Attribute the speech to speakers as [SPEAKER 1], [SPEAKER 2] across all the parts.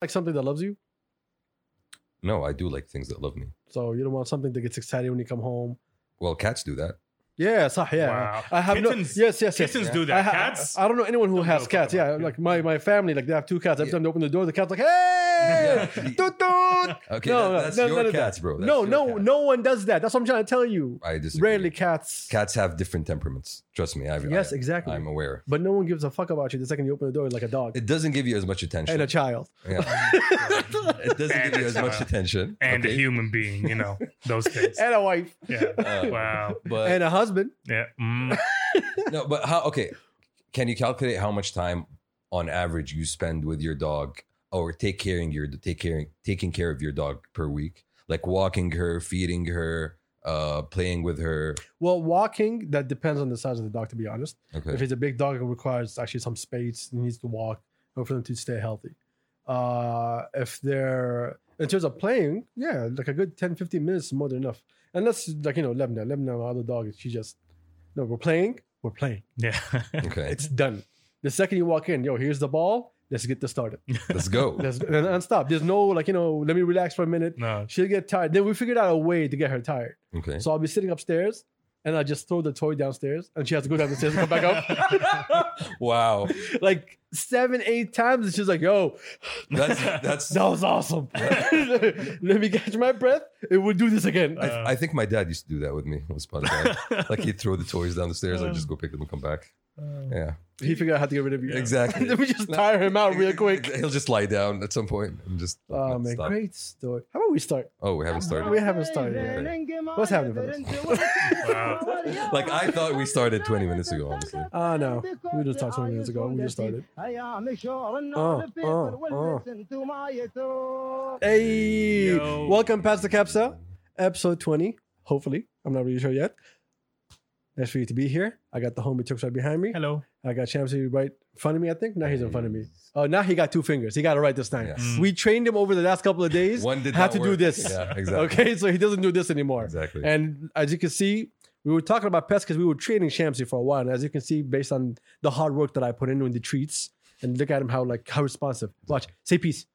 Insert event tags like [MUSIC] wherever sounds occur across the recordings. [SPEAKER 1] like something that loves you.
[SPEAKER 2] No, I do like things that love me.
[SPEAKER 1] So you don't want something that gets excited when you come home.
[SPEAKER 2] Well, cats do that.
[SPEAKER 1] Yeah, صح, yeah.
[SPEAKER 3] Wow.
[SPEAKER 1] I have
[SPEAKER 3] Kittens-
[SPEAKER 1] no. Yes, yes, yes.
[SPEAKER 3] Kittens do
[SPEAKER 1] I,
[SPEAKER 3] that.
[SPEAKER 1] ha-
[SPEAKER 3] Cats.
[SPEAKER 1] I, I don't know anyone who
[SPEAKER 3] Don't
[SPEAKER 1] has
[SPEAKER 3] know
[SPEAKER 1] cats.
[SPEAKER 3] about
[SPEAKER 1] Yeah,
[SPEAKER 3] that.
[SPEAKER 1] like my my family, like they have two cats. Every
[SPEAKER 2] Yeah.
[SPEAKER 1] time they open the door, the cat's like,
[SPEAKER 3] [LAUGHS]
[SPEAKER 1] "Hey,
[SPEAKER 2] Yeah.
[SPEAKER 1] toot toot."
[SPEAKER 2] Okay,
[SPEAKER 1] No,
[SPEAKER 2] that-
[SPEAKER 1] no,
[SPEAKER 2] that's
[SPEAKER 1] no, none
[SPEAKER 2] your
[SPEAKER 1] of that.
[SPEAKER 2] cats, bro. That's
[SPEAKER 1] no,
[SPEAKER 2] your
[SPEAKER 1] no,
[SPEAKER 2] cats.
[SPEAKER 1] no one does that. That's what I'm trying to tell you.
[SPEAKER 2] I disagree.
[SPEAKER 1] Rarely cats.
[SPEAKER 2] Cats have different temperaments. Trust me. I've,
[SPEAKER 1] Yes,
[SPEAKER 2] I-
[SPEAKER 1] exactly.
[SPEAKER 2] I'm aware.
[SPEAKER 1] But no one gives a fuck about you the second you open the door, like a dog
[SPEAKER 2] It doesn't give you as much
[SPEAKER 1] and
[SPEAKER 2] attention.
[SPEAKER 1] a child.
[SPEAKER 2] yeah. It doesn't
[SPEAKER 3] [LAUGHS] And
[SPEAKER 2] give you
[SPEAKER 3] a
[SPEAKER 2] as much
[SPEAKER 3] child.
[SPEAKER 2] attention.
[SPEAKER 3] [LAUGHS] and a
[SPEAKER 2] okay?
[SPEAKER 3] human being, you know, those
[SPEAKER 2] [LAUGHS]
[SPEAKER 3] things.
[SPEAKER 1] [LAUGHS] and a wife
[SPEAKER 3] Yeah.
[SPEAKER 2] Uh,
[SPEAKER 3] [LAUGHS] Wow.
[SPEAKER 2] But
[SPEAKER 1] and a husband.
[SPEAKER 3] Yeah. Mm.
[SPEAKER 2] no, but how? Okay, can you calculate how much time on average you spend with your dog or take caring your take caring taking care of your dog per week? Like walking her, feeding her, uh, playing with her.
[SPEAKER 1] Well, walking that depends on the size of the dog. To be honest, if
[SPEAKER 2] Okay,
[SPEAKER 1] it's a big dog, it requires actually some space. It needs to walk in order for them to stay healthy. Uh, if they're in terms of playing, yeah, like a good 10, 15 minutes is more than enough. Unless like you know Lebna, Lebna, my other dog, she just no, we're playing, we're playing.
[SPEAKER 3] Yeah. [LAUGHS]
[SPEAKER 2] okay,
[SPEAKER 1] It's done. The second you walk in, yo, here's the ball. Let's get this started.
[SPEAKER 2] let's
[SPEAKER 1] [LAUGHS]
[SPEAKER 2] go.
[SPEAKER 1] Let's, and, and stop. There's no like you know. Let me relax for a minute.
[SPEAKER 3] No.
[SPEAKER 1] She'll get tired. Then we figured out a way to get her tired.
[SPEAKER 2] Okay,
[SPEAKER 1] So I'll be sitting upstairs and I just throw the toy downstairs and she has to go down the stairs and come back
[SPEAKER 3] [LAUGHS]
[SPEAKER 1] up.
[SPEAKER 2] wow,
[SPEAKER 1] like seven, eight times. And she's like, yo,
[SPEAKER 2] that's that's.
[SPEAKER 1] that was
[SPEAKER 2] [LAUGHS]
[SPEAKER 1] awesome. Let me catch my breath and we'll do this again.
[SPEAKER 3] Uh,
[SPEAKER 2] I think my dad used to do that with me. Was part of
[SPEAKER 1] [LAUGHS]
[SPEAKER 2] that. like he'd throw the toys down the stairs. I'd
[SPEAKER 1] Uh.
[SPEAKER 2] just go pick them and come back. Yeah,
[SPEAKER 1] he figured out how to get rid of you.
[SPEAKER 2] exactly.
[SPEAKER 1] Uh. [LAUGHS] Let me just tire him out real
[SPEAKER 2] [LAUGHS]
[SPEAKER 1] quick.
[SPEAKER 2] He'll just lie down at some point and just.
[SPEAKER 1] Oh man,
[SPEAKER 2] stop.
[SPEAKER 1] great story. How about we start?
[SPEAKER 2] Oh, we haven't started.
[SPEAKER 1] We haven't started yet. What's happening, fellas?
[SPEAKER 2] [LAUGHS]
[SPEAKER 3] Wow.
[SPEAKER 2] Like I thought we started 20 minutes ago, honestly.
[SPEAKER 1] Ah, no. We just talked 20 minutes ago. We just started. Uh, Hey,
[SPEAKER 3] Yo.
[SPEAKER 1] welcome past the capsa, episode 20. Hopefully, I'm not really sure yet. Nice for you to be here. I got the homie Tooks right behind me.
[SPEAKER 3] Hello.
[SPEAKER 1] I got Shamsi right in front of me, I think. Now he's in front of me. Oh, now he got two fingers. He got it right this time.
[SPEAKER 2] Yes.
[SPEAKER 3] Mm.
[SPEAKER 1] We trained him over the last couple of days.
[SPEAKER 2] One did
[SPEAKER 1] Have
[SPEAKER 2] not
[SPEAKER 1] to do
[SPEAKER 2] work.
[SPEAKER 1] this.
[SPEAKER 2] Yeah,
[SPEAKER 1] [LAUGHS]
[SPEAKER 2] exactly.
[SPEAKER 1] Okay, so he doesn't do this anymore.
[SPEAKER 2] Exactly.
[SPEAKER 1] And as you can see, we were talking about pets because we were training Shamsi for a while. And as you can see, based on the hard work that I put into in the treats, and look at him how like how responsive. Watch, say peace.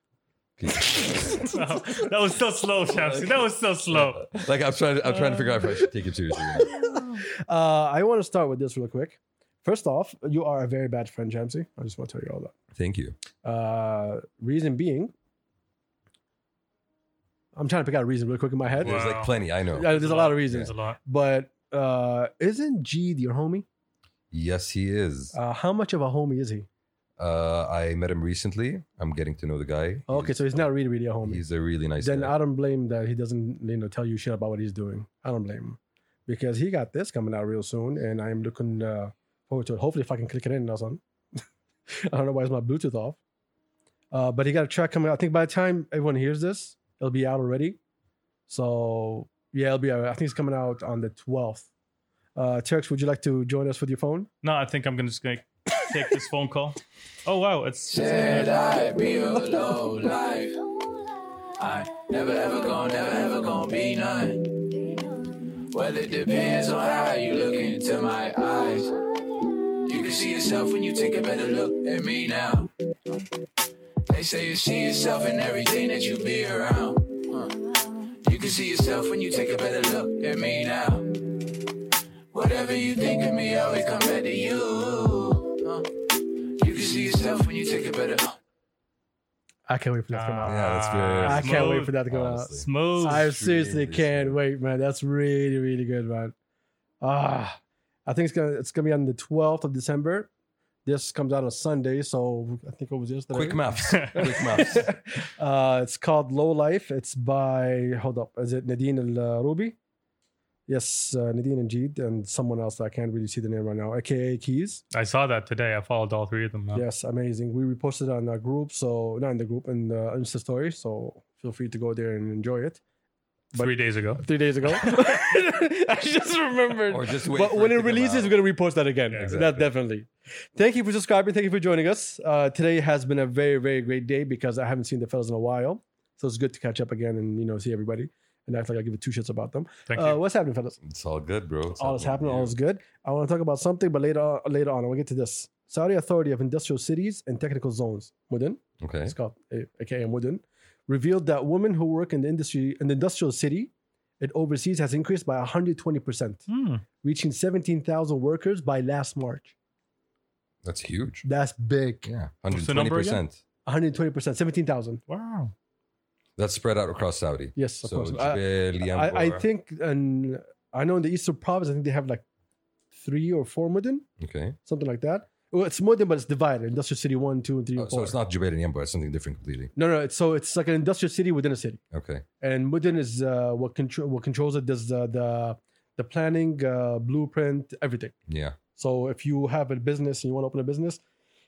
[SPEAKER 3] Wow. that was so slow, Shamsi. That was so slow.
[SPEAKER 2] like I'm trying, to, I'm trying to figure out if I should take it seriously. or
[SPEAKER 1] [LAUGHS]
[SPEAKER 2] not.
[SPEAKER 1] Uh, I want to start with this real quick. First off, you are a very bad friend, Jamsey. I just want to tell you all that.
[SPEAKER 2] Thank you.
[SPEAKER 1] Uh, reason being, I'm trying to pick out a reason real quick in my head.
[SPEAKER 3] Wow.
[SPEAKER 2] There's like plenty. I know.
[SPEAKER 1] Yeah, there's a lot of reasons,
[SPEAKER 3] There's a lot.
[SPEAKER 1] but uh, isn't Jeed your homie?
[SPEAKER 2] Yes, he is.
[SPEAKER 1] Uh, how much of a homie is he?
[SPEAKER 2] Uh, I met him recently. I'm getting to know the guy.
[SPEAKER 1] Okay, so he's not really really a homie.
[SPEAKER 2] He's a really nice
[SPEAKER 1] then
[SPEAKER 2] guy.
[SPEAKER 1] I don't blame that he doesn't you know tell you shit about what he's doing. I don't blame him because he got this coming out real soon, and I'm looking uh, forward to it. Hopefully, if I can click it in or something. [LAUGHS] I don't know why is my Bluetooth off, uh, but he got a track coming out. I think by the time everyone hears this, it'll be out already. So yeah, it'll be. Out. I think it's coming out on the 12th. Uh, Turks, would you like to join us with your phone?
[SPEAKER 3] No, I think I'm gonna just gonna take this phone call. Oh wow, it's
[SPEAKER 4] Said I be a low life. I never ever gon' never ever gon' be none. Well, it depends on how you look into my eyes. You can see yourself when you take a better look at me now. They say you see yourself in everything that you be around. Huh. You can see yourself when you take a better look at me now. Whatever you think of me, I always come back to you. Huh. You can see yourself when you take a better.
[SPEAKER 1] I can't wait for that to come out.
[SPEAKER 2] Yeah, that's good.
[SPEAKER 1] I can't wait
[SPEAKER 3] Ah, smooth.
[SPEAKER 1] for that to come out.
[SPEAKER 2] Honestly.
[SPEAKER 3] Smooth.
[SPEAKER 1] I
[SPEAKER 2] It's
[SPEAKER 1] seriously
[SPEAKER 2] really
[SPEAKER 1] can't
[SPEAKER 2] smooth.
[SPEAKER 1] wait, man. That's really, really good, man. Ah, I think it's gonna it's gonna be on the twelfth of December. This comes out on Sunday, so I think it was yesterday. [LAUGHS]
[SPEAKER 2] Quick [LAUGHS] maps. Quick maps.
[SPEAKER 1] uh, it's called Low Life. It's by hold up, is it Nadine Al Ruby? Yes, uh, Nadine and Jeed and someone else that I can't really see the name right now, aka Keys.
[SPEAKER 3] I saw that today. I followed all three of
[SPEAKER 2] Uh-huh.
[SPEAKER 3] them. Now.
[SPEAKER 1] Yes, amazing. We reposted on our group, so not in the group in the Insta story. So feel free to go there and enjoy it. but-
[SPEAKER 3] Three days ago.
[SPEAKER 1] Three days ago, [LAUGHS] I just remembered.
[SPEAKER 2] or just wait.
[SPEAKER 1] But
[SPEAKER 2] for
[SPEAKER 1] when
[SPEAKER 2] to
[SPEAKER 1] it
[SPEAKER 2] come
[SPEAKER 1] releases,
[SPEAKER 2] out.
[SPEAKER 1] we're gonna repost that again.
[SPEAKER 3] Yeah,
[SPEAKER 1] That
[SPEAKER 2] exactly.
[SPEAKER 1] definitely. Thank you for subscribing. Thank you for joining us. Uh, today has been a very, very great day because I haven't seen the fellas in a while, so it's good to catch up again and you know see everybody and act like I give a two shits about them.
[SPEAKER 3] Thank
[SPEAKER 1] Uh,
[SPEAKER 3] you.
[SPEAKER 1] what's happening, fellas?
[SPEAKER 2] It's all good, bro. It's
[SPEAKER 1] all is happening.
[SPEAKER 2] with
[SPEAKER 1] All
[SPEAKER 2] you.
[SPEAKER 1] is good. I want to talk about something, but later, later on, I will get to this. Saudi Authority of Industrial Cities and Technical Zones, Mudin,
[SPEAKER 2] Okay.
[SPEAKER 1] it's called eh, aka Mudin, revealed that women who work in the industry in the industrial city it overseas has increased by 120%,
[SPEAKER 3] Hmm.
[SPEAKER 1] reaching 17,000 workers by last March.
[SPEAKER 2] That's huge.
[SPEAKER 1] That's big.
[SPEAKER 2] Yeah.
[SPEAKER 3] What's the number
[SPEAKER 2] 120%.
[SPEAKER 1] 120%, 17,000.
[SPEAKER 3] Wow.
[SPEAKER 2] That's spread out across Saudi.
[SPEAKER 1] Yes, of
[SPEAKER 2] So,
[SPEAKER 1] course. I-
[SPEAKER 2] Jubail,
[SPEAKER 1] I, I
[SPEAKER 2] Yanbu-
[SPEAKER 1] think, and I know in the Eastern province, I think they have like three or four Mudin,
[SPEAKER 2] Okay.
[SPEAKER 1] something like that. Well, it's Mudin, but it's divided. Industrial city one, two, and three.
[SPEAKER 2] Oh,
[SPEAKER 1] and
[SPEAKER 2] so
[SPEAKER 1] four.
[SPEAKER 2] it's not Jubail and Yambo. It's something different completely.
[SPEAKER 1] No, no. It's, so it's like an industrial city within a city,
[SPEAKER 2] Okay.
[SPEAKER 1] and Mudin is uh, what control what controls it. Does the the, the planning, uh, blueprint, everything.
[SPEAKER 2] Yeah.
[SPEAKER 1] So if you have a business and you want to open a business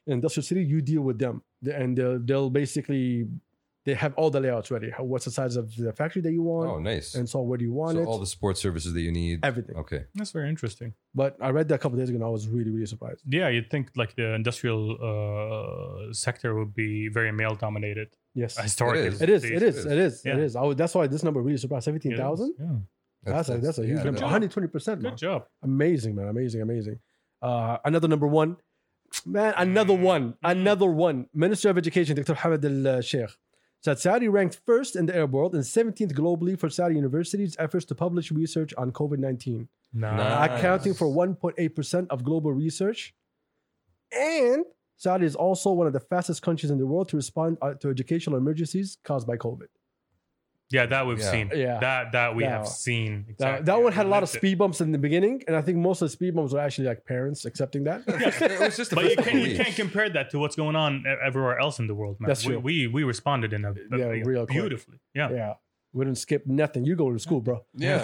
[SPEAKER 1] in industrial city, you deal with them, The- and they'll, they'll basically they have all the layouts ready. How, what's the size of the factory that you want,
[SPEAKER 2] Oh, nice.
[SPEAKER 1] and so where do you want
[SPEAKER 2] so
[SPEAKER 1] it?
[SPEAKER 2] all the sports services that you need.
[SPEAKER 1] everything.
[SPEAKER 2] Okay.
[SPEAKER 3] That's very interesting.
[SPEAKER 1] But I read that a couple days ago, and I was really really surprised.
[SPEAKER 3] Yeah, you'd think like the industrial uh, sector would be very male dominated
[SPEAKER 1] Yes,
[SPEAKER 3] historically.
[SPEAKER 2] is.
[SPEAKER 1] it is.
[SPEAKER 3] at
[SPEAKER 1] It
[SPEAKER 3] least.
[SPEAKER 1] is. It is. It
[SPEAKER 3] Yeah.
[SPEAKER 1] is. I was, that's why this number really surprised. Seventeen thousand.
[SPEAKER 3] Yeah.
[SPEAKER 1] That's, a, that's a huge
[SPEAKER 2] yeah,
[SPEAKER 1] number.
[SPEAKER 2] that-
[SPEAKER 1] One hundred twenty percent.
[SPEAKER 3] Good job.
[SPEAKER 1] Amazing, man. Amazing, amazing. Uh, another number one. Man, another one. Another one. Minister of Education, Dr. Hamad Al Sheikh, said Saudi ranked first in the Arab world and 17th globally for Saudi universities' efforts to publish research on COVID 19,
[SPEAKER 2] Nice.
[SPEAKER 1] accounting for 1.8% of global research. And Saudi is also one of the fastest countries in the world to respond uh, to educational emergencies caused by COVID.
[SPEAKER 3] Yeah, that we've
[SPEAKER 2] Yeah.
[SPEAKER 3] seen.
[SPEAKER 1] Yeah.
[SPEAKER 3] That that we
[SPEAKER 1] That
[SPEAKER 3] have
[SPEAKER 1] one.
[SPEAKER 3] seen.
[SPEAKER 1] That,
[SPEAKER 3] Exactly.
[SPEAKER 1] that
[SPEAKER 3] Yeah,
[SPEAKER 1] one had a
[SPEAKER 3] we
[SPEAKER 1] lot of
[SPEAKER 3] lived it.
[SPEAKER 1] speed bumps in the beginning, and I think most of the speed bumps were actually like parents accepting that.
[SPEAKER 2] [LAUGHS] it was just the
[SPEAKER 3] [LAUGHS] But
[SPEAKER 2] first
[SPEAKER 3] you, can,
[SPEAKER 2] couple
[SPEAKER 3] you can't
[SPEAKER 2] weeks.
[SPEAKER 3] compare that to what's going on e- everywhere else in the world, man.
[SPEAKER 1] That's
[SPEAKER 3] we,
[SPEAKER 1] true.
[SPEAKER 3] we we responded in a, a-
[SPEAKER 1] Yeah,
[SPEAKER 3] a-
[SPEAKER 1] real quick.
[SPEAKER 3] beautifully. Yeah.
[SPEAKER 1] Yeah. We didn't skip nothing. You go to school, bro.
[SPEAKER 2] Yeah,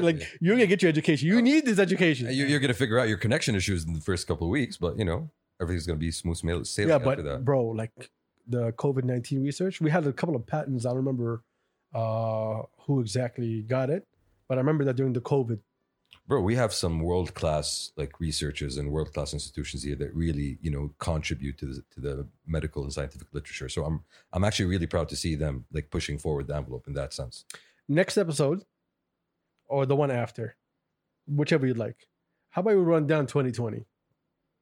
[SPEAKER 1] [LAUGHS] like you're gonna get your education. You need this education.
[SPEAKER 2] You- You're going to figure out your connection issues in the first couple of weeks, but you know everything's going to be smooth sail- sailing
[SPEAKER 1] yeah,
[SPEAKER 2] after
[SPEAKER 1] but
[SPEAKER 2] that.
[SPEAKER 1] bro, like the COVID nineteen research, we had a couple of patents. I don't remember uh, who exactly got it, but I remember that during the COVID.
[SPEAKER 2] Bro, we have some world class like researchers and world class institutions here that really you know contribute to the, to the medical and scientific literature. So I'm I'm actually really proud to see them like pushing forward the envelope in that sense.
[SPEAKER 1] Next episode, or the one after, whichever you'd like. How about we run down twenty twenty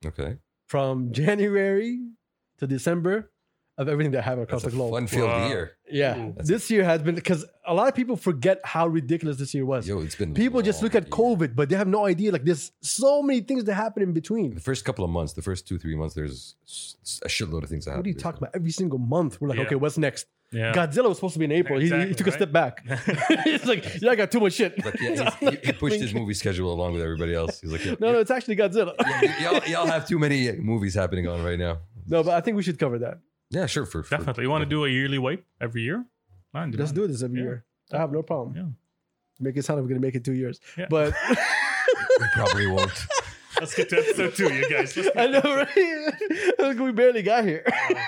[SPEAKER 2] Okay,
[SPEAKER 1] from January to December of everything that happened across
[SPEAKER 2] that's a
[SPEAKER 1] the globe?
[SPEAKER 2] fun field
[SPEAKER 3] Wow.
[SPEAKER 2] year.
[SPEAKER 1] Yeah,
[SPEAKER 3] Ooh.
[SPEAKER 2] That's-
[SPEAKER 1] this year has been because a lot of people forget how ridiculous this year was.
[SPEAKER 2] Yo, it's been
[SPEAKER 1] People just
[SPEAKER 2] long
[SPEAKER 1] look at
[SPEAKER 2] year.
[SPEAKER 1] COVID, but they have no idea. Like there's so many things that happen in between.
[SPEAKER 2] The first couple of months, the first two three months, there's s- a shitload of things that happen.
[SPEAKER 1] What are you talking about? Every single month, we're like,
[SPEAKER 3] Yeah.
[SPEAKER 1] okay, what's next?
[SPEAKER 3] Yeah.
[SPEAKER 1] [LAUGHS] Godzilla was supposed to be in April. He- he,
[SPEAKER 3] Exactly,
[SPEAKER 1] took a
[SPEAKER 3] right?
[SPEAKER 1] step back. [LAUGHS] it's like, yeah, I got too much shit. [LAUGHS]
[SPEAKER 2] Like, yeah, he's- he, he pushed his movie schedule along with everybody else. He's like, "Yo,
[SPEAKER 1] no, no, it's actually Godzilla.
[SPEAKER 2] y'all, y'all have too many movies happening on right now.
[SPEAKER 1] [LAUGHS] no, but I think we should cover that.
[SPEAKER 2] Yeah, sure. For, for-
[SPEAKER 3] [LAUGHS] Definitely. You want to do a yearly wipe every year? Fine,
[SPEAKER 1] Let's
[SPEAKER 3] man.
[SPEAKER 1] do this every
[SPEAKER 3] Yeah.
[SPEAKER 1] year. I have no problem.
[SPEAKER 3] Yeah.
[SPEAKER 1] Make it sound like we're gonna make it two years,
[SPEAKER 3] Yeah.
[SPEAKER 1] but
[SPEAKER 2] We [LAUGHS] probably won't.
[SPEAKER 3] Let's get to episode two, you guys.
[SPEAKER 1] [LAUGHS]
[SPEAKER 3] Let's
[SPEAKER 1] I
[SPEAKER 3] get- [LAUGHS]
[SPEAKER 1] know, right? [LAUGHS] Look, we barely got here. [LAUGHS]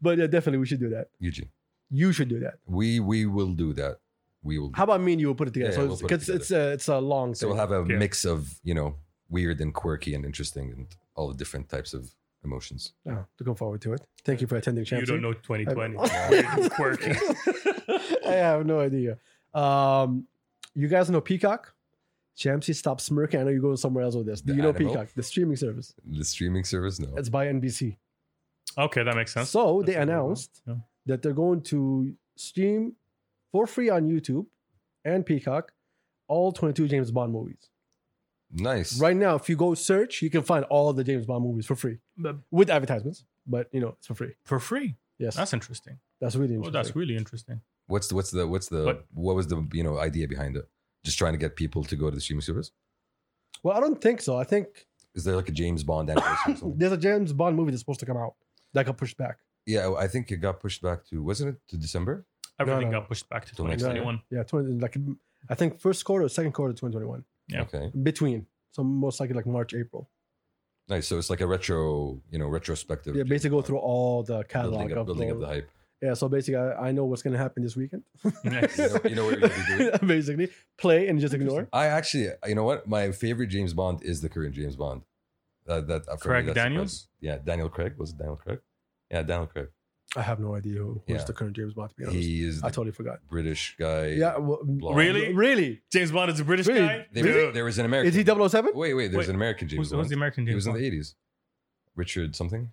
[SPEAKER 1] but yeah, definitely, we should do that.
[SPEAKER 2] Eugene,
[SPEAKER 1] You should do that.
[SPEAKER 2] we we will do that. We will. Do
[SPEAKER 1] How about me and you will put it together?
[SPEAKER 2] Yeah,
[SPEAKER 1] so
[SPEAKER 2] yeah,
[SPEAKER 1] it's,
[SPEAKER 2] we'll put it
[SPEAKER 1] 'cause it's a it's a long.
[SPEAKER 2] So we'll
[SPEAKER 1] thing.
[SPEAKER 2] have a
[SPEAKER 3] Yeah.
[SPEAKER 2] mix of you know weird and quirky and interesting and all the different types of emotions.
[SPEAKER 1] Oh, looking forward to it. Thank you for attending.
[SPEAKER 3] You
[SPEAKER 1] Champsy.
[SPEAKER 3] don't know
[SPEAKER 1] [LAUGHS]
[SPEAKER 3] 2020.
[SPEAKER 1] I-
[SPEAKER 3] Weird, quirky.
[SPEAKER 1] [LAUGHS] I have no idea. Um, you guys know Peacock? Champsy, stop smirking. I know you're going somewhere else with this. Do
[SPEAKER 2] The
[SPEAKER 1] you know
[SPEAKER 2] animal?
[SPEAKER 1] Peacock, the streaming service?
[SPEAKER 2] The streaming service, no.
[SPEAKER 1] It's by NBC.
[SPEAKER 3] Okay, that makes sense.
[SPEAKER 1] So they
[SPEAKER 3] That's a good one.
[SPEAKER 1] announced
[SPEAKER 3] Yeah.
[SPEAKER 1] that they're going to stream for free on YouTube and Peacock all 22 James Bond movies.
[SPEAKER 2] Nice.
[SPEAKER 1] Right now, if you go search, you can find all the James Bond movies for free
[SPEAKER 3] But
[SPEAKER 1] with advertisements, but you know, it's for free.
[SPEAKER 3] for free.
[SPEAKER 1] Yes.
[SPEAKER 3] That's interesting.
[SPEAKER 1] That's really
[SPEAKER 3] Oh,
[SPEAKER 1] interesting.
[SPEAKER 3] that's really interesting.
[SPEAKER 2] What's the what's the what's the
[SPEAKER 3] What?
[SPEAKER 2] what was the you know idea behind it? Just trying to get people to go to the streaming service.
[SPEAKER 1] well, I don't think so. I think
[SPEAKER 2] Is there like a James
[SPEAKER 1] [LAUGHS]
[SPEAKER 2] Bond anniversary or something?
[SPEAKER 1] there's a James Bond movie that's supposed to come out that got pushed back.
[SPEAKER 2] Yeah, I think it got pushed back to wasn't it to December?
[SPEAKER 3] Everything
[SPEAKER 1] no.
[SPEAKER 3] got pushed back to
[SPEAKER 2] Till next year. [LAUGHS]
[SPEAKER 3] 2021.
[SPEAKER 1] Yeah, 20, like I think first quarter, or second quarter, 2021,
[SPEAKER 3] Yeah.
[SPEAKER 2] Okay.
[SPEAKER 1] between. So most likely like March, April.
[SPEAKER 2] Nice. So it's like a retro, you know, retrospective.
[SPEAKER 1] Yeah, basically go through all the catalog
[SPEAKER 2] building up,
[SPEAKER 1] of
[SPEAKER 2] building up
[SPEAKER 1] the-
[SPEAKER 2] the hype.
[SPEAKER 1] Yeah, so basically I, I know what's gonna happen this weekend.
[SPEAKER 3] Nice.
[SPEAKER 2] You know, you know what you're
[SPEAKER 1] [LAUGHS]
[SPEAKER 2] gonna do.
[SPEAKER 1] basically play and just ignore.
[SPEAKER 2] I actually, you know what? My favorite James Bond is the Korean James Bond. That that for me,
[SPEAKER 3] Craig
[SPEAKER 2] that's the
[SPEAKER 3] Daniels?
[SPEAKER 2] best. Yeah, Daniel Craig was it Daniel Craig? Yeah, Daniel Craig.
[SPEAKER 1] I have no idea who, who's
[SPEAKER 2] Yeah.
[SPEAKER 1] the current James Bond to be honest.
[SPEAKER 2] He is
[SPEAKER 1] I
[SPEAKER 2] the
[SPEAKER 1] totally forgot.
[SPEAKER 2] British guy.
[SPEAKER 1] Yeah, well,
[SPEAKER 2] blonde.
[SPEAKER 3] [LAUGHS] Really?
[SPEAKER 1] really?
[SPEAKER 3] James Bond is a British
[SPEAKER 1] Really?
[SPEAKER 3] guy.
[SPEAKER 2] They-
[SPEAKER 3] Dude.
[SPEAKER 2] There was an American.
[SPEAKER 1] Is he 007?
[SPEAKER 2] Wait, wait. There's
[SPEAKER 3] Wait,
[SPEAKER 2] an American James
[SPEAKER 3] Who's,
[SPEAKER 2] Bond.
[SPEAKER 3] who's the American
[SPEAKER 2] he
[SPEAKER 3] James
[SPEAKER 2] was in
[SPEAKER 3] Bond?
[SPEAKER 2] the 80s. Richard something.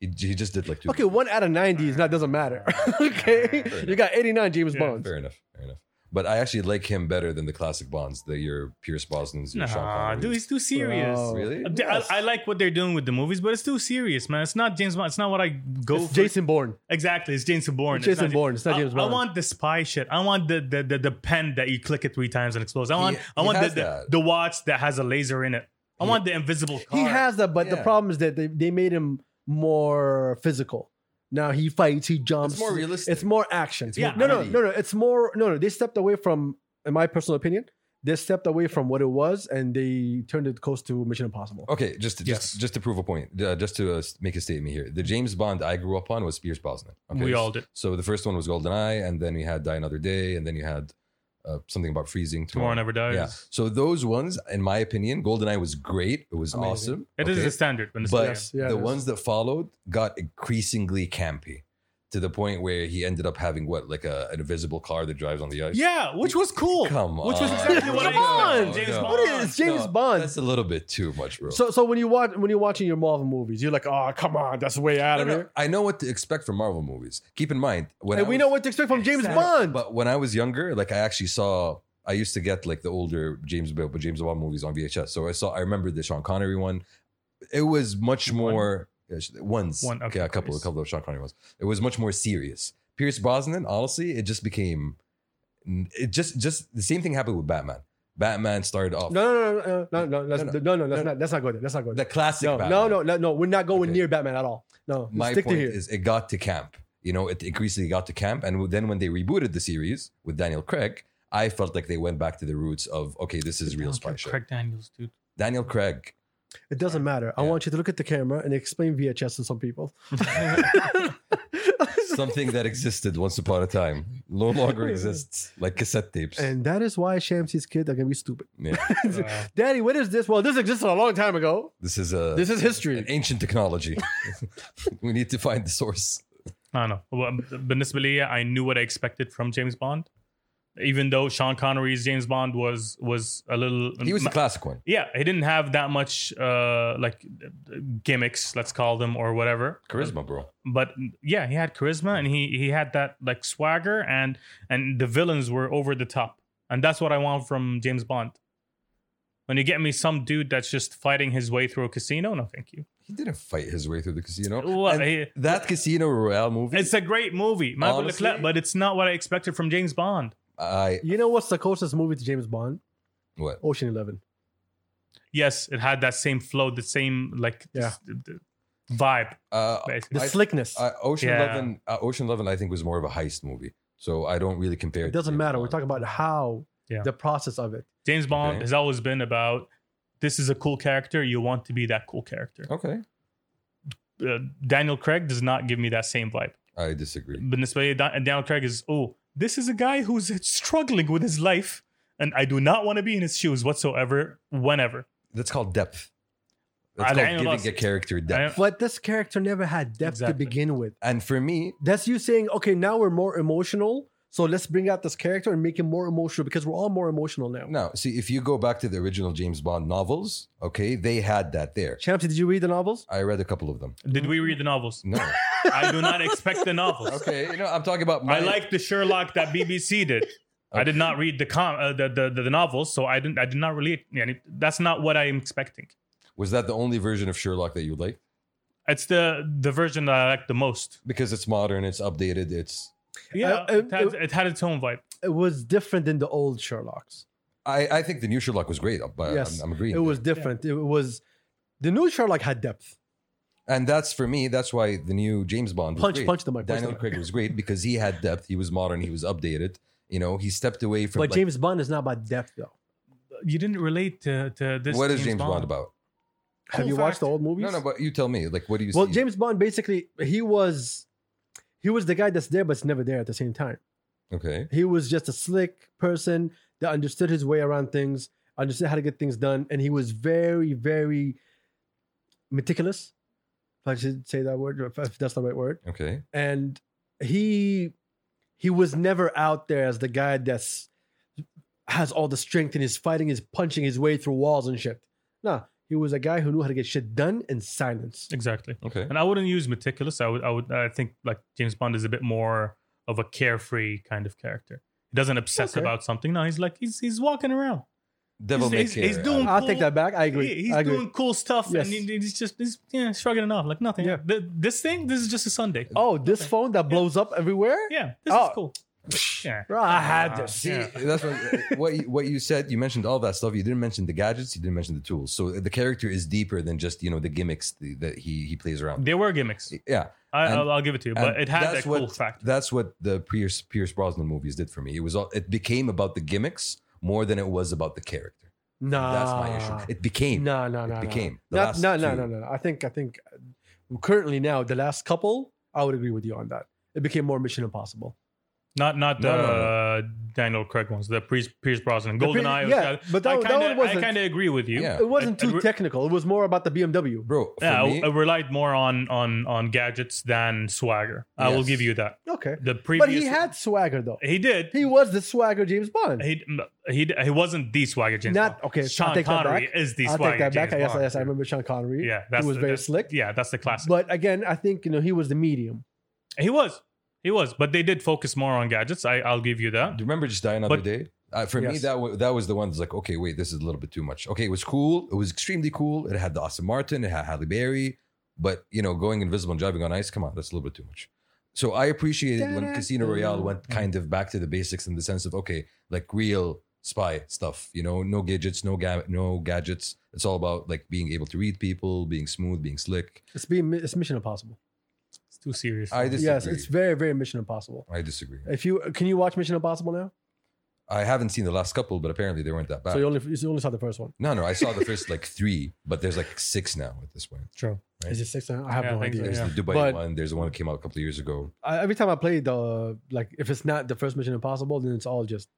[SPEAKER 2] He, he just did like two.
[SPEAKER 1] Okay, one out of 90 is not, doesn't matter. [LAUGHS] okay.
[SPEAKER 2] Fair
[SPEAKER 1] You got 89 James
[SPEAKER 3] Yeah.
[SPEAKER 1] Bonds.
[SPEAKER 2] Fair enough. Fair enough. But I actually like him better than the classic Bonds, the your Pierce Brosnan's, your Sean
[SPEAKER 3] Nah,
[SPEAKER 2] Connerys.
[SPEAKER 3] dude, it's too serious.
[SPEAKER 1] Bro.
[SPEAKER 2] really?
[SPEAKER 3] I- I, I like what they're doing with the movies, but it's too serious, man. It's not James Bond. It's not what I go
[SPEAKER 1] It's
[SPEAKER 3] for.
[SPEAKER 1] Jason Bourne.
[SPEAKER 3] Exactly, it's Jason Bourne. It's
[SPEAKER 1] Jason
[SPEAKER 3] not-
[SPEAKER 1] Bourne. It's not James
[SPEAKER 3] I,
[SPEAKER 1] Bond.
[SPEAKER 3] I want the spy shit. I want the the, the the pen that you click it three times and explodes. I want
[SPEAKER 2] He-
[SPEAKER 3] I
[SPEAKER 2] he
[SPEAKER 3] want the,
[SPEAKER 2] has
[SPEAKER 3] the
[SPEAKER 2] that.
[SPEAKER 3] the watch that has a laser in it. I want the invisible car.
[SPEAKER 1] He has that, but the
[SPEAKER 2] Yeah.
[SPEAKER 1] problem is that they, they made him more physical. Now he fights, he jumps.
[SPEAKER 2] It's more realistic.
[SPEAKER 1] It's more action.
[SPEAKER 2] It's
[SPEAKER 3] Yeah.
[SPEAKER 2] more
[SPEAKER 1] No, no,
[SPEAKER 2] gritty.
[SPEAKER 1] no, no. It's more no, no. They stepped away from, in my personal opinion, they stepped away from what it was, and they turned it close to Mission Impossible.
[SPEAKER 2] Okay, just to,
[SPEAKER 3] Yes.
[SPEAKER 2] just just to prove a point, uh, just to uh, s- make a statement here. The James Bond I grew up on was Pierce Brosnan. Okay?
[SPEAKER 3] We all did.
[SPEAKER 2] So the first one was GoldenEye, and then we had Die Another Day, and then you had uh, something about freezing
[SPEAKER 3] Tomorrow never dies.
[SPEAKER 2] Yeah. So those ones, in my opinion, GoldenEye was great. It was
[SPEAKER 1] Amazing.
[SPEAKER 2] awesome.
[SPEAKER 3] It is
[SPEAKER 2] okay?
[SPEAKER 3] a standard when it's
[SPEAKER 2] but
[SPEAKER 3] played.
[SPEAKER 1] Yeah,
[SPEAKER 2] the
[SPEAKER 1] it is.
[SPEAKER 2] ones that followed got increasingly campy to the point where he ended up having what, like a, an invisible car that drives on the ice.
[SPEAKER 3] yeah, which was cool.
[SPEAKER 2] Come
[SPEAKER 3] which was
[SPEAKER 2] on.
[SPEAKER 3] exactly what
[SPEAKER 1] Come
[SPEAKER 3] I
[SPEAKER 1] on.
[SPEAKER 3] expected. James
[SPEAKER 2] No.
[SPEAKER 3] Bond.
[SPEAKER 1] What is it's James
[SPEAKER 2] No,
[SPEAKER 1] Bond?
[SPEAKER 2] That's a little bit too much, bro.
[SPEAKER 1] So, so when you watch when you're watching your Marvel movies, you're like, oh, come on, that's way out
[SPEAKER 2] No,
[SPEAKER 1] of
[SPEAKER 2] no,
[SPEAKER 1] here.
[SPEAKER 2] I know what to expect from Marvel movies. Keep in mind, when
[SPEAKER 1] And
[SPEAKER 2] I
[SPEAKER 1] we
[SPEAKER 2] was-
[SPEAKER 1] know what to expect from James Bond.
[SPEAKER 2] But when I was younger, like I actually saw, I used to get like the older James Bill, but James Bond movies on VHS. So I saw, I remember the Sean Connery one. It was much
[SPEAKER 3] One?
[SPEAKER 2] more yeah, sh- ones.
[SPEAKER 3] One,
[SPEAKER 2] okay,
[SPEAKER 3] okay,
[SPEAKER 2] a couple, a
[SPEAKER 3] nice.
[SPEAKER 2] couple of Sean Connery ones. It was much more serious. Pierce Brosnan, honestly, it just became, it just, just the same thing happened with Batman. Batman started off
[SPEAKER 1] no, no, no, no, no, no, let's-
[SPEAKER 2] No,
[SPEAKER 1] no, no, no, let's not, let's not go there. Let's not go
[SPEAKER 2] the
[SPEAKER 1] there.
[SPEAKER 2] classic.
[SPEAKER 1] No,
[SPEAKER 2] Batman.
[SPEAKER 1] no, no, no, no, we're not going
[SPEAKER 2] Okay.
[SPEAKER 1] near Batman at all. No,
[SPEAKER 2] my
[SPEAKER 1] stick to
[SPEAKER 2] point
[SPEAKER 1] here.
[SPEAKER 2] is it got to camp you know it increasingly got to camp and then when they rebooted the series with daniel craig i felt like they went back to the roots of okay this is real spy shit
[SPEAKER 3] Craig Oh, Daniels, [LAUGHS] dude.
[SPEAKER 2] daniel craig
[SPEAKER 1] [LAUGHS] It doesn't matter. I
[SPEAKER 2] Yeah.
[SPEAKER 1] want you to look at the camera and explain VHS to some people.
[SPEAKER 2] something that existed once upon a time
[SPEAKER 1] [LAUGHS]
[SPEAKER 2] no longer exists like cassette tapes
[SPEAKER 1] and that is why Shamsi's kids are gonna be stupid.
[SPEAKER 2] Yeah.
[SPEAKER 3] Uh,
[SPEAKER 1] Daddy, what is this? Well, this existed a long time ago.
[SPEAKER 2] this is a
[SPEAKER 1] [LAUGHS] This is
[SPEAKER 2] an
[SPEAKER 1] history.
[SPEAKER 2] ancient technology [LAUGHS] we need to find the source
[SPEAKER 3] I don't know. Well, بالنسبة لي, I knew what I expected from James Bond. Even though Sean Connery's James Bond was was a little
[SPEAKER 2] he was the classic one
[SPEAKER 3] yeah, he didn't have that much uh like uh, gimmicks, let's call them or whatever.
[SPEAKER 2] charisma bro
[SPEAKER 3] But yeah, he had charisma and he he had that like swagger and and the villains were over the top. And that's what I want from James Bond. When you get me some dude that's just fighting his way through a casino, no thank you.
[SPEAKER 2] he didn't fight his way through the casino
[SPEAKER 3] Well,
[SPEAKER 2] And
[SPEAKER 3] he-
[SPEAKER 2] that casino royale movie
[SPEAKER 3] It's a great movie, ما أقول لك لا,
[SPEAKER 2] Honestly-
[SPEAKER 3] but it's not what I expected from James Bond.
[SPEAKER 2] i
[SPEAKER 1] You know what's the closest movie to James Bond?
[SPEAKER 2] what
[SPEAKER 1] Ocean Eleven.
[SPEAKER 3] yes, it had that same flow, the same like
[SPEAKER 1] Yeah.
[SPEAKER 3] s- th- th- vibe.
[SPEAKER 2] uh
[SPEAKER 1] The
[SPEAKER 3] Basically.
[SPEAKER 2] I-
[SPEAKER 1] slickness.
[SPEAKER 2] Uh, Ocean
[SPEAKER 3] Yeah.
[SPEAKER 2] Eleven, uh, Ocean Eleven, I think was more of a heist movie, so I don't really compare.
[SPEAKER 1] it
[SPEAKER 2] to
[SPEAKER 1] doesn't
[SPEAKER 2] James
[SPEAKER 1] matter. We're
[SPEAKER 2] Bond.
[SPEAKER 1] talking about how
[SPEAKER 3] Yeah.
[SPEAKER 1] the process of it.
[SPEAKER 3] James Bond
[SPEAKER 2] Okay.
[SPEAKER 3] has always been about this is a cool character. You want to be that cool character.
[SPEAKER 2] Okay,
[SPEAKER 3] Uh, Daniel Craig does not give me that same vibe.
[SPEAKER 2] I disagree.
[SPEAKER 3] بالنسبة لي, Dan- Daniel Craig is oh, this is a guy who's struggling with his life, and I do not want to be in his shoes whatsoever, whenever.
[SPEAKER 2] That's called depth.
[SPEAKER 3] I-
[SPEAKER 2] That's
[SPEAKER 3] I
[SPEAKER 2] called
[SPEAKER 3] lost
[SPEAKER 2] giving a
[SPEAKER 3] it.
[SPEAKER 2] character
[SPEAKER 3] I-
[SPEAKER 2] depth.
[SPEAKER 1] But this character never had depth to
[SPEAKER 3] Exactly.
[SPEAKER 1] begin with.
[SPEAKER 2] And for me,
[SPEAKER 1] That's you saying, okay, now we're more emotional. So let's bring out this character and make him more emotional because we're all more emotional now.
[SPEAKER 2] no. See, if you go back to the original James Bond novels, okay, they had that there.
[SPEAKER 1] Champsy, did you read the novels?
[SPEAKER 2] I read a couple of them.
[SPEAKER 3] Did we read the novels? [LAUGHS]
[SPEAKER 2] No,
[SPEAKER 3] I do not expect the novels.
[SPEAKER 2] okay, you know, I'm talking about. My,
[SPEAKER 3] I like the Sherlock that BBC did. I did not read the com uh, the, the, the the novels, so I didn't I did not relate. Yani, that's not what I'm expecting.
[SPEAKER 2] Was that the only version of Sherlock that you liked?
[SPEAKER 3] It's the the version that I like the most.
[SPEAKER 2] Because it's modern, it's updated, it's.
[SPEAKER 3] Yeah,
[SPEAKER 1] Uh, uh,
[SPEAKER 3] it, had,
[SPEAKER 1] uh,
[SPEAKER 3] it had its own vibe.
[SPEAKER 1] It was different than the old Sherlock's.
[SPEAKER 2] I, I think the new Sherlock was great, uh, but
[SPEAKER 1] Yes,
[SPEAKER 2] I'm, I'm agreeing.
[SPEAKER 1] It was different. It was the new Sherlock had depth.
[SPEAKER 2] And that's for me. That's why the new James Bond. was
[SPEAKER 1] Punch,
[SPEAKER 2] great.
[SPEAKER 1] punch the mic. punch the
[SPEAKER 2] Daniel
[SPEAKER 1] mic.
[SPEAKER 2] Craig was great because he had depth. He was modern. He was updated. You know, he stepped away from.
[SPEAKER 1] But
[SPEAKER 2] like,
[SPEAKER 1] James Bond is not about depth though.
[SPEAKER 3] You didn't relate to, to this.
[SPEAKER 2] what is James Bond, about?
[SPEAKER 1] Have
[SPEAKER 3] Cool
[SPEAKER 1] you watched the
[SPEAKER 3] fact.
[SPEAKER 1] old movies?
[SPEAKER 2] No, no. But you tell me. Like, what do you?
[SPEAKER 1] well,
[SPEAKER 2] see?
[SPEAKER 1] James Bond basically he was he was the guy that's there but's never there at the same time.
[SPEAKER 2] Okay.
[SPEAKER 1] He was just a slick person that understood his way around things, understood how to get things done, and he was very, very meticulous. If I should say that word, or if- if that's the right word.
[SPEAKER 2] Okay.
[SPEAKER 1] And he he was never out there as the guy that's has all the strength and is fighting, is punching his way through walls and shit. Nah, He was a guy who knew how to get shit done in silence.
[SPEAKER 3] Exactly.
[SPEAKER 2] Okay.
[SPEAKER 3] And I wouldn't use meticulous. I would. I would. I think like James Bond is a bit more of a carefree kind of character. He doesn't obsess
[SPEAKER 1] Okay.
[SPEAKER 3] about something. No, he's like he's he's walking around.
[SPEAKER 2] Devil
[SPEAKER 3] he's-
[SPEAKER 2] May
[SPEAKER 3] he's- he's
[SPEAKER 2] Care.
[SPEAKER 3] doing-
[SPEAKER 1] I'll take that back. I agree.
[SPEAKER 3] He- he's
[SPEAKER 1] I agree.
[SPEAKER 3] doing cool stuff,
[SPEAKER 1] Yes.
[SPEAKER 3] and he- he's just he's, yeah shrugging it off like nothing.
[SPEAKER 1] Yeah.
[SPEAKER 3] Th- this thing, this is just a Sunday.
[SPEAKER 1] oh, this phone that blows up everywhere?
[SPEAKER 3] Yeah, this
[SPEAKER 1] Oh.
[SPEAKER 3] is cool. Yeah.
[SPEAKER 1] Bro, I had
[SPEAKER 2] Uh,
[SPEAKER 1] this.
[SPEAKER 2] See, that's what, what you, what you said. You mentioned all that stuff. You didn't mention the gadgets. You didn't mention the tools. So the character is deeper than just you know the gimmicks the, that he he plays around.
[SPEAKER 3] There were gimmicks.
[SPEAKER 2] Yeah,
[SPEAKER 3] I,
[SPEAKER 2] And-
[SPEAKER 3] I'll, I'll give it to you, but
[SPEAKER 2] And
[SPEAKER 3] it had that
[SPEAKER 2] that's
[SPEAKER 3] cool
[SPEAKER 2] what-
[SPEAKER 3] factor.
[SPEAKER 2] That's what the Pierce Pierce Brosnan movies did for me. It was all, it became about the gimmicks more than it was about the character.
[SPEAKER 1] Nah.
[SPEAKER 2] That's my issue. It became.
[SPEAKER 1] Ah. No, no,
[SPEAKER 2] It
[SPEAKER 1] no. no.
[SPEAKER 2] became. The
[SPEAKER 1] Not,
[SPEAKER 2] last
[SPEAKER 1] no, no,
[SPEAKER 2] two.
[SPEAKER 1] no, no, no. I think, I think uh, currently now, the last couple, I would agree with you on that. It became more Mission Impossible.
[SPEAKER 3] not not the
[SPEAKER 2] No, no, no.
[SPEAKER 3] Uh, Daniel Craig ones, the Pierce, Pierce Brosnan,
[SPEAKER 1] The Pierce-
[SPEAKER 3] Golden Eye.
[SPEAKER 1] yeah, but that-
[SPEAKER 3] I
[SPEAKER 1] that
[SPEAKER 3] kinda,
[SPEAKER 1] one wasn't-
[SPEAKER 3] I kind of agree with you.
[SPEAKER 2] Yeah.
[SPEAKER 1] It wasn't
[SPEAKER 3] And-
[SPEAKER 1] too
[SPEAKER 3] and re-
[SPEAKER 1] technical. It was more about the BMW.
[SPEAKER 2] bro. For
[SPEAKER 3] Yeah, I,
[SPEAKER 2] me,
[SPEAKER 3] I relied more on on on gadgets than swagger. I will
[SPEAKER 2] Yes.
[SPEAKER 3] give you that.
[SPEAKER 1] Okay.
[SPEAKER 3] The previous,
[SPEAKER 1] But he had swagger, though.
[SPEAKER 3] he did.
[SPEAKER 1] He was the swagger James Bond.
[SPEAKER 3] He he he wasn't the swagger James
[SPEAKER 1] Not-
[SPEAKER 3] Bond.
[SPEAKER 1] okay, I'll
[SPEAKER 3] Sean
[SPEAKER 1] take that
[SPEAKER 3] Connery
[SPEAKER 1] back.
[SPEAKER 3] is the
[SPEAKER 1] I'll
[SPEAKER 3] swagger
[SPEAKER 1] take that back.
[SPEAKER 3] James
[SPEAKER 1] I guess,
[SPEAKER 3] Bond.
[SPEAKER 1] yes, I remember Sean Connery.
[SPEAKER 3] Yeah, that's
[SPEAKER 1] he was
[SPEAKER 3] the-
[SPEAKER 1] very
[SPEAKER 3] that's-
[SPEAKER 1] slick.
[SPEAKER 3] Yeah, that's the classic.
[SPEAKER 1] But again, I think you know he was the medium.
[SPEAKER 3] he was, he was, but they did focus more on gadgets. I I'll give you that.
[SPEAKER 2] do you remember just die another
[SPEAKER 3] But-
[SPEAKER 2] day? Uh, for me,
[SPEAKER 1] Yes.
[SPEAKER 2] that wa- that was the one that's like, okay, wait, this is a little bit too much. Okay, it was cool. It was extremely cool. It had the Austin Martin. It had Halle Berry. But you know, going invisible and driving on ice, come on, that's a little bit too much. So I appreciated when Casino Royale went kind of back to the basics in the sense of okay, like real spy stuff. You know, no gadgets, no ga- no gadgets. It's all about like being able to read people, being smooth, being slick.
[SPEAKER 1] It's being it's Mission Impossible.
[SPEAKER 3] It's too serious.
[SPEAKER 2] I disagree.
[SPEAKER 1] Yes, it's very very Mission Impossible.
[SPEAKER 2] I disagree.
[SPEAKER 1] If you can you watch Mission Impossible now?
[SPEAKER 2] I haven't seen the last couple, but apparently they weren't that bad.
[SPEAKER 1] So you only you only saw the first one.
[SPEAKER 2] No, no, I saw the first like three, but there's like six now at this point.
[SPEAKER 3] True.
[SPEAKER 2] Right.
[SPEAKER 1] Is it six? now? I have
[SPEAKER 3] Yeah, I
[SPEAKER 1] no
[SPEAKER 3] think so,
[SPEAKER 1] idea.
[SPEAKER 2] There's
[SPEAKER 3] Yeah.
[SPEAKER 2] the Dubai
[SPEAKER 1] But-
[SPEAKER 2] one. There's the one that came out a couple of years ago.
[SPEAKER 1] I, every time I play the like, if it's not the first Mission Impossible, then it's all just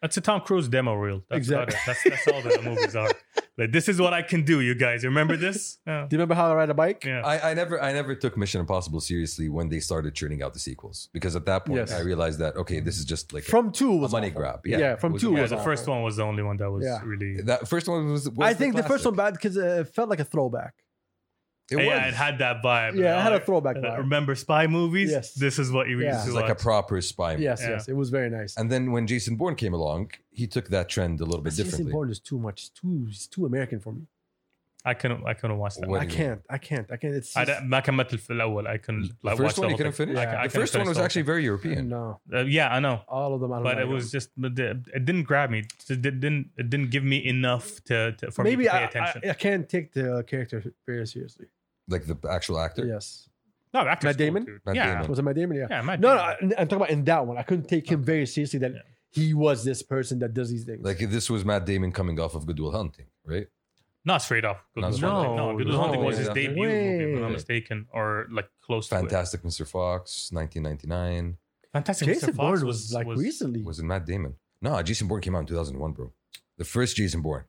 [SPEAKER 3] That's a Tom Cruise demo reel. That's
[SPEAKER 1] Exactly.
[SPEAKER 3] about it. That's, that's all that the movies are. Like this is what I can do. You guys remember this? Yeah.
[SPEAKER 1] Do you remember how I ride a bike?
[SPEAKER 3] yeah.
[SPEAKER 2] I, I never, I never took Mission Impossible seriously when they started churning out the sequels because at that point
[SPEAKER 1] Yes.
[SPEAKER 2] I realized that okay, this is just like a-
[SPEAKER 1] From two
[SPEAKER 2] a,
[SPEAKER 1] was
[SPEAKER 2] money
[SPEAKER 1] awful.
[SPEAKER 2] grab.
[SPEAKER 1] Yeah,
[SPEAKER 2] Yeah,
[SPEAKER 1] from
[SPEAKER 2] It was-
[SPEAKER 1] two
[SPEAKER 3] yeah,
[SPEAKER 1] was
[SPEAKER 3] the
[SPEAKER 1] awful.
[SPEAKER 3] first one was the only one that was
[SPEAKER 1] Yeah.
[SPEAKER 3] really.
[SPEAKER 2] that first one was. was
[SPEAKER 1] I think the, first one bad
[SPEAKER 2] classic.
[SPEAKER 1] because uh, it felt like a throwback.
[SPEAKER 2] It
[SPEAKER 3] yeah,
[SPEAKER 2] was.
[SPEAKER 3] it had that vibe.
[SPEAKER 1] yeah, I had a
[SPEAKER 3] Like,
[SPEAKER 1] throwback.
[SPEAKER 3] uh,
[SPEAKER 1] vibe.
[SPEAKER 3] remember spy movies?
[SPEAKER 1] Yes.
[SPEAKER 3] This is what you
[SPEAKER 1] Yeah.
[SPEAKER 3] used
[SPEAKER 2] It was
[SPEAKER 3] to
[SPEAKER 2] like a
[SPEAKER 3] watch.
[SPEAKER 2] proper spy. movie.
[SPEAKER 1] Yes,
[SPEAKER 3] Yeah.
[SPEAKER 1] yes, it was very nice.
[SPEAKER 2] And then when Jason Bourne came along, he took that trend a little bit
[SPEAKER 1] Jason
[SPEAKER 2] differently.
[SPEAKER 1] Bourne is too much. It's too, it's too American for me.
[SPEAKER 3] I couldn't. I couldn't watch that.
[SPEAKER 2] What
[SPEAKER 1] I
[SPEAKER 2] do you mean?
[SPEAKER 1] can't. I can't. I can't. It's
[SPEAKER 3] I
[SPEAKER 1] just-
[SPEAKER 3] don't- ما كملت الف- الاول I couldn't
[SPEAKER 2] The
[SPEAKER 3] like, watch
[SPEAKER 2] first
[SPEAKER 3] the
[SPEAKER 2] one you
[SPEAKER 3] whole
[SPEAKER 2] couldn't
[SPEAKER 3] thing.
[SPEAKER 2] finish.
[SPEAKER 1] Yeah.
[SPEAKER 3] I, I
[SPEAKER 2] the first one was actually very European.
[SPEAKER 1] no.
[SPEAKER 3] actually yeah I know
[SPEAKER 1] All of them. I don't
[SPEAKER 3] but
[SPEAKER 1] like
[SPEAKER 3] it
[SPEAKER 1] them.
[SPEAKER 3] was just but the- it didn't grab me it did- didn't it didn't give me enough to, to for me
[SPEAKER 1] maybe
[SPEAKER 3] to pay
[SPEAKER 1] I,
[SPEAKER 3] attention
[SPEAKER 1] I, I can't take the character very seriously.
[SPEAKER 2] Like the actual actor.
[SPEAKER 1] Yes.
[SPEAKER 3] no that
[SPEAKER 1] Matt Damon?
[SPEAKER 2] Matt
[SPEAKER 3] yeah
[SPEAKER 2] Damon.
[SPEAKER 1] Was it my Damon? Yeah.
[SPEAKER 3] yeah Matt
[SPEAKER 1] No, no, I,
[SPEAKER 3] Damon.
[SPEAKER 1] I'm talking about in that one. I couldn't take him very seriously that
[SPEAKER 3] Yeah.
[SPEAKER 1] he was this person that does these things.
[SPEAKER 2] Like this was Matt Damon coming off of Goodwill Hunting, right?
[SPEAKER 3] not straight up Good
[SPEAKER 2] Not
[SPEAKER 3] Will
[SPEAKER 2] straight
[SPEAKER 3] Hunting.
[SPEAKER 1] up.
[SPEAKER 3] no Good
[SPEAKER 1] No,
[SPEAKER 3] Will Hunting was his
[SPEAKER 2] yeah.
[SPEAKER 3] debut movie if I'm
[SPEAKER 1] Way.
[SPEAKER 3] not mistaken or like close to
[SPEAKER 2] Fantastic Mr. Fox, 1999.
[SPEAKER 3] it fantastic
[SPEAKER 1] Jason
[SPEAKER 3] Mr. Fox
[SPEAKER 1] Bourne was, like recently.
[SPEAKER 2] Was it Matt Damon? No, Jason Bourne came out in 2001, bro. The first Jason Bourne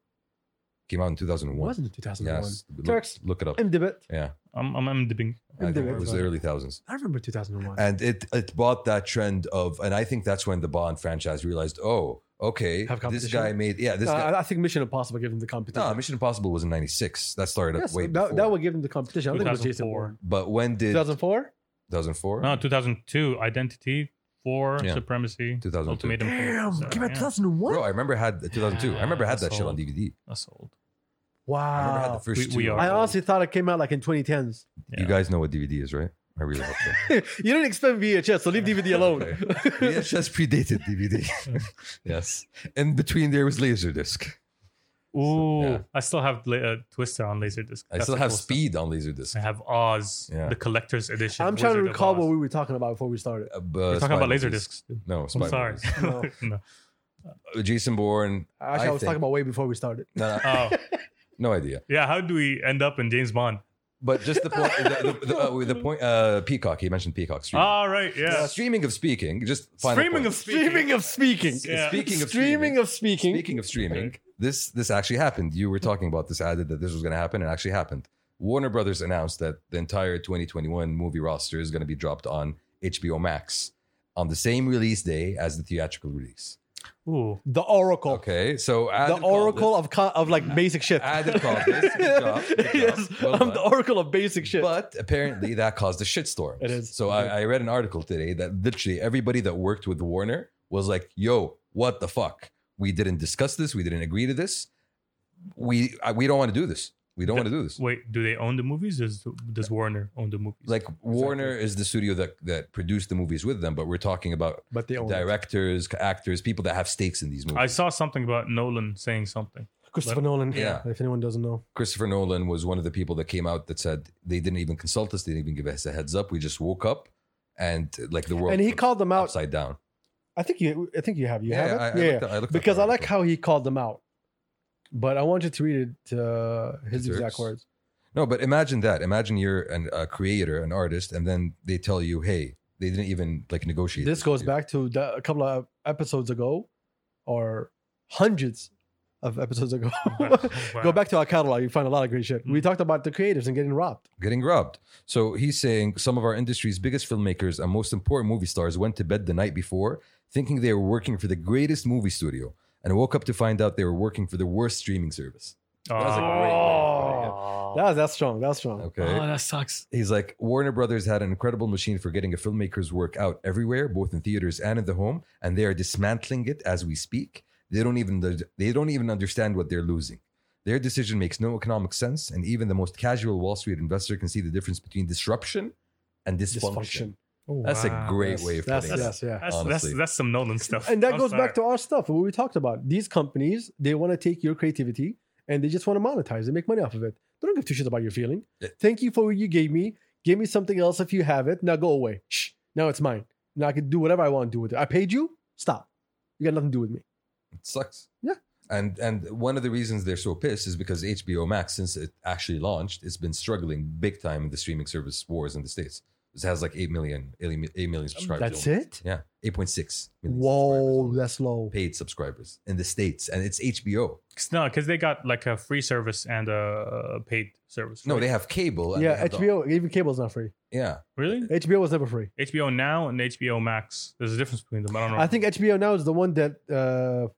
[SPEAKER 2] came out in 2001.
[SPEAKER 1] wasn't it 2001?
[SPEAKER 2] Yes. Look,
[SPEAKER 1] Turks.
[SPEAKER 2] look it up.
[SPEAKER 1] IMDb.
[SPEAKER 2] Yeah.
[SPEAKER 3] I'm I'm, I'm dipping
[SPEAKER 2] I think
[SPEAKER 1] IMDb.
[SPEAKER 2] it was the early thousands.
[SPEAKER 1] I remember 2001.
[SPEAKER 2] And it it bought that trend of, and I think that's when the Bond franchise realized, oh, okay,
[SPEAKER 1] Have
[SPEAKER 2] this
[SPEAKER 1] competition?
[SPEAKER 2] guy made, yeah, this
[SPEAKER 1] Uh,
[SPEAKER 2] guy.
[SPEAKER 1] I think Mission Impossible gave him the competition.
[SPEAKER 2] No, Mission Impossible was in 96. That started
[SPEAKER 1] yes,
[SPEAKER 2] up way
[SPEAKER 1] that,
[SPEAKER 2] before.
[SPEAKER 1] that would give him the competition. I don't think it was Jason
[SPEAKER 3] 2004.
[SPEAKER 1] Bourne.
[SPEAKER 2] but when did
[SPEAKER 1] 2004?
[SPEAKER 2] 2004?
[SPEAKER 3] no 2002 Identity for
[SPEAKER 2] Yeah.
[SPEAKER 3] Supremacy
[SPEAKER 2] 2002.
[SPEAKER 3] Ultimatum Four.
[SPEAKER 1] Damn,
[SPEAKER 3] So,
[SPEAKER 1] give it
[SPEAKER 3] yeah,
[SPEAKER 1] 2001?
[SPEAKER 2] Bro, I remember had 2002. I remember had
[SPEAKER 3] Yeah,
[SPEAKER 2] that shit on
[SPEAKER 3] sold.
[SPEAKER 2] DVD.
[SPEAKER 3] that's old
[SPEAKER 2] I remember had the
[SPEAKER 1] Wow.
[SPEAKER 2] first
[SPEAKER 3] We-
[SPEAKER 2] two.
[SPEAKER 3] we are-
[SPEAKER 1] I honestly thought it came out like in 2010s.
[SPEAKER 2] You
[SPEAKER 3] Yeah.
[SPEAKER 2] guys know what DVD is, right? I really hope [LAUGHS] so.
[SPEAKER 1] [LAUGHS] you didn't expect VHS, so leave DVD alone.
[SPEAKER 2] [LAUGHS]
[SPEAKER 1] [LAUGHS]
[SPEAKER 2] VHS predated DVD. [LAUGHS] yes. And between there was Laserdisc.
[SPEAKER 3] Ooh,
[SPEAKER 2] yeah.
[SPEAKER 3] I still have la- uh, Twister on Laserdisc.
[SPEAKER 2] I
[SPEAKER 3] That's
[SPEAKER 2] still
[SPEAKER 3] the
[SPEAKER 2] have
[SPEAKER 3] cool stuff.
[SPEAKER 2] Speed on Laserdisc.
[SPEAKER 3] I have Oz,
[SPEAKER 2] Yeah.
[SPEAKER 3] the collector's edition.
[SPEAKER 1] I'm trying to
[SPEAKER 3] Wizard of
[SPEAKER 1] recall
[SPEAKER 3] Oz.
[SPEAKER 1] what we were talking about before we started.
[SPEAKER 2] Uh,
[SPEAKER 3] We're talking about laser discs.
[SPEAKER 2] No,
[SPEAKER 3] I'm sorry. [LAUGHS]
[SPEAKER 2] Movies.
[SPEAKER 1] No.
[SPEAKER 3] No.
[SPEAKER 2] Uh, Jason Bourne.
[SPEAKER 1] Actually, I,
[SPEAKER 2] I
[SPEAKER 1] was
[SPEAKER 2] think-
[SPEAKER 1] talking about way before we started.
[SPEAKER 2] No, [LAUGHS] no,
[SPEAKER 3] Oh,
[SPEAKER 2] no idea.
[SPEAKER 3] yeah. How do we end up in James Bond?
[SPEAKER 2] But just the point. the, the, the, uh, the point. Uh, Peacock. He mentioned Peacock. Streaming.
[SPEAKER 3] All right. Yeah.
[SPEAKER 2] Streaming of speaking. Just final
[SPEAKER 3] Ah, Streaming
[SPEAKER 2] point.
[SPEAKER 3] of speaking.
[SPEAKER 1] Streaming of speaking.
[SPEAKER 3] Yeah.
[SPEAKER 2] Speaking
[SPEAKER 1] Streaming
[SPEAKER 2] of streaming.
[SPEAKER 1] of speaking.
[SPEAKER 2] Speaking of streaming, this this actually happened. You were talking about this, added that this was going to happen, and it actually happened. Warner Brothers announced that the entire 2021 movie roster is going to be dropped on HBO Max on the same release day as the theatrical release.
[SPEAKER 3] Ooh.
[SPEAKER 1] The Oracle.
[SPEAKER 2] Okay, so
[SPEAKER 1] Oh. The
[SPEAKER 2] added
[SPEAKER 1] Oracle of co- of like basic shit.
[SPEAKER 2] Added Caldas.
[SPEAKER 1] [LAUGHS]
[SPEAKER 2] Good job. Good job.
[SPEAKER 1] yes,
[SPEAKER 2] Well
[SPEAKER 1] I'm
[SPEAKER 2] done.
[SPEAKER 1] the Oracle of basic shit.
[SPEAKER 2] But
[SPEAKER 1] [LAUGHS]
[SPEAKER 2] apparently that caused a shitstorm.
[SPEAKER 1] It is.
[SPEAKER 2] So I, I read an article today that literally everybody that worked with Warner was like, yo, what the fuck? We didn't discuss this. We didn't agree to this. We I, we don't want to do this. We don't want to do this.
[SPEAKER 3] Wait, do they own the movies? Does does Warner own the movies?
[SPEAKER 2] Like Warner is the studio that that produced the movies with them, but we're talking about
[SPEAKER 1] but they own it.
[SPEAKER 2] directors, actors, people that have stakes in these movies.
[SPEAKER 3] I saw something about Nolan saying something.
[SPEAKER 1] Christopher Nolan.
[SPEAKER 2] Yeah.
[SPEAKER 1] If anyone doesn't know,
[SPEAKER 2] Christopher Nolan was one of the people that came out that said they didn't even consult us, they didn't even give us a heads up. We just woke up and like the world
[SPEAKER 1] and he called them out.
[SPEAKER 2] upside down.
[SPEAKER 1] I think you. I think you have. You have it.
[SPEAKER 2] I- I
[SPEAKER 1] yeah.
[SPEAKER 2] looked at- I looked at
[SPEAKER 1] because
[SPEAKER 2] the
[SPEAKER 1] I like
[SPEAKER 2] article.
[SPEAKER 1] how he called them out. But I want you to read it uh, his
[SPEAKER 2] Deserves.
[SPEAKER 1] exact words.
[SPEAKER 2] No, but imagine that. Imagine you're an, a creator, an artist, and then they tell you, "Hey, they didn't even like negotiate."
[SPEAKER 1] This
[SPEAKER 2] with
[SPEAKER 1] goes
[SPEAKER 2] you.
[SPEAKER 1] back to the, a couple of episodes ago, or hundreds of episodes ago. [LAUGHS] [LAUGHS] Go back to our catalog. You find a lot of great shit. We talked about the creatives and getting robbed.
[SPEAKER 2] getting robbed. So he's saying some of our industry's biggest filmmakers and most important movie stars went to bed the night before thinking they were working for the greatest movie studio and woke up to find out they were working for the worst streaming service. That was a great way of
[SPEAKER 1] That's that's strong. That's strong.
[SPEAKER 2] putting it. Okay.
[SPEAKER 5] Oh, that sucks.
[SPEAKER 2] He's like, Warner Brothers had an incredible machine for getting a filmmaker's work out everywhere, both in theaters and in the home, and they are dismantling it as we speak. They don't even they don't even understand what they're losing. Their decision makes no economic sense, and even the most casual Wall Street investor can see the difference between disruption and dysfunction.
[SPEAKER 1] Dysfunction.
[SPEAKER 2] That's a great
[SPEAKER 1] Yes,
[SPEAKER 2] way of
[SPEAKER 1] that's,
[SPEAKER 2] putting it.
[SPEAKER 1] yes, yeah.
[SPEAKER 3] Oh, That's, that's
[SPEAKER 2] honestly.
[SPEAKER 3] that's some Nolan stuff.
[SPEAKER 1] And that
[SPEAKER 3] I'm
[SPEAKER 1] goes back to
[SPEAKER 3] sorry.
[SPEAKER 1] our stuff, what we talked about. These companies, they want to take your creativity and they just want to monetize and make money off of it. They don't give two shits about your feeling.
[SPEAKER 2] Yeah.
[SPEAKER 1] Thank you for what you gave me. Give me something else if you have it. Now go away. Shh. Now it's mine. Now I can do whatever I want to do with it. I paid you. Stop. You got nothing to do with me.
[SPEAKER 2] It sucks.
[SPEAKER 1] Yeah.
[SPEAKER 2] And and one of the reasons they're so pissed is because HBO Max, since it actually launched, it's been struggling big time in the streaming service wars in the states. It has like 8 million, 8 million, 8 million subscribers.
[SPEAKER 1] Um, That's
[SPEAKER 2] only.
[SPEAKER 1] it?
[SPEAKER 2] Yeah, 8.6 million. subscribers
[SPEAKER 1] Whoa,
[SPEAKER 2] only.
[SPEAKER 1] that's low.
[SPEAKER 2] paid subscribers in the states, and it's HBO.
[SPEAKER 3] 'Cause- no, because they got like a free service and a paid service.
[SPEAKER 2] No,
[SPEAKER 3] right?
[SPEAKER 2] they have cable. and they
[SPEAKER 1] Yeah,
[SPEAKER 2] have the-
[SPEAKER 1] HBO, even cable's not free.
[SPEAKER 2] yeah,
[SPEAKER 3] really
[SPEAKER 1] HBO was never free.
[SPEAKER 3] HBO Now and HBO Max. There's a difference between them. I don't know.
[SPEAKER 1] I think HBO now is the one that. Uh,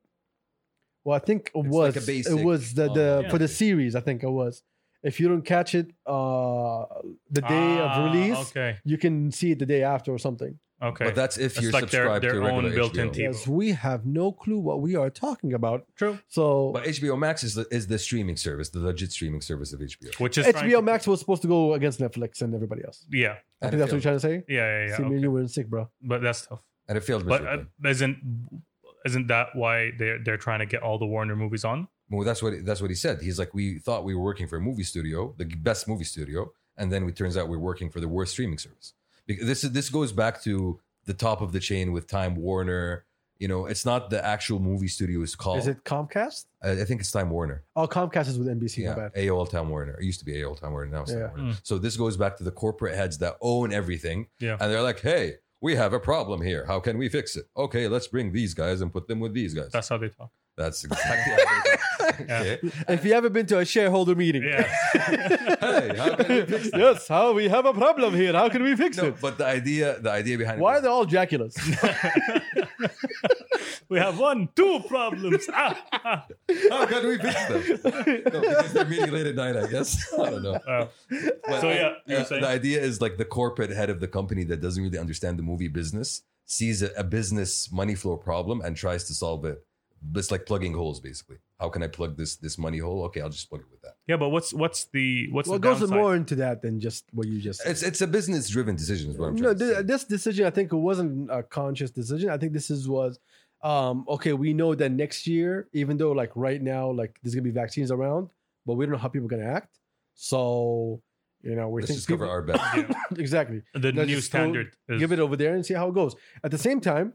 [SPEAKER 1] well, I think it
[SPEAKER 2] It's
[SPEAKER 1] was
[SPEAKER 2] like a basic
[SPEAKER 1] it was the, the
[SPEAKER 2] online
[SPEAKER 1] for the
[SPEAKER 2] thing.
[SPEAKER 1] series. I think it was. If you don't catch it uh, the day
[SPEAKER 3] Ah,
[SPEAKER 1] of release,
[SPEAKER 3] Okay,
[SPEAKER 1] you can see it the day after or something.
[SPEAKER 3] okay.
[SPEAKER 2] but that's if
[SPEAKER 3] That's
[SPEAKER 2] you're
[SPEAKER 3] like their-
[SPEAKER 2] subscribed
[SPEAKER 3] their
[SPEAKER 2] to
[SPEAKER 3] own
[SPEAKER 2] regular
[SPEAKER 3] built-in
[SPEAKER 2] HBO.
[SPEAKER 3] TV.
[SPEAKER 1] Yes, we have no clue what we are talking about.
[SPEAKER 3] True.
[SPEAKER 1] So
[SPEAKER 2] But HBO Max is the, is the streaming service, the legit streaming service of HBO.
[SPEAKER 3] Which is trying to-
[SPEAKER 1] HBO Max was supposed to go against Netflix and everybody else.
[SPEAKER 3] Yeah,
[SPEAKER 1] I
[SPEAKER 2] And
[SPEAKER 1] think
[SPEAKER 2] it
[SPEAKER 1] that's what you're
[SPEAKER 2] failed.
[SPEAKER 1] trying to say.
[SPEAKER 3] yeah, yeah, yeah.
[SPEAKER 1] See, me
[SPEAKER 3] okay.
[SPEAKER 1] and you were in sick, bro.
[SPEAKER 3] But that's tough.
[SPEAKER 2] And it failed.
[SPEAKER 3] But uh,
[SPEAKER 2] miserably.
[SPEAKER 3] isn't isn't that why they're they're trying to get all the Warner movies on?
[SPEAKER 2] Well, that's what that's what he said. He's like, we thought we were working for a movie studio, the best movie studio, and then it turns out we're working for the worst streaming service. Because this is this goes back to the top of the chain with Time Warner. You know, it's not the actual movie studio is called.
[SPEAKER 1] Is it Comcast?
[SPEAKER 2] I, I think it's Time Warner.
[SPEAKER 1] Oh, Comcast is with NBC. my
[SPEAKER 2] Yeah,
[SPEAKER 1] bad.
[SPEAKER 2] AOL Time Warner. It used to be AOL Time Warner. Now it's
[SPEAKER 1] Yeah.
[SPEAKER 2] Time Warner. So this goes back to the corporate heads that own everything,
[SPEAKER 3] Mm. Yeah.
[SPEAKER 2] and they're like, "Hey, we have a problem here. How can we fix it? Okay, let's bring these guys and put them with these guys." That's,
[SPEAKER 3] That's how they
[SPEAKER 2] [LAUGHS]
[SPEAKER 3] talk. [LAUGHS]
[SPEAKER 2] exactly. how they do it.
[SPEAKER 3] Yeah.
[SPEAKER 2] Okay.
[SPEAKER 1] If you ever been to a shareholder meeting,
[SPEAKER 3] Yeah.
[SPEAKER 2] Hey, how can we fix that?
[SPEAKER 1] yes, how we have a problem here. How can we fix [LAUGHS]
[SPEAKER 2] No,
[SPEAKER 1] it?
[SPEAKER 2] but the idea, the idea behind
[SPEAKER 1] Why
[SPEAKER 2] it
[SPEAKER 1] are they all Jaculas?
[SPEAKER 3] we have one, two problems. [LAUGHS] Ah, ah.
[SPEAKER 2] was, how can "Oh, we fix them? No,
[SPEAKER 1] [LAUGHS]
[SPEAKER 2] because they're meeting late at night, I guess. [LAUGHS] I don't know.
[SPEAKER 3] Uh,
[SPEAKER 2] But,
[SPEAKER 3] So, yeah, you were
[SPEAKER 2] uh,
[SPEAKER 3] saying?
[SPEAKER 2] the idea is like the corporate head of the company that doesn't really understand the movie business sees a, a business money flow problem and tries to solve it. It's like plugging holes, basically. How can I plug this this money hole? Okay, I'll just plug it with that.
[SPEAKER 3] yeah, but what's what's the what's
[SPEAKER 1] well, it
[SPEAKER 3] the
[SPEAKER 1] goes
[SPEAKER 3] downside?
[SPEAKER 1] more into that than just what you just said.
[SPEAKER 2] It's it's a business driven decision, is what I'm trying
[SPEAKER 1] No,
[SPEAKER 2] to
[SPEAKER 1] thi-
[SPEAKER 2] say.
[SPEAKER 1] this decision, I think, it wasn't a conscious decision. I think this is was, um, okay, we know that next year, even though like right now, like there's gonna be vaccines around, but we don't know how people are gonna act. So, you know, we
[SPEAKER 2] Let's
[SPEAKER 1] think
[SPEAKER 2] just cover
[SPEAKER 1] people-
[SPEAKER 2] our bet.
[SPEAKER 1] [LAUGHS] exactly.
[SPEAKER 3] the
[SPEAKER 1] No,
[SPEAKER 3] new
[SPEAKER 1] just go
[SPEAKER 3] standard. Is,
[SPEAKER 1] Give it over there and see how it goes. At the same time,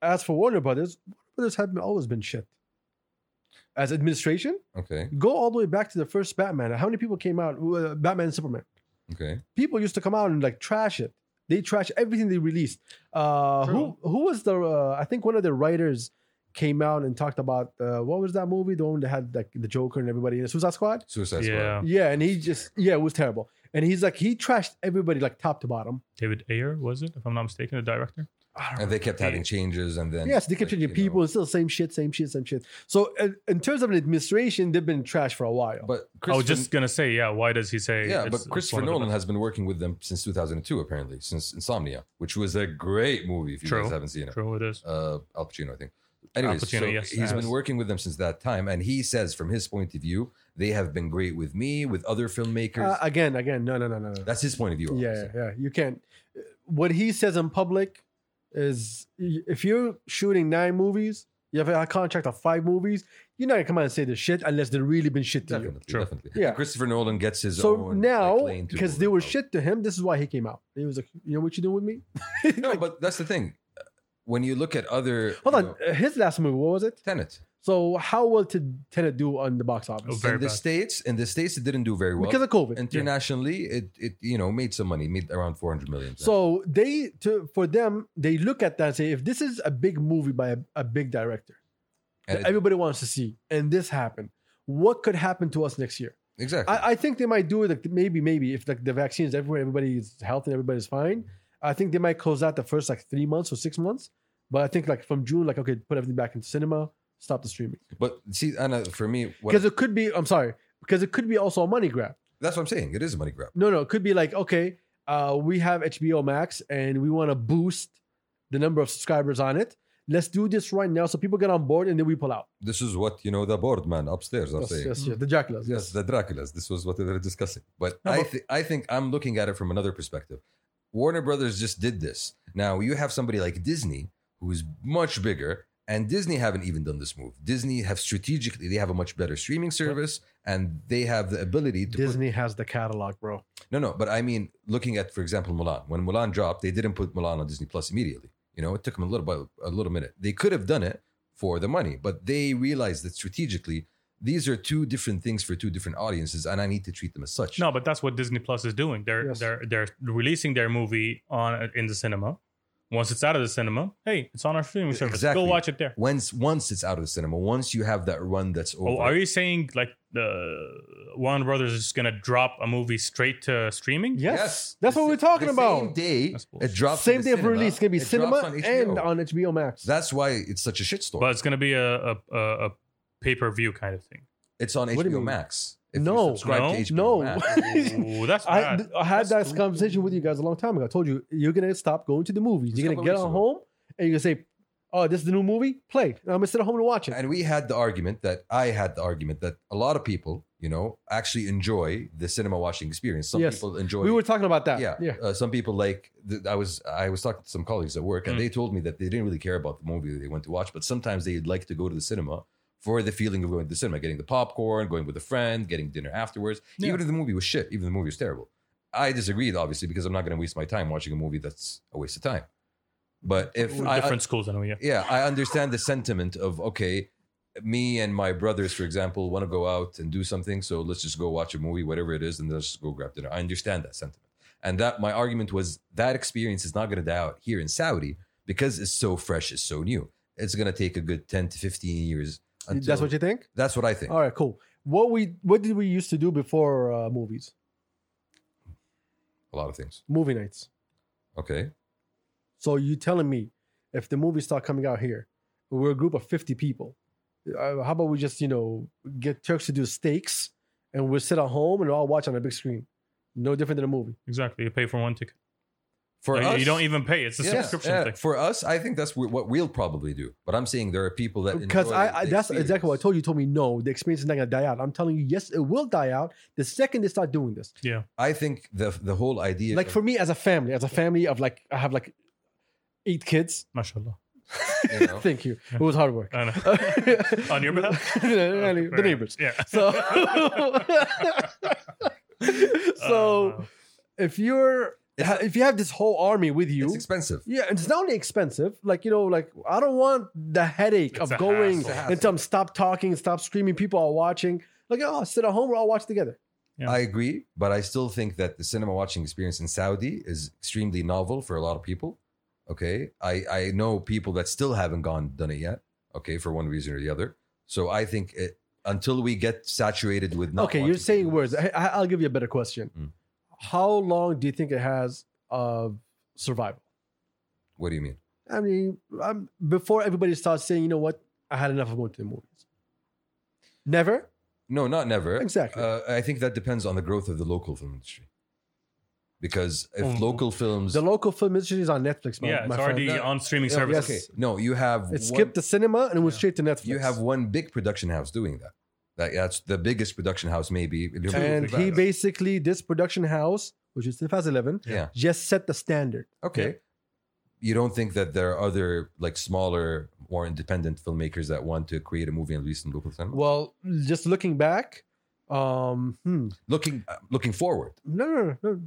[SPEAKER 1] as for Warner Brothers, Warner Brothers have always been shit. As administration,
[SPEAKER 2] Okay,
[SPEAKER 1] go all the way back to the first Batman. How many people came out? uh, Batman and Superman.
[SPEAKER 2] okay.
[SPEAKER 1] People used to come out and like trash it. They trash everything they released. Uh, who who was the? Uh, I think one of the writers came out and talked about uh, what was that movie? The one that had like the Joker and everybody in it, Suicide Squad.
[SPEAKER 2] Suicide
[SPEAKER 3] yeah,
[SPEAKER 2] Squad.
[SPEAKER 1] Yeah, and he just yeah, it was terrible. And he's like he trashed everybody like top to bottom.
[SPEAKER 3] David Ayer was it? If I'm not mistaken, the director.
[SPEAKER 1] I don't
[SPEAKER 2] And they kept having changes, and then
[SPEAKER 1] Yes, they kept
[SPEAKER 2] like,
[SPEAKER 1] changing
[SPEAKER 2] you know.
[SPEAKER 1] people. It's still the same shit, same shit, same shit. So uh, in terms of an administration, they've been trash for a while.
[SPEAKER 2] But
[SPEAKER 3] I was
[SPEAKER 2] Christopher-
[SPEAKER 3] Oh, just gonna say, yeah. Why does he say?
[SPEAKER 2] yeah,
[SPEAKER 3] it's-
[SPEAKER 2] but
[SPEAKER 3] it's
[SPEAKER 2] Christopher
[SPEAKER 3] one of the
[SPEAKER 2] Nolan
[SPEAKER 3] best?
[SPEAKER 2] has been working with them since 2002, apparently, since Insomnia, which was a great movie. If you
[SPEAKER 3] True.
[SPEAKER 2] guys haven't seen it,
[SPEAKER 3] True, it is.
[SPEAKER 2] uh, Al Pacino, I think. Anyways,
[SPEAKER 3] Pacino,
[SPEAKER 2] so
[SPEAKER 3] yes,
[SPEAKER 2] he's
[SPEAKER 3] yes.
[SPEAKER 2] been working with them since that time, and he says, from his point of view, they have been great with me, with other filmmakers.
[SPEAKER 1] Uh, again, again, no, no, no, no, no.
[SPEAKER 2] That's his point of view.
[SPEAKER 1] yeah,
[SPEAKER 2] obviously.
[SPEAKER 1] yeah. You can't. What he says in public is y- if you're shooting nine movies, you have a contract of five movies, you're not gonna come out and say this shit unless they've really been shit to you.
[SPEAKER 2] definitely,
[SPEAKER 3] True.
[SPEAKER 2] definitely.
[SPEAKER 1] Yeah.
[SPEAKER 2] Christopher Nolan gets his
[SPEAKER 1] So
[SPEAKER 2] own like,
[SPEAKER 1] now,
[SPEAKER 2] lane to
[SPEAKER 1] because
[SPEAKER 2] move
[SPEAKER 1] they were
[SPEAKER 2] out.
[SPEAKER 1] shit to him, this is why he came out. He was like, "You know what you doing with me?"
[SPEAKER 2] [LAUGHS] No, but that's the thing. When you look at other,
[SPEAKER 1] Hold
[SPEAKER 2] you
[SPEAKER 1] on,
[SPEAKER 2] know,
[SPEAKER 1] uh, his last movie, what was it?
[SPEAKER 2] Tenet
[SPEAKER 1] So how well did Tenet do on the box office?
[SPEAKER 3] Oh, very
[SPEAKER 2] in the
[SPEAKER 3] bad.
[SPEAKER 2] states, in the states, it didn't do very well
[SPEAKER 1] because of COVID.
[SPEAKER 2] internationally. It it you know made some money, made around 400 million.
[SPEAKER 1] So they to for them they look at that and say if this is a big movie by a, a big director
[SPEAKER 2] And
[SPEAKER 1] that
[SPEAKER 2] it-
[SPEAKER 1] everybody wants to see and this happened what could happen to us next year
[SPEAKER 2] exactly.
[SPEAKER 1] I, I think they might do it like maybe maybe if like the vaccines everywhere everybody's healthy and everybody's fine I think they might close out the first like three months or six months but I think like from June like okay put everything back into cinema stop the streaming
[SPEAKER 2] but see, Anna, for me, what,
[SPEAKER 1] because it could be I'm sorry because it could be also a money grab
[SPEAKER 2] that's what I'm saying. It is a money grab.
[SPEAKER 1] no, no, it could be like, okay, uh, we have HBO Max and we want to boost the number of subscribers on it. Let's do this right now so people get on board and then we pull out.
[SPEAKER 2] This is what you know the board man upstairs are
[SPEAKER 1] Yes,
[SPEAKER 2] saying.
[SPEAKER 1] yes, yes, the Jaculas.
[SPEAKER 2] Yes, the Draculas. This was what they were discussing. But
[SPEAKER 1] No,
[SPEAKER 2] I,
[SPEAKER 1] but-
[SPEAKER 2] th- I think I'm looking at it from another perspective. Warner Brothers just did this. Now you have somebody like Disney, who is much bigger, and Disney haven't even done this move. Disney have strategically they have a much better streaming service, and they have the ability to put-
[SPEAKER 1] Disney has the catalog, bro.
[SPEAKER 2] no, no. But I mean, looking at for example Mulan. When Mulan dropped, they didn't put Mulan on Disney Plus immediately. You know, it took them a little bit, a little minute. They could have done it for the money, but they realized that strategically. These are two different things for two different audiences, and I need to treat them as such.
[SPEAKER 3] No, but that's what Disney Plus is doing. They're
[SPEAKER 1] Yes.
[SPEAKER 3] they're they're releasing their movie on in the cinema. Once it's out of the cinema, hey, it's on our streaming service.
[SPEAKER 2] Exactly.
[SPEAKER 3] Go watch it there.
[SPEAKER 2] once once it's out of the cinema, once you have that run that's over,
[SPEAKER 3] Oh, are you saying like the Warner Brothers is gonna drop a movie straight to streaming?
[SPEAKER 1] Yes, that's
[SPEAKER 2] The
[SPEAKER 1] what we're
[SPEAKER 2] sa-
[SPEAKER 1] talking
[SPEAKER 2] the Same
[SPEAKER 1] about.
[SPEAKER 2] day,
[SPEAKER 3] That's bullshit.
[SPEAKER 2] it drops.
[SPEAKER 1] Same
[SPEAKER 2] in the
[SPEAKER 1] day of
[SPEAKER 2] cinema,
[SPEAKER 1] release, it's gonna be
[SPEAKER 2] it
[SPEAKER 1] cinema
[SPEAKER 2] drops on HBO.
[SPEAKER 1] and on HBO Max.
[SPEAKER 2] That's why it's such a shitstorm.
[SPEAKER 3] But it's gonna be a a, a, a pay per view kind of thing.
[SPEAKER 2] it's on
[SPEAKER 1] What do you
[SPEAKER 2] HBO
[SPEAKER 1] mean?
[SPEAKER 2] Max. If
[SPEAKER 1] No.
[SPEAKER 2] you subscribe
[SPEAKER 3] No.
[SPEAKER 2] to HBO
[SPEAKER 1] no, [LAUGHS]
[SPEAKER 2] Max.
[SPEAKER 3] Oh, that's
[SPEAKER 1] I,
[SPEAKER 3] bad.
[SPEAKER 1] I had
[SPEAKER 3] That's
[SPEAKER 1] that conversation with you guys a long time ago. I told you you're gonna stop going to the movies.
[SPEAKER 2] Just
[SPEAKER 1] You're
[SPEAKER 2] a
[SPEAKER 1] gonna
[SPEAKER 2] couple
[SPEAKER 1] get
[SPEAKER 2] weeks
[SPEAKER 1] on
[SPEAKER 2] ago.
[SPEAKER 1] home and you're gonna say, "Oh, this is the new movie. Play." And I'm gonna sit at home and watch it.
[SPEAKER 2] And we had the argument that I had the argument that a lot of people, you know, actually enjoy the cinema watching experience. Some
[SPEAKER 1] Yes.
[SPEAKER 2] people enjoy.
[SPEAKER 1] We were talking about that.
[SPEAKER 2] yeah,
[SPEAKER 1] yeah.
[SPEAKER 2] Uh, some people like th- I was I was talking to some colleagues at work, and
[SPEAKER 3] Mm.
[SPEAKER 2] they told me that they didn't really care about the movie they went to watch, but sometimes they'd like to go to the cinema for the feeling of going to the cinema, getting the popcorn, going with a friend, getting dinner afterwards.
[SPEAKER 3] Yeah.
[SPEAKER 2] Even if the movie was shit, even if the movie was terrible, I disagreed obviously because I'm not going to waste my time watching a movie that's a waste of time. But if
[SPEAKER 3] Different
[SPEAKER 2] I, I-
[SPEAKER 3] schools anyway. Yeah.
[SPEAKER 2] yeah, I understand the sentiment of okay, me and my brothers, for example, want to go out and do something, so let's just go watch a movie, whatever it is, and let's just go grab dinner. I understand that sentiment, and that my argument was that experience is not going to die out here in Saudi because it's so fresh, it's so new. It's going to take a good ten to fifteen years. Until,
[SPEAKER 1] That's what you think?
[SPEAKER 2] That's what I think.
[SPEAKER 1] All right, cool. What we what did we used to do before uh, movies?
[SPEAKER 2] A lot of things.
[SPEAKER 1] Movie nights.
[SPEAKER 2] Okay.
[SPEAKER 1] So you telling me if the movies start coming out here, we're a group of fifty people. Uh, how about we just you know get Turks to do steaks and we'll sit at home and all watch on a big screen. No different than a movie.
[SPEAKER 3] Exactly. You pay for one ticket.
[SPEAKER 2] For
[SPEAKER 3] Like,
[SPEAKER 2] us,
[SPEAKER 3] you don't even pay. It's a
[SPEAKER 2] Yeah,
[SPEAKER 3] subscription
[SPEAKER 2] yeah.
[SPEAKER 3] thing.
[SPEAKER 2] For us, I think that's wh- what we'll probably do. But I'm saying there are people that
[SPEAKER 1] Because
[SPEAKER 2] enjoy
[SPEAKER 1] I, I
[SPEAKER 2] the
[SPEAKER 1] that's exactly what I
[SPEAKER 2] experience.
[SPEAKER 1] told you. You told me no, the experience is not gonna die out. I'm telling you, yes, it will die out the second they start doing this.
[SPEAKER 3] Yeah.
[SPEAKER 2] I think the the whole idea
[SPEAKER 1] Like
[SPEAKER 2] of-
[SPEAKER 1] for me as a family, as a family of like I have like eight kids.
[SPEAKER 3] Mashallah.
[SPEAKER 2] you know,
[SPEAKER 1] Thank you. It was hard work.
[SPEAKER 3] I know.
[SPEAKER 1] [LAUGHS]
[SPEAKER 3] On your behalf? Oh,
[SPEAKER 1] the neighbors.
[SPEAKER 3] Yeah. [LAUGHS]
[SPEAKER 1] So, [LAUGHS] so
[SPEAKER 3] Uh,
[SPEAKER 1] if you're if you have this whole army with you,
[SPEAKER 2] it's expensive.
[SPEAKER 1] yeah, and it's not only expensive, like you know, like I don't want the headache
[SPEAKER 3] It's
[SPEAKER 1] of
[SPEAKER 3] a
[SPEAKER 1] going
[SPEAKER 3] hassle.
[SPEAKER 2] It's a hassle.
[SPEAKER 1] and tell them stop talking, stop screaming, people are watching. Like, oh, sit at home, we're all watch together.
[SPEAKER 3] Yeah.
[SPEAKER 2] I agree, but I still think that the cinema watching experience in Saudi is extremely novel for a lot of people. Okay, I I know people that still haven't gone done it yet. Okay, for one reason or the other. So I think it, until we get saturated with not
[SPEAKER 1] okay, you're
[SPEAKER 2] watching
[SPEAKER 1] saying
[SPEAKER 2] cinemas-
[SPEAKER 1] words. I, I- I'll give you a better question.
[SPEAKER 2] Mm.
[SPEAKER 1] How long do you think it has of survival?
[SPEAKER 2] What do you mean?
[SPEAKER 1] I mean, um before everybody starts saying, you know what, I had enough of going to the movies. Never?
[SPEAKER 2] No, not never.
[SPEAKER 1] Exactly.
[SPEAKER 2] Uh, I think that depends on the growth of the local film industry. Because if
[SPEAKER 3] Mm.
[SPEAKER 2] local films,
[SPEAKER 1] The local film industry is on Netflix, my,
[SPEAKER 3] yeah,
[SPEAKER 1] my
[SPEAKER 3] it's
[SPEAKER 1] friend.
[SPEAKER 3] already
[SPEAKER 2] No,
[SPEAKER 3] on streaming
[SPEAKER 1] no,
[SPEAKER 3] services.
[SPEAKER 2] okay, no, you have
[SPEAKER 1] It skipped the cinema and it went
[SPEAKER 3] Yeah.
[SPEAKER 1] straight to Netflix.
[SPEAKER 2] you have one big production house doing that. That that's the biggest production house, maybe.
[SPEAKER 1] and
[SPEAKER 3] Two.
[SPEAKER 1] he basically, this production house, which is Fast 11,
[SPEAKER 2] yeah.
[SPEAKER 1] just set the standard.
[SPEAKER 2] Okay. You don't think that there are other like smaller, more independent filmmakers that want to create a movie and release in local cinema?
[SPEAKER 1] Well, just looking back, um, hmm,
[SPEAKER 2] looking uh, looking forward.
[SPEAKER 1] no, no, no, no.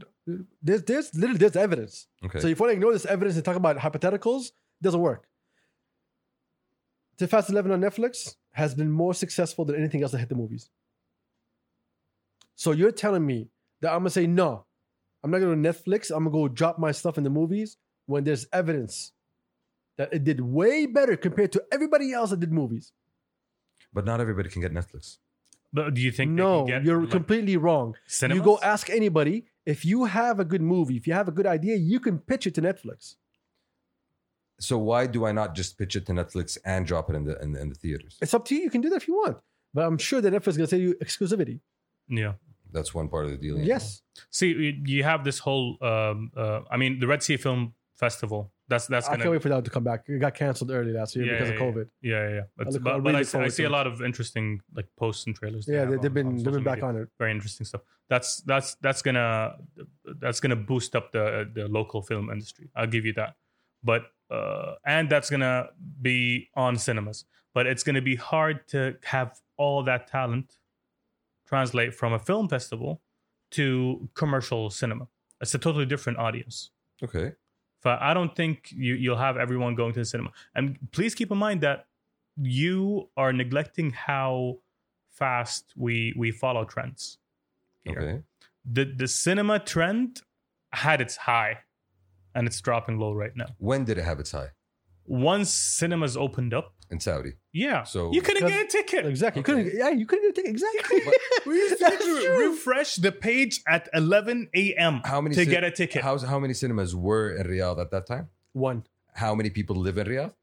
[SPEAKER 1] There's, there's literally there's evidence.
[SPEAKER 2] Okay.
[SPEAKER 1] So if you want to ignore this evidence and talk about hypotheticals, it doesn't work. The Fast 11 on Netflix has been more successful than anything else that hit the movies. So you're telling me that I'm going to say, no, I'm not going to Netflix. I'm going to go drop my stuff in the movies when there's evidence that it did way better compared to everybody else that did movies.
[SPEAKER 2] but not everybody can get Netflix.
[SPEAKER 3] But do you think
[SPEAKER 1] No,
[SPEAKER 3] they can get,
[SPEAKER 1] you're
[SPEAKER 3] like,
[SPEAKER 1] completely wrong.
[SPEAKER 3] cinemas?
[SPEAKER 1] You go ask anybody if you have a good movie, if you have a good idea, you can pitch it to Netflix.
[SPEAKER 2] So why do I not just pitch it to Netflix and drop it in the in, the- in the theaters?
[SPEAKER 1] It's up to you. You can do that if you want. But I'm sure that Netflix is going to sell you exclusivity.
[SPEAKER 3] yeah.
[SPEAKER 2] That's one part of the deal. yeah.
[SPEAKER 1] Yes.
[SPEAKER 3] See, you- you have this whole. Um, uh, I mean, the Red Sea Film Festival. That's that's
[SPEAKER 1] I
[SPEAKER 3] gonna.
[SPEAKER 1] can't wait for that to come back. It got canceled early last year
[SPEAKER 3] Yeah,
[SPEAKER 1] because
[SPEAKER 3] yeah,
[SPEAKER 1] of COVID.
[SPEAKER 3] Yeah, yeah. yeah. But,
[SPEAKER 1] look-
[SPEAKER 3] but,
[SPEAKER 1] I
[SPEAKER 3] but
[SPEAKER 1] really
[SPEAKER 3] I,
[SPEAKER 1] look
[SPEAKER 3] see, I
[SPEAKER 1] forward
[SPEAKER 3] see
[SPEAKER 1] to
[SPEAKER 3] a
[SPEAKER 1] it.
[SPEAKER 3] lot of interesting like posts and trailers.
[SPEAKER 1] Yeah,
[SPEAKER 3] have
[SPEAKER 1] they,
[SPEAKER 3] on-
[SPEAKER 1] they've
[SPEAKER 3] on
[SPEAKER 1] been they've
[SPEAKER 3] social
[SPEAKER 1] been back
[SPEAKER 3] media.
[SPEAKER 1] on it.
[SPEAKER 3] Very interesting stuff. That's that's that's gonna that's gonna boost up the the local film industry. I'll give you that. But uh, and that's gonna be on cinemas. But it's gonna be hard to have all that talent translate from a film festival to commercial cinema. It's a totally different audience.
[SPEAKER 2] Okay.
[SPEAKER 3] But I don't think you, you'll have everyone going to the cinema. And please keep in mind that you are neglecting how fast we we follow trends. here.
[SPEAKER 2] Okay.
[SPEAKER 3] The the cinema trend had its high and it's dropping low right now.
[SPEAKER 2] When did it have its high
[SPEAKER 3] Once cinemas opened up,
[SPEAKER 2] in Saudi?
[SPEAKER 3] yeah.
[SPEAKER 2] So-
[SPEAKER 3] you couldn't
[SPEAKER 1] Because-
[SPEAKER 3] get a ticket.
[SPEAKER 1] Exactly. You
[SPEAKER 2] Okay.
[SPEAKER 1] couldn't. Yeah, you couldn't take
[SPEAKER 3] [LAUGHS]
[SPEAKER 1] exactly.
[SPEAKER 3] We used to
[SPEAKER 1] That's
[SPEAKER 3] re-
[SPEAKER 1] true.
[SPEAKER 3] refresh the page at 11 a.m.
[SPEAKER 2] How many
[SPEAKER 3] to
[SPEAKER 2] cin-
[SPEAKER 3] get a ticket.
[SPEAKER 2] How's, how many cinemas were in Riyadh at that time?
[SPEAKER 1] One
[SPEAKER 2] How many people live in Riyadh?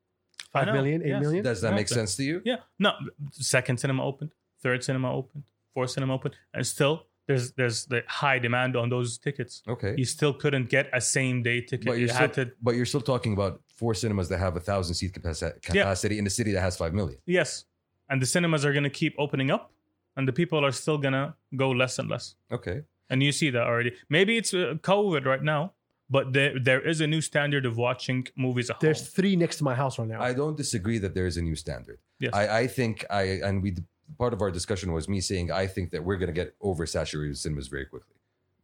[SPEAKER 3] I
[SPEAKER 1] five
[SPEAKER 3] know,
[SPEAKER 1] million, eight
[SPEAKER 3] yes.
[SPEAKER 1] million.
[SPEAKER 2] Does that make
[SPEAKER 3] Exactly.
[SPEAKER 2] sense to you?
[SPEAKER 3] Yeah. No. Second cinema opened. Third cinema opened. Fourth cinema opened. And still, there's there's the high demand on those tickets.
[SPEAKER 2] Okay.
[SPEAKER 3] You still couldn't get a same day ticket.
[SPEAKER 2] but
[SPEAKER 3] you
[SPEAKER 2] you're still,
[SPEAKER 3] had to.
[SPEAKER 2] but you're still talking about four cinemas that have a thousand seat capacity,
[SPEAKER 3] Yeah.
[SPEAKER 2] capacity in a city that has five million.
[SPEAKER 3] Yes. And the cinemas are going to keep opening up, and the people are still going to go less and less.
[SPEAKER 2] Okay.
[SPEAKER 3] And you see that already. Maybe it's uh, COVID right now, but there there is a new standard of watching movies at
[SPEAKER 1] There's
[SPEAKER 3] home.
[SPEAKER 1] three next to my house right now.
[SPEAKER 2] I don't disagree that there is a new standard.
[SPEAKER 3] Yes.
[SPEAKER 2] I, I think I and we part of our discussion was me saying I think that we're gonna get oversaturated cinemas very quickly.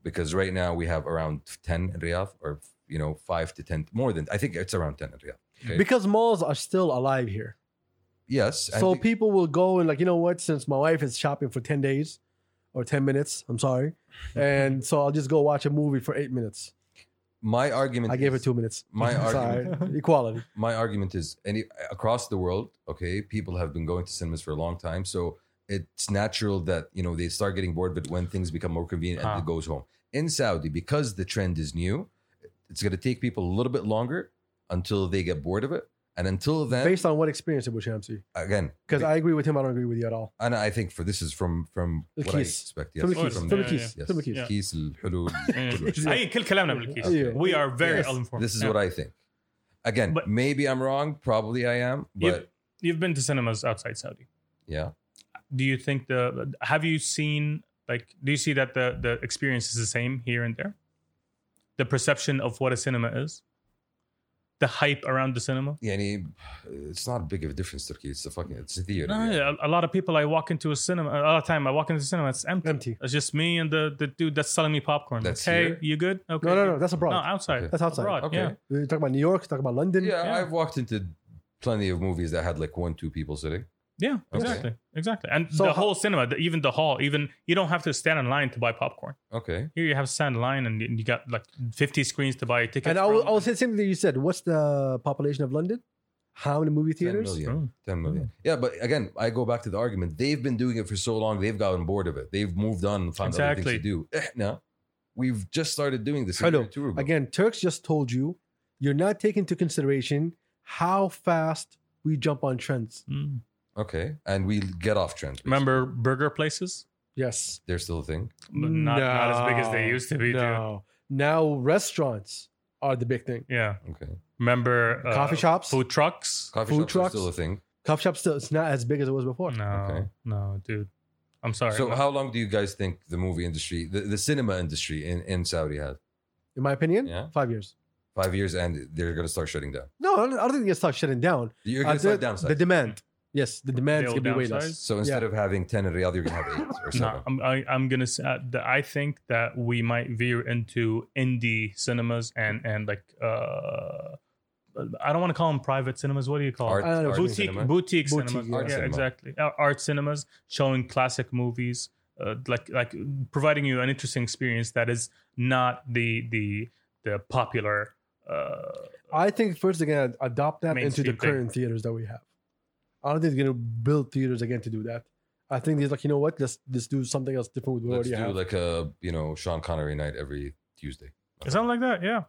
[SPEAKER 2] Because right now we have around ten in Riyadh or you know, five to ten more than I think it's around ten in Riyadh. Okay.
[SPEAKER 1] because malls are still alive here.
[SPEAKER 2] Yes. and
[SPEAKER 1] so
[SPEAKER 2] the-
[SPEAKER 1] people will go and like, you know what? Since my wife is shopping for ten days or ten minutes, I'm
[SPEAKER 2] [LAUGHS]
[SPEAKER 1] sorry, and so I'll just go watch a movie for eight minutes.
[SPEAKER 2] my argument
[SPEAKER 1] I gave
[SPEAKER 2] is-
[SPEAKER 1] it two minutes. [LAUGHS]
[SPEAKER 2] my
[SPEAKER 1] Sorry.
[SPEAKER 3] argument-
[SPEAKER 1] equality.
[SPEAKER 2] my argument is any across the world okay people have been going to cinemas for a long time so it's natural that you know they start getting bored but when things become more convenient
[SPEAKER 3] Ah.
[SPEAKER 2] and it goes home in saudi because the trend is new it's going to take people a little bit longer until they get bored of it and until then
[SPEAKER 1] Based on what experience it was, Shamsi?
[SPEAKER 2] again
[SPEAKER 1] Because I agree with him. I don't agree with you at all.
[SPEAKER 2] and i think for this is from from
[SPEAKER 1] The
[SPEAKER 2] what i
[SPEAKER 1] keys.
[SPEAKER 2] expect yes
[SPEAKER 1] From the
[SPEAKER 3] Yes.
[SPEAKER 1] keys.
[SPEAKER 3] From
[SPEAKER 1] From
[SPEAKER 3] the-
[SPEAKER 1] the
[SPEAKER 3] Oh, yeah,
[SPEAKER 1] keys.
[SPEAKER 2] yes.
[SPEAKER 1] From the keys.
[SPEAKER 3] Yeah.
[SPEAKER 2] keys الحلول.
[SPEAKER 1] [LAUGHS] Yeah.
[SPEAKER 3] أي، كل كلامنا من الكيس.
[SPEAKER 1] Yeah.
[SPEAKER 3] We are very
[SPEAKER 1] Yes.
[SPEAKER 3] ill informed.
[SPEAKER 2] this is what i think again
[SPEAKER 3] But-
[SPEAKER 2] maybe i'm wrong probably i am but
[SPEAKER 3] You've been to cinemas outside Saudi.
[SPEAKER 2] yeah
[SPEAKER 3] do you think the have you seen like do you see that the the experience is the same here and there the perception of what a cinema is the hype around the cinema
[SPEAKER 2] يعني uh, it's not big of a difference Turkey it's a fucking it's a theater
[SPEAKER 3] no,
[SPEAKER 2] yeah.
[SPEAKER 3] a, a lot of people i walk into a cinema a lot of time i walk into the cinema it's empty
[SPEAKER 1] Empty.
[SPEAKER 3] it's just me and the the dude that's selling me popcorn
[SPEAKER 2] That's
[SPEAKER 3] like, hey
[SPEAKER 2] here?
[SPEAKER 3] you good okay
[SPEAKER 1] No, no, no.
[SPEAKER 3] good.
[SPEAKER 1] That's abroad.
[SPEAKER 3] no outside
[SPEAKER 2] Okay.
[SPEAKER 1] That's outside.
[SPEAKER 3] abroad
[SPEAKER 2] Okay.
[SPEAKER 3] yeah
[SPEAKER 1] You talk about New York. You talk about London.
[SPEAKER 2] yeah,
[SPEAKER 3] Yeah.
[SPEAKER 2] I've walked into plenty of movies that had like one two people sitting
[SPEAKER 3] yeah
[SPEAKER 2] Okay.
[SPEAKER 3] exactly exactly and
[SPEAKER 1] So
[SPEAKER 3] the
[SPEAKER 1] how-
[SPEAKER 3] whole cinema the, even the hall even you don't have to stand in line to buy popcorn
[SPEAKER 2] okay
[SPEAKER 3] here you have to stand in line and you- you got like 50 screens to buy a ticket
[SPEAKER 1] And I will,
[SPEAKER 3] from.
[SPEAKER 1] I will say the same thing that you said. What's the population of London? How many movie
[SPEAKER 2] 10
[SPEAKER 1] theaters?
[SPEAKER 2] million,
[SPEAKER 3] Oh.
[SPEAKER 2] 10 million yeah but again I go back to the argument they've been doing it for so long they've gotten bored of it they've moved on and found other
[SPEAKER 3] Exactly.
[SPEAKER 2] things to do Eh, no we've just started doing this a
[SPEAKER 1] Hello.
[SPEAKER 2] year or two ago.
[SPEAKER 1] Again, Turks just told you you're not taking into consideration how fast we jump on trends.
[SPEAKER 3] Mm.
[SPEAKER 2] Okay. And we get off trend. basically.
[SPEAKER 3] Remember burger places?
[SPEAKER 1] Yes.
[SPEAKER 2] They're still a thing.
[SPEAKER 3] But not, not as big as they
[SPEAKER 1] No.
[SPEAKER 3] used to be, dude.
[SPEAKER 1] No. Now restaurants are the big thing.
[SPEAKER 3] Yeah.
[SPEAKER 2] Okay.
[SPEAKER 3] Remember uh,
[SPEAKER 1] coffee shops.
[SPEAKER 3] food trucks?
[SPEAKER 2] Coffee
[SPEAKER 1] Food
[SPEAKER 2] shops
[SPEAKER 1] trucks?
[SPEAKER 2] are still a thing.
[SPEAKER 1] Coffee shops still it's not as big as it was before.
[SPEAKER 3] No,
[SPEAKER 2] Okay.
[SPEAKER 3] no, dude. I'm sorry.
[SPEAKER 2] so,
[SPEAKER 3] No.
[SPEAKER 2] how long do you guys think the movie industry, the, the cinema industry in, in Saudi had?
[SPEAKER 1] In my opinion,
[SPEAKER 2] Yeah.
[SPEAKER 1] five years.
[SPEAKER 2] Five years and they're going to start shutting down.
[SPEAKER 1] No, I don't, I don't think it's start shutting down.
[SPEAKER 2] You're
[SPEAKER 1] I
[SPEAKER 2] going to start
[SPEAKER 1] think
[SPEAKER 2] downsizing.
[SPEAKER 1] the demand. Yes, the demand is
[SPEAKER 3] They'll
[SPEAKER 1] going to be way
[SPEAKER 3] downsize?
[SPEAKER 1] less.
[SPEAKER 2] so, instead of having 10 in Riyadh, you're going to have eight or
[SPEAKER 3] No,
[SPEAKER 2] seven.
[SPEAKER 3] I'm, I, I'm gonna say uh, that I think that we might veer into indie cinemas and and like uh, I don't want to call them private cinemas. What do you call
[SPEAKER 2] Art,
[SPEAKER 3] them?
[SPEAKER 1] I don't know,
[SPEAKER 2] art
[SPEAKER 3] Boutique,
[SPEAKER 2] cinema.
[SPEAKER 3] boutique
[SPEAKER 1] Boutique,
[SPEAKER 3] cinemas?
[SPEAKER 1] yeah.
[SPEAKER 2] Art
[SPEAKER 3] yeah,
[SPEAKER 2] cinema.
[SPEAKER 3] exactly. Uh, art cinemas showing classic movies, uh, like like providing you an interesting experience that is not the the the popular. Uh,
[SPEAKER 1] I think first they're going to adopt that into the
[SPEAKER 3] Mainstream thing.
[SPEAKER 1] current theaters that we have. I don't think they're going to build theaters again to do that. I think they're like, you know what? Let's let's do something else different with what we
[SPEAKER 2] Let's
[SPEAKER 1] already
[SPEAKER 2] do
[SPEAKER 1] have.
[SPEAKER 2] like a, you know, Sean Connery night every Tuesday.
[SPEAKER 3] Something like that, yeah.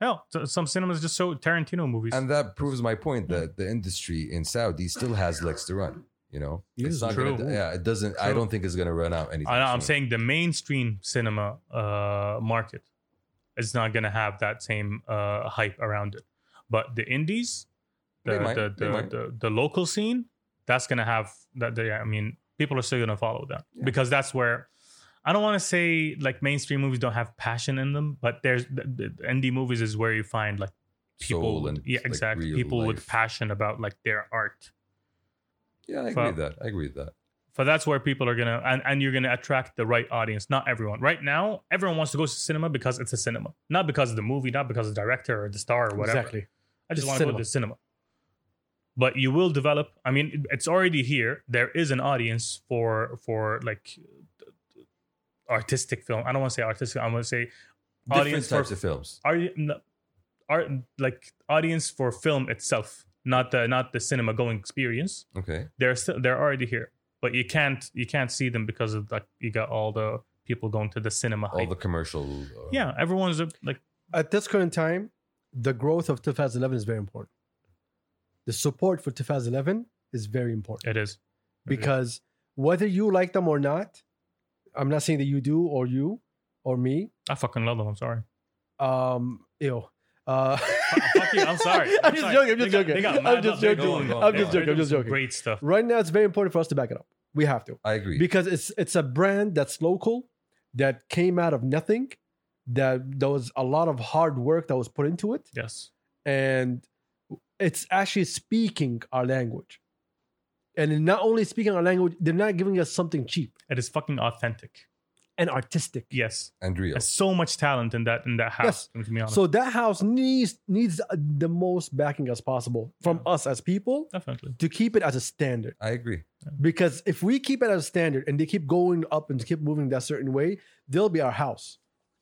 [SPEAKER 3] Hell, t- some cinemas just show Tarantino movies.
[SPEAKER 2] And that proves my
[SPEAKER 3] Hmm.
[SPEAKER 2] point that the industry in Saudi still has legs to run. You know,
[SPEAKER 1] Yes,
[SPEAKER 2] it's not
[SPEAKER 3] true.
[SPEAKER 2] Gonna, yeah, it doesn't. I
[SPEAKER 3] True.
[SPEAKER 2] don't think it's going to run out anytime.
[SPEAKER 3] I know, I'm
[SPEAKER 2] soon.
[SPEAKER 3] saying the mainstream cinema uh, market is not going to have that same uh, hype around it. But the indies, the
[SPEAKER 2] They might,
[SPEAKER 3] the,
[SPEAKER 2] they
[SPEAKER 3] the,
[SPEAKER 2] might.
[SPEAKER 3] the the local scene, that's going to have that. They, I mean, people are still going to follow that
[SPEAKER 2] Yeah.
[SPEAKER 3] because that's where. I don't want to say like mainstream movies don't have passion in them, but there's the, the the indie movies is where you find like people,
[SPEAKER 2] Soul
[SPEAKER 3] with-
[SPEAKER 2] and,
[SPEAKER 3] yeah,
[SPEAKER 2] like,
[SPEAKER 3] exactly,
[SPEAKER 2] real
[SPEAKER 3] people with
[SPEAKER 2] life.
[SPEAKER 3] passion about like their art.
[SPEAKER 2] Yeah, I agree
[SPEAKER 3] Well-
[SPEAKER 2] with that. I agree with that.
[SPEAKER 3] So that's where people are gonna and, and you're gonna attract the right audience, not everyone. Right now, everyone wants to go to cinema because it's a cinema, not because of the movie, not because of the director or the star or whatever.
[SPEAKER 1] Exactly.
[SPEAKER 3] I just
[SPEAKER 1] It's
[SPEAKER 3] want to go to
[SPEAKER 1] cinema.
[SPEAKER 3] the cinema. But you will develop. I mean, it's already here. There is an audience for for like artistic film. I don't want to say artistic. I'm gonna say
[SPEAKER 2] Different
[SPEAKER 3] Audience
[SPEAKER 2] types
[SPEAKER 3] for-
[SPEAKER 2] of films.
[SPEAKER 3] are art like audience for film itself, not the not the cinema going experience
[SPEAKER 2] Okay,
[SPEAKER 3] they're still they're already here but you can't you can't see them because of like you got all the people going to the cinema
[SPEAKER 2] all
[SPEAKER 1] [LAUGHS]
[SPEAKER 3] hype.
[SPEAKER 2] the commercial. uh,
[SPEAKER 3] yeah everyone's uh, like
[SPEAKER 1] At this current time, the growth of 2011 is very important. The support for 2011 is very important
[SPEAKER 3] it is
[SPEAKER 1] because whether you like them or not, I'm not saying that you do or you or me.
[SPEAKER 3] i fucking love them i'm sorry
[SPEAKER 1] Um, ew. Uh,
[SPEAKER 3] fuck [LAUGHS] you, I'm sorry.
[SPEAKER 1] [LAUGHS]
[SPEAKER 3] I'm
[SPEAKER 1] [LAUGHS] I'm just
[SPEAKER 3] sorry.
[SPEAKER 1] joking. I'm
[SPEAKER 3] They
[SPEAKER 1] just
[SPEAKER 3] got-
[SPEAKER 1] joking.
[SPEAKER 3] they got
[SPEAKER 1] I'm
[SPEAKER 3] mad
[SPEAKER 1] just
[SPEAKER 3] love. They
[SPEAKER 1] joking.
[SPEAKER 2] go on, go on,
[SPEAKER 1] I'm
[SPEAKER 2] go
[SPEAKER 1] just
[SPEAKER 2] on.
[SPEAKER 1] joking. I'm
[SPEAKER 3] There's
[SPEAKER 1] just
[SPEAKER 3] some
[SPEAKER 1] joking.
[SPEAKER 3] great stuff
[SPEAKER 1] Right now, it's very important for us to back it up. We have to
[SPEAKER 2] I agree.
[SPEAKER 1] because it's it's a brand that's local that came out of nothing. That there was a lot of hard work that was put into it,
[SPEAKER 3] yes
[SPEAKER 1] and it's actually speaking our language. And in not only speaking our language, they're not giving us something cheap
[SPEAKER 3] it is fucking authentic
[SPEAKER 1] and artistic.
[SPEAKER 3] yes
[SPEAKER 2] and real.
[SPEAKER 3] there's so much talent in that in that house to be honest
[SPEAKER 1] So that house needs needs the most backing as possible from us as people
[SPEAKER 3] definitely
[SPEAKER 1] to keep it as a standard.
[SPEAKER 2] I agree.
[SPEAKER 1] Because if we keep it as a standard and they keep going up and keep moving that certain way, they'll be our house.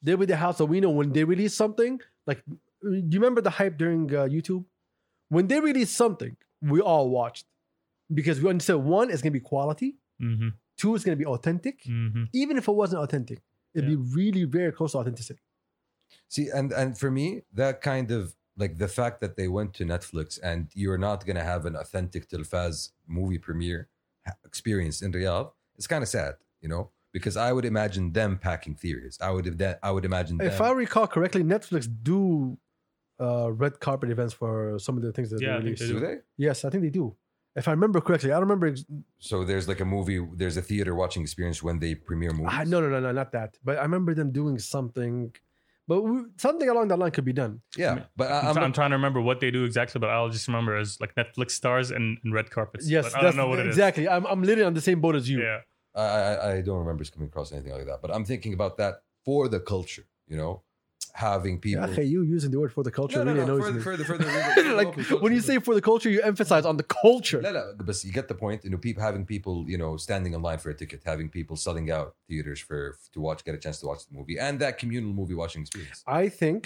[SPEAKER 1] They'll be the house that we know when they release something. Like, do you remember the hype during uh, YouTube? When they released something, we all watched because we understood one, it's going to be quality,
[SPEAKER 3] mm-hmm.
[SPEAKER 1] two, it's going to be authentic.
[SPEAKER 3] Mm-hmm.
[SPEAKER 1] Even if it wasn't authentic, it'd be really very close to authenticity.
[SPEAKER 2] See, and and for me, that kind of like the fact that they went to Netflix and you're not gonna have an authentic Telfaz movie premiere ha- experience in Riyadh, it's kind of sad, you know, because I would imagine them packing theaters. I would have that. I would imagine
[SPEAKER 1] If
[SPEAKER 2] them-
[SPEAKER 1] I recall correctly, Netflix do uh, red carpet events for some of the things that
[SPEAKER 3] Yeah, I
[SPEAKER 1] they
[SPEAKER 3] think
[SPEAKER 1] release.
[SPEAKER 2] do
[SPEAKER 3] they
[SPEAKER 2] they?
[SPEAKER 1] Yes, I think they do. If I remember correctly, I don't remember. Ex-
[SPEAKER 2] So there's like a movie. There's a theater watching experience when they premiere movies.
[SPEAKER 1] ah, no, no, no, no, not that. But I remember them doing something, but we, something along that line could be done.
[SPEAKER 2] Yeah, but I,
[SPEAKER 3] Uh, I'm,
[SPEAKER 2] I'm,
[SPEAKER 3] try-
[SPEAKER 2] not-
[SPEAKER 3] I'm trying to remember what they do exactly, but I'll just remember as like Netflix stars and, and red carpets.
[SPEAKER 1] Yes,
[SPEAKER 3] but I
[SPEAKER 1] that's-
[SPEAKER 3] don't know what it is.
[SPEAKER 1] exactly. I'm, I'm literally on the same boat as you.
[SPEAKER 3] Yeah,
[SPEAKER 2] I, I I don't remember coming across anything like that. But I'm thinking about that for the culture. You know, having people.
[SPEAKER 1] Okay, you using the word for the culture
[SPEAKER 2] No, no,
[SPEAKER 1] really
[SPEAKER 2] no,
[SPEAKER 1] annoys
[SPEAKER 2] for the-
[SPEAKER 1] me.
[SPEAKER 2] for the-
[SPEAKER 1] [LAUGHS]
[SPEAKER 2] for the- for the
[SPEAKER 1] like
[SPEAKER 2] local
[SPEAKER 1] when you
[SPEAKER 2] culture.
[SPEAKER 1] say for the culture, you emphasize on the culture.
[SPEAKER 2] لا لا بس you get the point you know people having people you know standing in line for a ticket having people selling out theaters for to watch get a chance to watch the movie and that communal movie watching experience
[SPEAKER 1] I think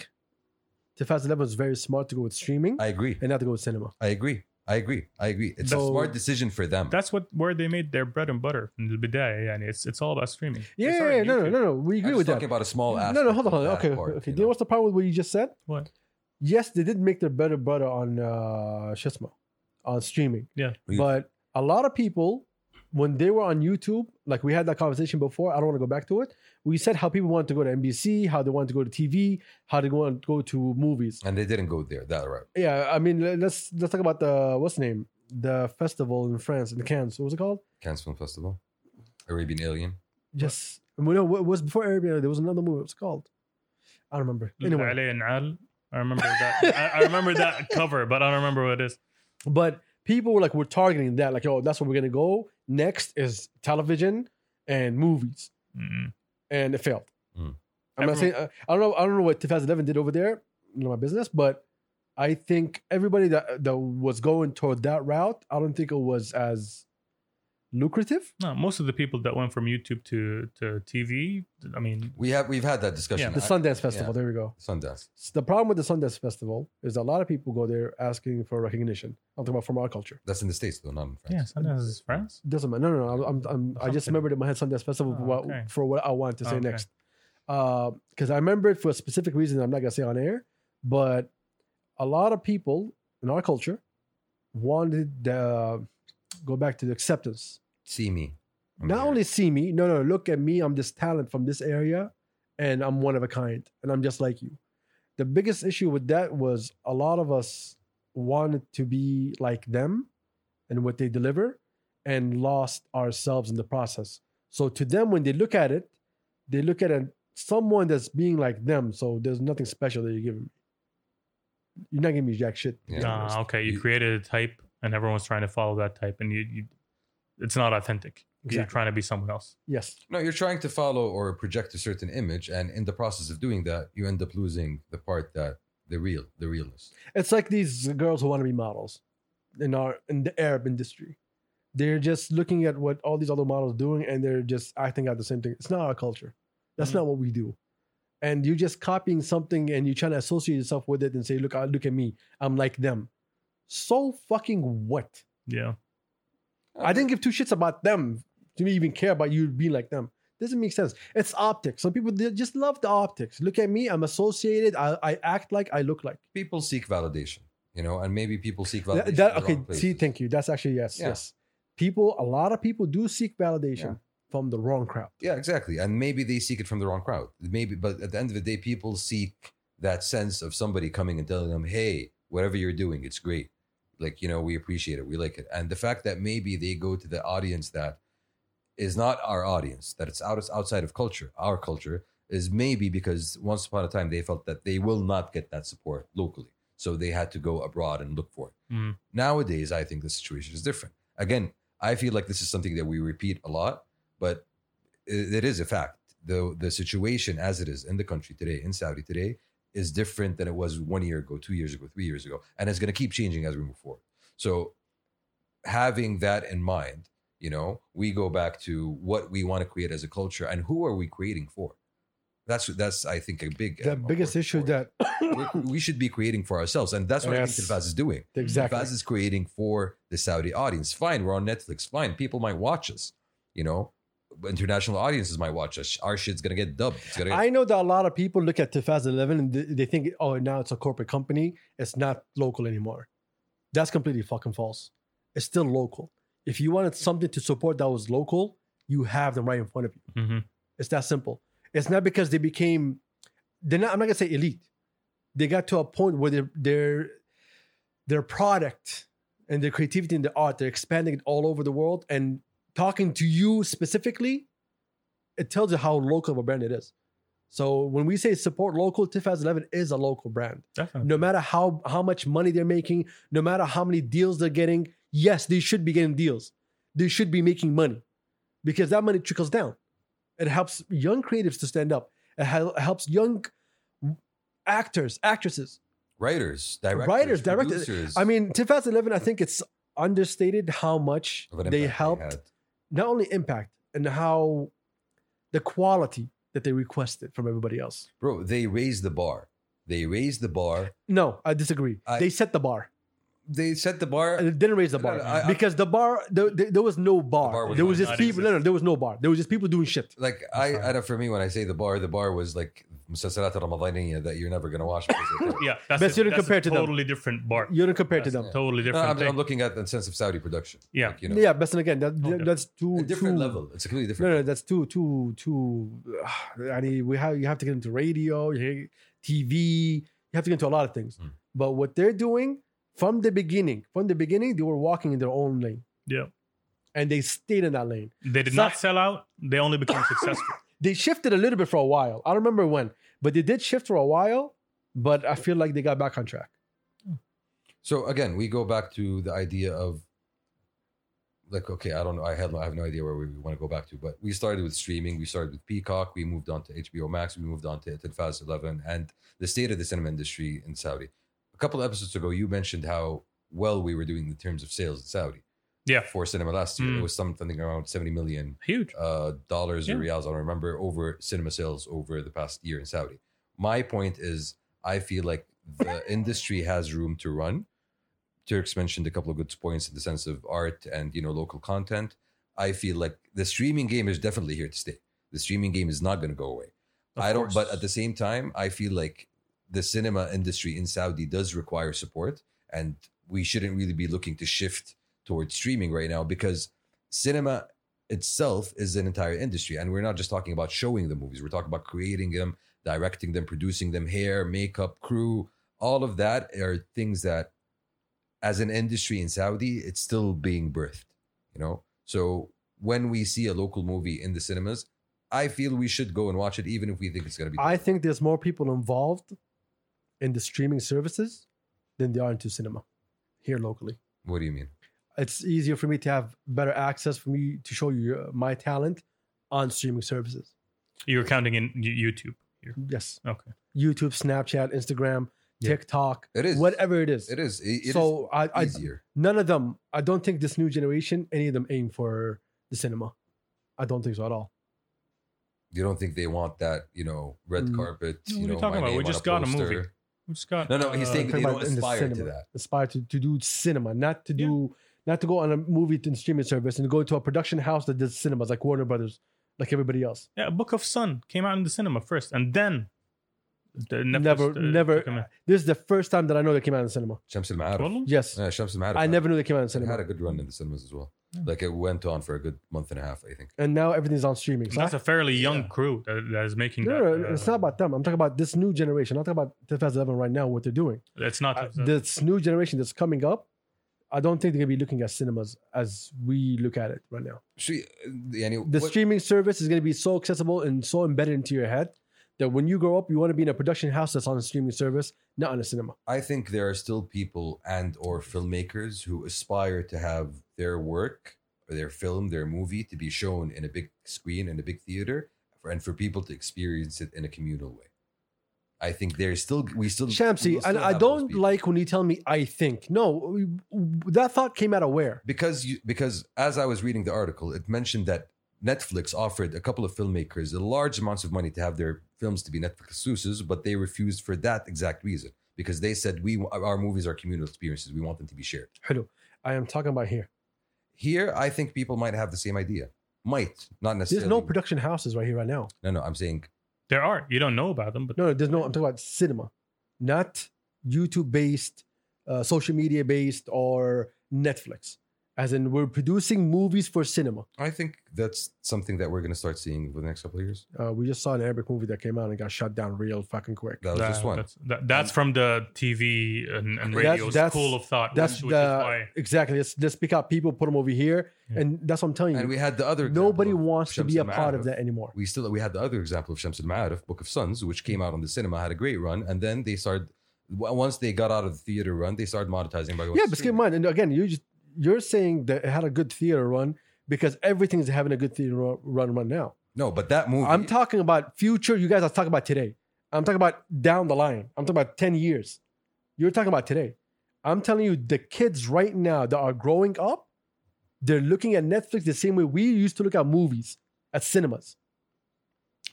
[SPEAKER 1] Tefaz Eleven was very smart to go with streaming
[SPEAKER 2] I agree
[SPEAKER 1] and not to go with cinema.
[SPEAKER 2] I agree I agree I agree it's a
[SPEAKER 1] So-
[SPEAKER 2] smart decision for them
[SPEAKER 3] that's what where they made their bread and butter. in the بداية, يعني. It's it's all about streaming.
[SPEAKER 1] Yeah,
[SPEAKER 3] It's already
[SPEAKER 1] yeah, no, no,
[SPEAKER 3] YouTube.
[SPEAKER 1] no, no. We
[SPEAKER 2] I'm
[SPEAKER 1] agree
[SPEAKER 2] just
[SPEAKER 1] with that.
[SPEAKER 2] talking about a small
[SPEAKER 1] No,
[SPEAKER 2] aspect
[SPEAKER 1] no, hold
[SPEAKER 2] of
[SPEAKER 1] on.
[SPEAKER 2] that
[SPEAKER 1] Okay, okay.
[SPEAKER 2] part, you
[SPEAKER 1] Do you know
[SPEAKER 2] know?
[SPEAKER 1] what's the problem with what you just said?
[SPEAKER 3] What?
[SPEAKER 1] yes, they did make their better butter on uh Shitsmo, on streaming.
[SPEAKER 3] Yeah.
[SPEAKER 2] We-
[SPEAKER 1] But a lot of people, when they were on YouTube, like we had that conversation before, I don't want to go back to it. We said how people wanted to go to NBC, how they wanted to go to TV, how they want to go to movies.
[SPEAKER 2] and they didn't go there that route.
[SPEAKER 1] Yeah, I mean le- let's let's talk about the what's the name? The festival in France in Cannes. What was it called?
[SPEAKER 2] Cannes Film Festival, Arabian Alien.
[SPEAKER 1] Yes. We know what was before Airbnb. There was another movie. What's it called? I don't remember. Anyway,
[SPEAKER 3] Ali and Al. I remember
[SPEAKER 1] [LAUGHS]
[SPEAKER 3] that. I, I remember that cover, but I don't remember what it is.
[SPEAKER 1] but people were like we're targeting that like oh that's where we're gonna go next is television and movies
[SPEAKER 3] Mm.
[SPEAKER 1] and it failed
[SPEAKER 2] Mm.
[SPEAKER 1] i'm not saying uh, i don't know i don't know what 2011 did over there not my business but i think everybody that that was going toward that route i don't think it was as lucrative
[SPEAKER 3] No, most of the people that went from YouTube to to TV. I mean,
[SPEAKER 2] We have we've had that discussion.
[SPEAKER 1] the
[SPEAKER 2] I-
[SPEAKER 1] sundance festival there we go
[SPEAKER 2] Sundance.
[SPEAKER 1] S- the problem with the sundance festival is a lot of people go there asking for recognition i'm talking about from our culture
[SPEAKER 2] That's in the states though, not in
[SPEAKER 3] yeah,
[SPEAKER 2] France.
[SPEAKER 3] sometimes it's France.
[SPEAKER 1] Doesn't matter. No, no, no. I'm, I'm, i just
[SPEAKER 3] Something.
[SPEAKER 1] remembered in my head Sundance Festival
[SPEAKER 3] Oh,
[SPEAKER 1] for, what,
[SPEAKER 3] okay.
[SPEAKER 1] for what I want to say
[SPEAKER 3] Okay.
[SPEAKER 1] next. Because I remember it for a specific reason I'm not going to say on air, but a lot of people in our culture wanted the, go back to the acceptance.
[SPEAKER 2] See me. I'm
[SPEAKER 1] not
[SPEAKER 2] here.
[SPEAKER 1] only see me, no, no, look at me. I'm this talent from this area and I'm one of a kind and I'm just like you. The biggest issue with that was a lot of us wanted to be like them and what they deliver and lost ourselves in the process. So to them, when they look at it, they look at it, someone that's being like them. So there's nothing special that you're giving me. You're not giving me jack shit.
[SPEAKER 2] Yeah.
[SPEAKER 3] Ah, okay. You
[SPEAKER 2] You-
[SPEAKER 3] created a type, and everyone's trying to follow that type, and you, you it's not authentic. You're
[SPEAKER 1] Exactly.
[SPEAKER 3] trying to be someone else.
[SPEAKER 1] Yes.
[SPEAKER 2] No, you're trying to follow or project a certain image, and in the process of doing that, you end up losing the part that the real, the realist.
[SPEAKER 1] It's like these girls who want to be models in our in the Arab industry. They're just looking at what all these other models doing and they're just acting out the same thing. It's not our culture. That's
[SPEAKER 3] Mhm.
[SPEAKER 1] not what we do. And you're just copying something and you're trying to associate yourself with it and say, look, I, look at me. I'm like them. So fucking what?
[SPEAKER 3] Yeah.
[SPEAKER 1] I didn't give two shits about them to me even care about you being like them. Doesn't make sense. It's optics. Some people they just love the optics. Look at me. I'm associated. I, I act like I look like.
[SPEAKER 2] People seek validation, you know, and maybe people seek
[SPEAKER 1] Th-
[SPEAKER 2] validation.
[SPEAKER 1] that,
[SPEAKER 2] in the
[SPEAKER 1] okay,
[SPEAKER 2] wrong places.
[SPEAKER 1] see, thank you. That's actually yes,
[SPEAKER 2] Yeah.
[SPEAKER 1] yes. People, a lot of people do seek validation from the wrong crowd.
[SPEAKER 2] Yeah, exactly. And maybe they seek it from the wrong crowd. Maybe, but at the end of the day, people seek that sense of somebody coming and telling them, "Hey, whatever you're doing, it's great. Like, you know, we appreciate it. We like it." And the fact that maybe they go to the audience that is not our audience, that it's out outside of culture, our culture, is maybe because once upon a time they felt that they will not get that support locally, so they had to go abroad and look for it.
[SPEAKER 3] Mhm.
[SPEAKER 2] Nowadays, I think the situation is different. Again, I feel like this is something that we repeat a lot, but it it is a fact. The the situation as it is in the country today, in Saudi today, is different than it was one year ago, two years ago, three years ago, and it's going to keep changing as we move forward. So, having that in mind, you know, we go back to what we want to create as a culture and who are we creating for. That's that's I think a big uh,
[SPEAKER 1] The biggest issue that
[SPEAKER 2] we, we should be creating for ourselves, and that's what I
[SPEAKER 1] Yes.
[SPEAKER 2] think Tilfaz is doing.
[SPEAKER 1] [COUGHS] exactly
[SPEAKER 2] Faz is creating for the Saudi audience. Fine, we're on Netflix. Fine, people might watch us. You know, international audiences might watch us. Our shit's gonna get dubbed. It's gonna get,
[SPEAKER 1] I know that a lot of people look at 2011 and th- they think, oh, now it's a corporate company. It's not local anymore. That's completely fucking false. It's still local. If you wanted something to support that was local, you have them right in front of you.
[SPEAKER 3] hmm
[SPEAKER 1] It's that simple. It's not because they became they're not I'm not gonna say elite. They got to a point where their their their product and their creativity and their art, they're expanding it all over the world and talking to you specifically, it tells you how local of a brand it is. So when we say support local, Tiffaz 11 is a local brand.
[SPEAKER 3] Definitely.
[SPEAKER 1] No matter how how much money they're making, no matter how many deals they're getting, yes, they should be getting deals. They should be making money because that money trickles down. It helps young creatives to stand up. It hel- helps young actors, actresses.
[SPEAKER 2] writers, directors,
[SPEAKER 1] Writers, directors.
[SPEAKER 2] producers
[SPEAKER 1] I mean, Tifaz 11, I think it's understated how much
[SPEAKER 2] of an
[SPEAKER 1] they
[SPEAKER 2] impact
[SPEAKER 1] helped
[SPEAKER 2] had.
[SPEAKER 1] not only impact and how the quality that they requested from everybody else.
[SPEAKER 2] bro. They raised the bar. They raised the bar.
[SPEAKER 1] No, I disagree.
[SPEAKER 2] I-
[SPEAKER 1] they set the bar.
[SPEAKER 2] They set the bar.
[SPEAKER 1] And it didn't raise the bar
[SPEAKER 2] No, no, I- I-
[SPEAKER 1] because the bar there, there, there was no bar.
[SPEAKER 2] bar was
[SPEAKER 1] there was
[SPEAKER 2] not-
[SPEAKER 1] just
[SPEAKER 3] not
[SPEAKER 1] people. No, no, there was no bar. There was just people doing shit.
[SPEAKER 2] like I,
[SPEAKER 3] Sorry.
[SPEAKER 2] I don't, for me when I say the bar, the bar was like المسلسلات الرمضانيه that you're never gonna
[SPEAKER 1] [LAUGHS]
[SPEAKER 2] watch because they're terrible.
[SPEAKER 3] Yeah, that's
[SPEAKER 1] But
[SPEAKER 3] a-
[SPEAKER 1] you don't
[SPEAKER 3] that's a
[SPEAKER 1] compare to them.
[SPEAKER 3] totally different bar.
[SPEAKER 1] You don't compare to
[SPEAKER 2] That's-
[SPEAKER 1] them. Uh, Yeah,
[SPEAKER 3] Totally
[SPEAKER 2] No,
[SPEAKER 3] different
[SPEAKER 2] I'm,
[SPEAKER 3] thing.
[SPEAKER 2] I'm looking at in sense of Saudi production.
[SPEAKER 3] Yeah.
[SPEAKER 2] Like, you know,
[SPEAKER 1] but then again, that,
[SPEAKER 3] Okay.
[SPEAKER 1] that's too
[SPEAKER 2] a different
[SPEAKER 1] too-
[SPEAKER 2] level. It's a completely
[SPEAKER 1] No,
[SPEAKER 2] different.
[SPEAKER 1] no, that's too too too. ah, I mean, we have you have to get into radio, you- TV. You have to get into a lot of things.
[SPEAKER 2] Mm.
[SPEAKER 1] But what they're doing from the beginning, from the beginning, they were walking in their own lane.
[SPEAKER 3] Yeah.
[SPEAKER 1] and they stayed in that lane.
[SPEAKER 3] They did
[SPEAKER 1] Sa-
[SPEAKER 3] not sell out. They only became
[SPEAKER 1] [COUGHS]
[SPEAKER 3] successful.
[SPEAKER 1] They shifted a little bit for a while. I don't remember when, but they did shift for a while. But I feel like they got back on track.
[SPEAKER 2] So again, we go back to the idea of like, okay, I don't know, I had I have no idea where we want to go back to, but we started with streaming, we started with Peacock, we moved on to HBO Max, we moved on to Fast Eleven, and the state of the cinema industry in Saudi. A couple of episodes ago, you mentioned how well we were doing in terms of sales in Saudi
[SPEAKER 3] Yeah,
[SPEAKER 2] for cinema last year.
[SPEAKER 3] Mm.
[SPEAKER 2] It was something around seventy million
[SPEAKER 3] huge.
[SPEAKER 2] uh, dollars or
[SPEAKER 3] Yeah.
[SPEAKER 2] reals, I don't remember, over cinema sales over the past year in Saudi. My point is, I feel like the
[SPEAKER 3] [LAUGHS]
[SPEAKER 2] industry has room to run. Turks mentioned a couple of good points in the sense of art and you know local content. I feel like the streaming game is definitely here to stay. The streaming game is not going to go away.
[SPEAKER 1] Of
[SPEAKER 2] I don't,
[SPEAKER 1] course.
[SPEAKER 2] but at the same time, I feel like the cinema industry in Saudi does require support, and we shouldn't really be looking to shift towards streaming right now because cinema itself is an entire industry, and we're not just talking about showing the movies. We're talking about creating them, directing them, producing them, hair, makeup, crew, all of that are things that, as an industry in Saudi, it's still being birthed. You know, so when we see a local movie in the cinemas. I feel we should go and watch it, even if we think it's going to be.
[SPEAKER 1] I think there's more people involved in the streaming services than there are into cinema here locally.
[SPEAKER 2] what do you mean?
[SPEAKER 1] it's easier for me to have better access for me to show you uh, my talent on streaming services.
[SPEAKER 3] You're counting in Y- YouTube. here.
[SPEAKER 1] Yes.
[SPEAKER 3] Okay.
[SPEAKER 1] YouTube, Snapchat, Instagram,
[SPEAKER 2] Yeah.
[SPEAKER 1] TikTok,
[SPEAKER 2] It is
[SPEAKER 1] whatever it is.
[SPEAKER 2] It is. It, it so
[SPEAKER 1] so I, I,
[SPEAKER 2] easier.
[SPEAKER 1] none of them, I don't think this new generation, any of them aim for the cinema. I don't think so at all.
[SPEAKER 2] you don't think they want that, you know, red
[SPEAKER 1] Mm.
[SPEAKER 2] carpet? you
[SPEAKER 3] No, what are
[SPEAKER 2] know,
[SPEAKER 3] you talking
[SPEAKER 2] my
[SPEAKER 3] about? We
[SPEAKER 2] name on
[SPEAKER 3] just got a
[SPEAKER 2] poster.
[SPEAKER 3] movie. We just got.
[SPEAKER 2] No, no, he's
[SPEAKER 1] I'm
[SPEAKER 2] saying-
[SPEAKER 1] talking
[SPEAKER 2] they
[SPEAKER 1] about
[SPEAKER 2] don't
[SPEAKER 1] in the
[SPEAKER 2] aspire to
[SPEAKER 1] cinema.
[SPEAKER 2] that.
[SPEAKER 1] Aspire to, to do cinema, not to do, not to go on a movie to streaming service and go to a production house that does cinemas like Warner Brothers, like everybody else.
[SPEAKER 3] Yeah, Book of Sun came out in the cinema first, and then the Netflix,
[SPEAKER 1] Never-
[SPEAKER 3] uh,
[SPEAKER 1] never-
[SPEAKER 3] took him in.
[SPEAKER 1] This is the first time that I know they came out in the cinema.
[SPEAKER 2] Shams al Ma'arif.
[SPEAKER 3] Well,
[SPEAKER 1] Yes.
[SPEAKER 2] Yeah, Shams al Ma'arif.
[SPEAKER 1] I
[SPEAKER 2] had-
[SPEAKER 1] never knew they came out in the
[SPEAKER 2] it
[SPEAKER 1] cinema.
[SPEAKER 2] had a good run in the cinemas as well. Like it went on for a good month and a half, I think.
[SPEAKER 1] and now everything's on streaming. So
[SPEAKER 3] That's
[SPEAKER 1] I-
[SPEAKER 3] a fairly young
[SPEAKER 2] Yeah.
[SPEAKER 3] crew that, that is making
[SPEAKER 1] no,
[SPEAKER 3] that.
[SPEAKER 1] no, no,
[SPEAKER 3] uh,
[SPEAKER 1] it's not about them. I'm talking about this new generation. I'm not talking about 2011 right now, what they're doing.
[SPEAKER 3] It's not.
[SPEAKER 1] Uh, this new generation that's coming up, I don't think they're going to be looking at cinemas as we look at it right now.
[SPEAKER 2] She, يعني,
[SPEAKER 1] The
[SPEAKER 2] what-
[SPEAKER 1] streaming service is going to be so accessible and so embedded into your head that when you grow up, you want to be in a production house that's on a streaming service, not on a cinema.
[SPEAKER 2] I think there are still people and or filmmakers who aspire to have their work, their film, their movie to be shown in a big screen in a big theater, for, and for people to experience it in a communal way. I think there's still we still we
[SPEAKER 1] Shamsi,
[SPEAKER 2] will
[SPEAKER 1] and
[SPEAKER 2] still
[SPEAKER 1] I
[SPEAKER 2] have those
[SPEAKER 1] don't
[SPEAKER 2] people.
[SPEAKER 1] like when you tell me I think. No, we- that thought came out of where?
[SPEAKER 2] because you because as I was reading the article, it mentioned that Netflix offered a couple of filmmakers a large amounts of money to have their films to be Netflix exclusives, but they refused for that exact reason because they said we our movies are communal experiences. We want them to be shared.
[SPEAKER 1] Hello, I am talking about here.
[SPEAKER 2] Here, I think people might have the same idea. Might not
[SPEAKER 1] There's
[SPEAKER 2] necessarily.
[SPEAKER 1] no production houses right here right now.
[SPEAKER 2] no, no. I'm saying
[SPEAKER 3] there are. You don't know about them, but
[SPEAKER 1] No, no, there's no. I'm talking about cinema, not YouTube based, uh, social media based, or Netflix. As in, we're producing movies for cinema.
[SPEAKER 2] I think that's something that we're going to start seeing over the next couple of years.
[SPEAKER 1] Uh, we just saw an Arabic movie that came out and got shut down real fucking quick.
[SPEAKER 2] That was
[SPEAKER 3] that-
[SPEAKER 2] just one.
[SPEAKER 3] That's, that, that's
[SPEAKER 2] Um,
[SPEAKER 3] from the TV and, and
[SPEAKER 1] That's-
[SPEAKER 3] radio
[SPEAKER 1] that's-
[SPEAKER 3] school of thought.
[SPEAKER 1] That's
[SPEAKER 3] which, which is
[SPEAKER 1] the
[SPEAKER 3] why
[SPEAKER 1] exactly. Let's, let's pick out people, put them over here,
[SPEAKER 3] Yeah.
[SPEAKER 1] and that's what I'm telling you.
[SPEAKER 2] And we had the other. example
[SPEAKER 1] Nobody
[SPEAKER 2] of
[SPEAKER 1] wants to
[SPEAKER 2] Shams
[SPEAKER 1] be a
[SPEAKER 2] al
[SPEAKER 1] part of
[SPEAKER 2] Ma'arif.
[SPEAKER 1] that anymore.
[SPEAKER 2] We still we had the other example of Shams al Ma'arif, Book of Sons, which came out on the cinema, had a great run, and then they started. w- Once they got out of the theater run, they started monetizing by going.
[SPEAKER 1] Yeah, but
[SPEAKER 2] to
[SPEAKER 1] keep in
[SPEAKER 2] streaming.
[SPEAKER 1] mind, and again, you just you're saying that it had a good theater run because everything's having a good theater ru- run right now.
[SPEAKER 2] No, but that movie.
[SPEAKER 1] I'm talking about future. You guys are talking about today. I'm talking about down the line. I'm talking about 10 years. You're talking about today. I'm telling you, the kids right now that are growing up, they're looking at Netflix the same way we used to look at movies at cinemas.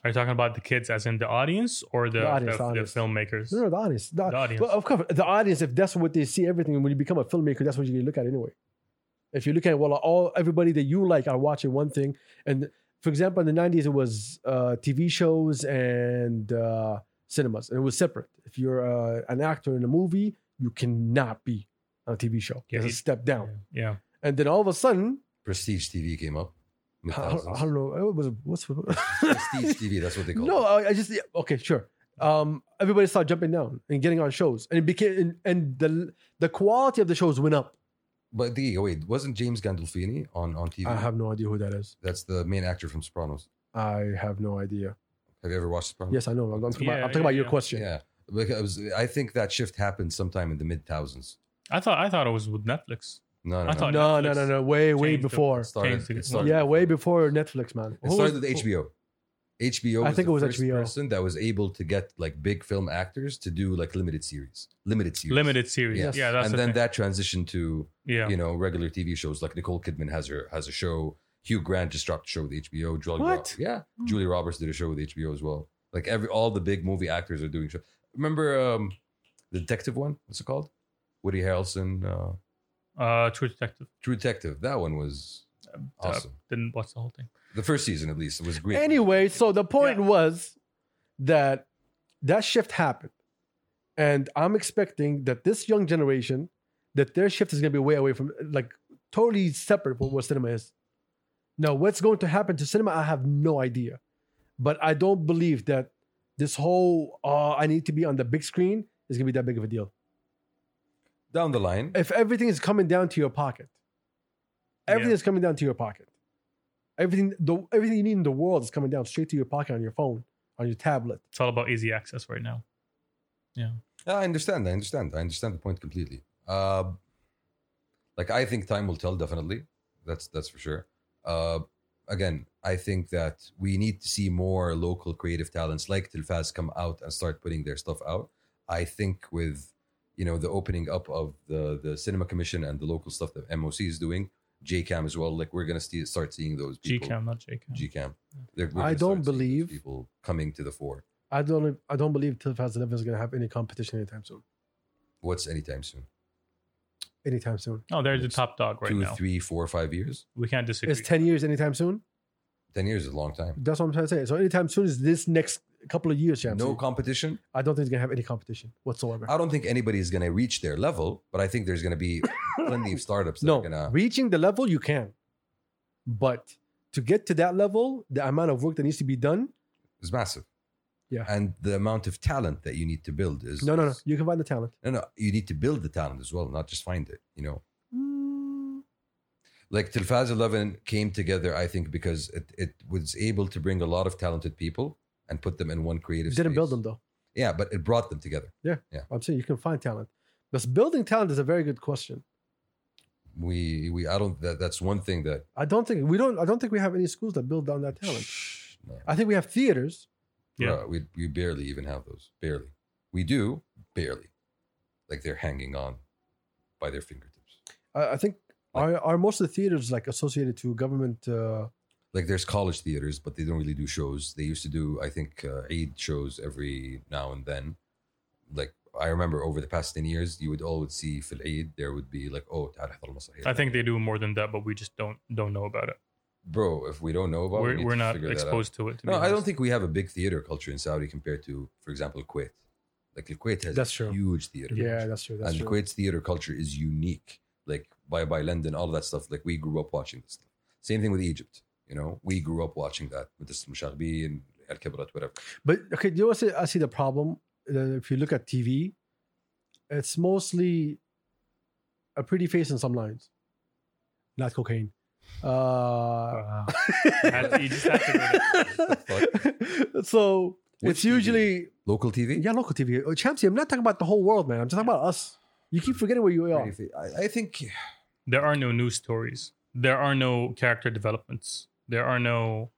[SPEAKER 3] are you talking about the kids as in the audience or the
[SPEAKER 1] The audience,
[SPEAKER 3] the, the
[SPEAKER 1] audience.
[SPEAKER 3] filmmakers?
[SPEAKER 1] No, no, the audience. The,
[SPEAKER 3] The audience.
[SPEAKER 1] But of course, the audience, if that's what they see everything, when you become a filmmaker, that's what you look at anyway. If you look at, well, all everybody that you like are watching one thing, and for example, in the 90s, it was uh, TV shows and uh, cinemas, and it was separate. If you're uh, an actor in a movie, you cannot be on a TV show.
[SPEAKER 3] Yeah,
[SPEAKER 1] It's a
[SPEAKER 3] it-
[SPEAKER 1] step down.
[SPEAKER 3] Yeah.
[SPEAKER 1] And then all of a sudden,
[SPEAKER 2] Prestige TV came up.
[SPEAKER 1] I, I don't- I don't know, it was, what's
[SPEAKER 2] Prestige TV, that's what
[SPEAKER 1] [LAUGHS]
[SPEAKER 2] they call
[SPEAKER 1] no,
[SPEAKER 2] it.
[SPEAKER 1] I, I just yeah, okay, sure. Um, everybody started jumping down and getting on shows, and it became and, and the the quality of the shows went up.
[SPEAKER 2] But the, wait, wasn't James Gandolfini on, on TV?
[SPEAKER 1] I have no idea who that is.
[SPEAKER 2] That's the main actor from Sopranos.
[SPEAKER 1] I have no idea.
[SPEAKER 2] Have you ever watched Sopranos?
[SPEAKER 1] Yes, I know. I'm, I'm talking, about,
[SPEAKER 3] Yeah,
[SPEAKER 1] I'm talking
[SPEAKER 3] yeah,
[SPEAKER 1] about your
[SPEAKER 3] yeah.
[SPEAKER 1] question.
[SPEAKER 2] Yeah. Because I think that shift happened sometime in the mid thousands.
[SPEAKER 3] I thought I thought it was with Netflix.
[SPEAKER 2] No, no,
[SPEAKER 3] I
[SPEAKER 2] no.
[SPEAKER 3] thought-
[SPEAKER 1] No, no, no,
[SPEAKER 3] Oh, Netflix
[SPEAKER 1] no. Way, way
[SPEAKER 3] changed the-
[SPEAKER 1] before.
[SPEAKER 2] it started,
[SPEAKER 3] Changed it.
[SPEAKER 2] it started
[SPEAKER 1] yeah, way before Netflix, man.
[SPEAKER 2] It
[SPEAKER 1] Who
[SPEAKER 2] started
[SPEAKER 1] was-
[SPEAKER 2] with HBO. HBO.
[SPEAKER 1] I
[SPEAKER 2] Was
[SPEAKER 1] think
[SPEAKER 2] the
[SPEAKER 1] it was
[SPEAKER 2] first
[SPEAKER 1] HBO.
[SPEAKER 2] person that was able to get like big film actors to do like limited series, limited series,
[SPEAKER 3] Limited series.
[SPEAKER 2] Yes.
[SPEAKER 3] Yeah, that's
[SPEAKER 2] and
[SPEAKER 3] the
[SPEAKER 2] then
[SPEAKER 3] thing.
[SPEAKER 2] that transitioned to
[SPEAKER 3] yeah.
[SPEAKER 2] you know regular TV shows like Nicole Kidman has her has a show. Hugh Grant just dropped a show with HBO. Julie Ro-
[SPEAKER 1] What? Hmm.
[SPEAKER 2] yeah, Julie Roberts did a show with HBO as well. Like every all the big movie actors are doing show. Remember um, the detective one? What's it called? Woody Harrelson, uh,
[SPEAKER 3] uh True Detective.
[SPEAKER 2] True Detective. That one was
[SPEAKER 3] Uh,
[SPEAKER 2] awesome.
[SPEAKER 3] Didn't watch the whole thing.
[SPEAKER 2] the first season at least it was great.
[SPEAKER 1] Anyway, so the point
[SPEAKER 3] Yeah.
[SPEAKER 1] was that that shift happened, and I'm expecting that this young generation, that their shift is going to be way away from, like, totally separate from what cinema is. Now, what's going to happen to cinema? I have no idea, but I don't believe that this whole uh, I need to be on the big screen is going to be that big of a deal.
[SPEAKER 2] down the line.
[SPEAKER 1] If everything is coming down to your pocket, everything
[SPEAKER 3] Yeah.
[SPEAKER 1] is coming down to your pocket. Everything, the, everything you need in the world is coming down straight to your pocket on your phone, on your tablet.
[SPEAKER 3] It's all about easy access right now.
[SPEAKER 2] Yeah, I understand. I understand. I understand the point completely. Uh, like I think time will tell. Definitely, that's that's for sure. Uh, again, I think that we need to see more local creative talents like Tilfaz come out and start putting their stuff out. I think with you know the opening up of the the cinema commission and the local stuff that MOC is doing, JCam as well. Like we're gonna see, start seeing those people.
[SPEAKER 3] Gcam, not Jcam.
[SPEAKER 2] GCam.
[SPEAKER 1] I don't believe-
[SPEAKER 2] people coming to the fore.
[SPEAKER 1] I don't, I don't believe Telfast Eleven is going to have any competition anytime soon.
[SPEAKER 2] What's anytime soon?
[SPEAKER 1] Anytime soon.
[SPEAKER 3] no, they're the top dog right
[SPEAKER 2] Two,
[SPEAKER 3] now.
[SPEAKER 2] three, four, five years.
[SPEAKER 3] We can't disagree.
[SPEAKER 1] It's ten years. Anytime soon.
[SPEAKER 2] 10 years is a long time.
[SPEAKER 1] That's what I'm trying to say. So anytime soon is this next couple of years, Shamsi.
[SPEAKER 2] No competition.
[SPEAKER 1] I don't think it's going to have any competition whatsoever.
[SPEAKER 2] I don't think anybody is going to reach their level, but I think there's going
[SPEAKER 1] [LAUGHS]
[SPEAKER 2] to be plenty of startups that
[SPEAKER 1] no,
[SPEAKER 2] are going to.
[SPEAKER 1] reaching the level you can, but to get to that level, the amount of work that needs to be done.
[SPEAKER 2] It's massive.
[SPEAKER 1] Yeah.
[SPEAKER 2] And the amount of talent that you need to build is.
[SPEAKER 1] No, no, no.
[SPEAKER 2] is-
[SPEAKER 1] You can find the talent.
[SPEAKER 2] No, no. You need to build the talent as well, not just find it, you know?
[SPEAKER 1] Mm.
[SPEAKER 2] Like Tilfaz 11 came together, I think, because it, it was able to bring a lot of talented people and put them in one creative
[SPEAKER 1] Didn't
[SPEAKER 2] space.
[SPEAKER 1] build them though.
[SPEAKER 2] Yeah, but it brought them together.
[SPEAKER 1] I'm saying you can find talent. But building talent is a very good question.
[SPEAKER 2] We, we, I don't, that, that's one thing that.
[SPEAKER 1] I don't think we don't. I don't think we have any schools that build down that talent.
[SPEAKER 2] Shh, no.
[SPEAKER 1] I think we have theaters.
[SPEAKER 3] Yeah.
[SPEAKER 2] Bruh, we, we barely even have those. Barely. We do, barely. Like they're hanging on by their fingertips.
[SPEAKER 1] I, I think are, are most of the theaters like associated to government? Uh,
[SPEAKER 2] Like there's college theaters, but they don't really do shows. They used to do, I think, uh, aid shows every now and then. Like I remember over the past 10 years, you would always see Fil Eid, there would be like, oh, تعال احضر المسرحية."
[SPEAKER 3] I think they do more than that, but we just don't don't know about it.
[SPEAKER 2] Bro, if we don't know about it,
[SPEAKER 3] we're
[SPEAKER 2] we
[SPEAKER 3] we're not
[SPEAKER 2] exposed.
[SPEAKER 3] exposed to it. To
[SPEAKER 2] No,
[SPEAKER 3] be
[SPEAKER 2] I don't
[SPEAKER 3] honest.
[SPEAKER 2] think we have a big theater culture in Saudi compared to, for example, Kuwait. Like Kuwait has
[SPEAKER 1] That's
[SPEAKER 2] a
[SPEAKER 1] true.
[SPEAKER 2] huge theater. culture.
[SPEAKER 1] yeah, that's true. That's
[SPEAKER 2] and
[SPEAKER 1] true.
[SPEAKER 2] Kuwait's theater culture is unique. Like by by London, all that stuff. Like we grew up watching this stuff. Same thing with Egypt. You know, we grew up watching that with the Mashagbi and Al Kibrat, whatever.
[SPEAKER 1] But okay, do you know what I see- I see the problem? Uh, If you look at TV, it's mostly a pretty face and some lines, not cocaine.
[SPEAKER 3] [LAUGHS]
[SPEAKER 1] Uh,
[SPEAKER 3] Wow. Had- you just had to
[SPEAKER 1] [LAUGHS]
[SPEAKER 3] go
[SPEAKER 1] so
[SPEAKER 2] Which
[SPEAKER 1] it's
[SPEAKER 2] TV?
[SPEAKER 1] usually
[SPEAKER 2] Local TV.
[SPEAKER 1] yeah, local TV. Oh, Champsy, I'm not talking about the whole world, man. I'm just talking about us. You keep forgetting where you are.
[SPEAKER 2] I, I think
[SPEAKER 3] there are no news stories. There are no character developments. There are no.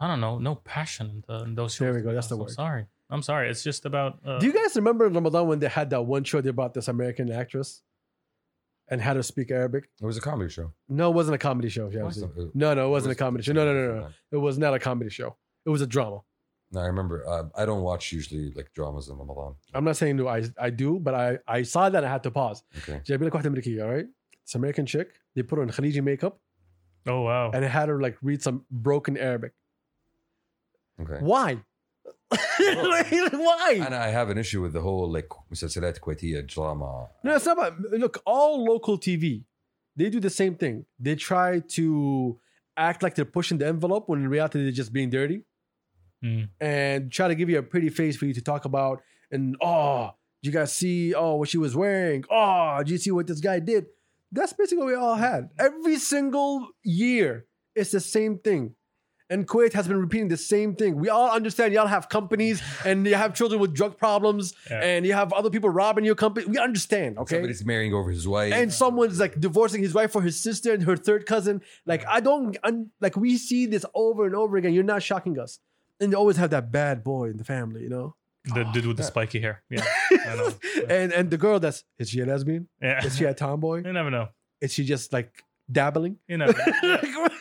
[SPEAKER 3] I don't know. No passion in, the, in those shows.
[SPEAKER 1] There we go, that's the
[SPEAKER 3] I'm
[SPEAKER 1] word.
[SPEAKER 3] Sorry, I'm sorry. It's just about. Uh,
[SPEAKER 1] Do you guys remember in Ramadan when they had that one show they brought this American actress and had her speak Arabic?
[SPEAKER 2] it was a comedy show.
[SPEAKER 1] No, it wasn't a comedy show. Shamsi. No, no, it wasn't a comedy show. No, no, no, no. It was not a comedy show. It was a drama.
[SPEAKER 2] No, I remember. Uh, I don't watch usually like dramas in Ramadan.
[SPEAKER 1] I'm not saying no, I I do, but I I saw that and I had to pause.
[SPEAKER 2] Okay.
[SPEAKER 1] جايبين لك واحدة أمريكية, all right? It's an American chick. They put her in Khaliji makeup
[SPEAKER 3] Oh wow.
[SPEAKER 1] and I had her like read some broken Arabic.
[SPEAKER 2] Okay.
[SPEAKER 1] Why? [LAUGHS] Why?
[SPEAKER 2] And I have an issue with the whole like مسلسلات كويتية drama.
[SPEAKER 1] No, it's not about look, all local TV, they do the same thing. They try to act like they're pushing the envelope when in reality they're just being dirty.
[SPEAKER 3] Mm.
[SPEAKER 1] And try to give you a pretty face for you to talk about and oh, did you guys see oh what she was wearing? Oh, did you see what this guy did? That's basically what we all had. Every single year, it's the same thing. And Kuwait has been repeating the same thing. We all understand y'all have companies
[SPEAKER 3] [LAUGHS]
[SPEAKER 1] and you have children with drug problems
[SPEAKER 3] Yeah.
[SPEAKER 1] and you have other people robbing your company. We understand, okay?
[SPEAKER 2] Somebody's marrying over his wife.
[SPEAKER 1] and someone's like divorcing his wife for his sister and her third cousin. Like I don't un, like we see this over and over again. You're not shocking us, and you always have that bad boy in the family, you know.
[SPEAKER 3] the dude
[SPEAKER 1] [LAUGHS]
[SPEAKER 3] with the
[SPEAKER 2] that-
[SPEAKER 3] spiky hair. Yeah. I know.
[SPEAKER 1] and and the girl that's is she a lesbian?
[SPEAKER 3] Yeah.
[SPEAKER 1] Is she a tomboy?
[SPEAKER 3] [LAUGHS] You never know.
[SPEAKER 1] Is she just like
[SPEAKER 3] [LAUGHS]
[SPEAKER 1] dabbling?
[SPEAKER 2] [LAUGHS]
[SPEAKER 3] You never.
[SPEAKER 1] Like, [LAUGHS]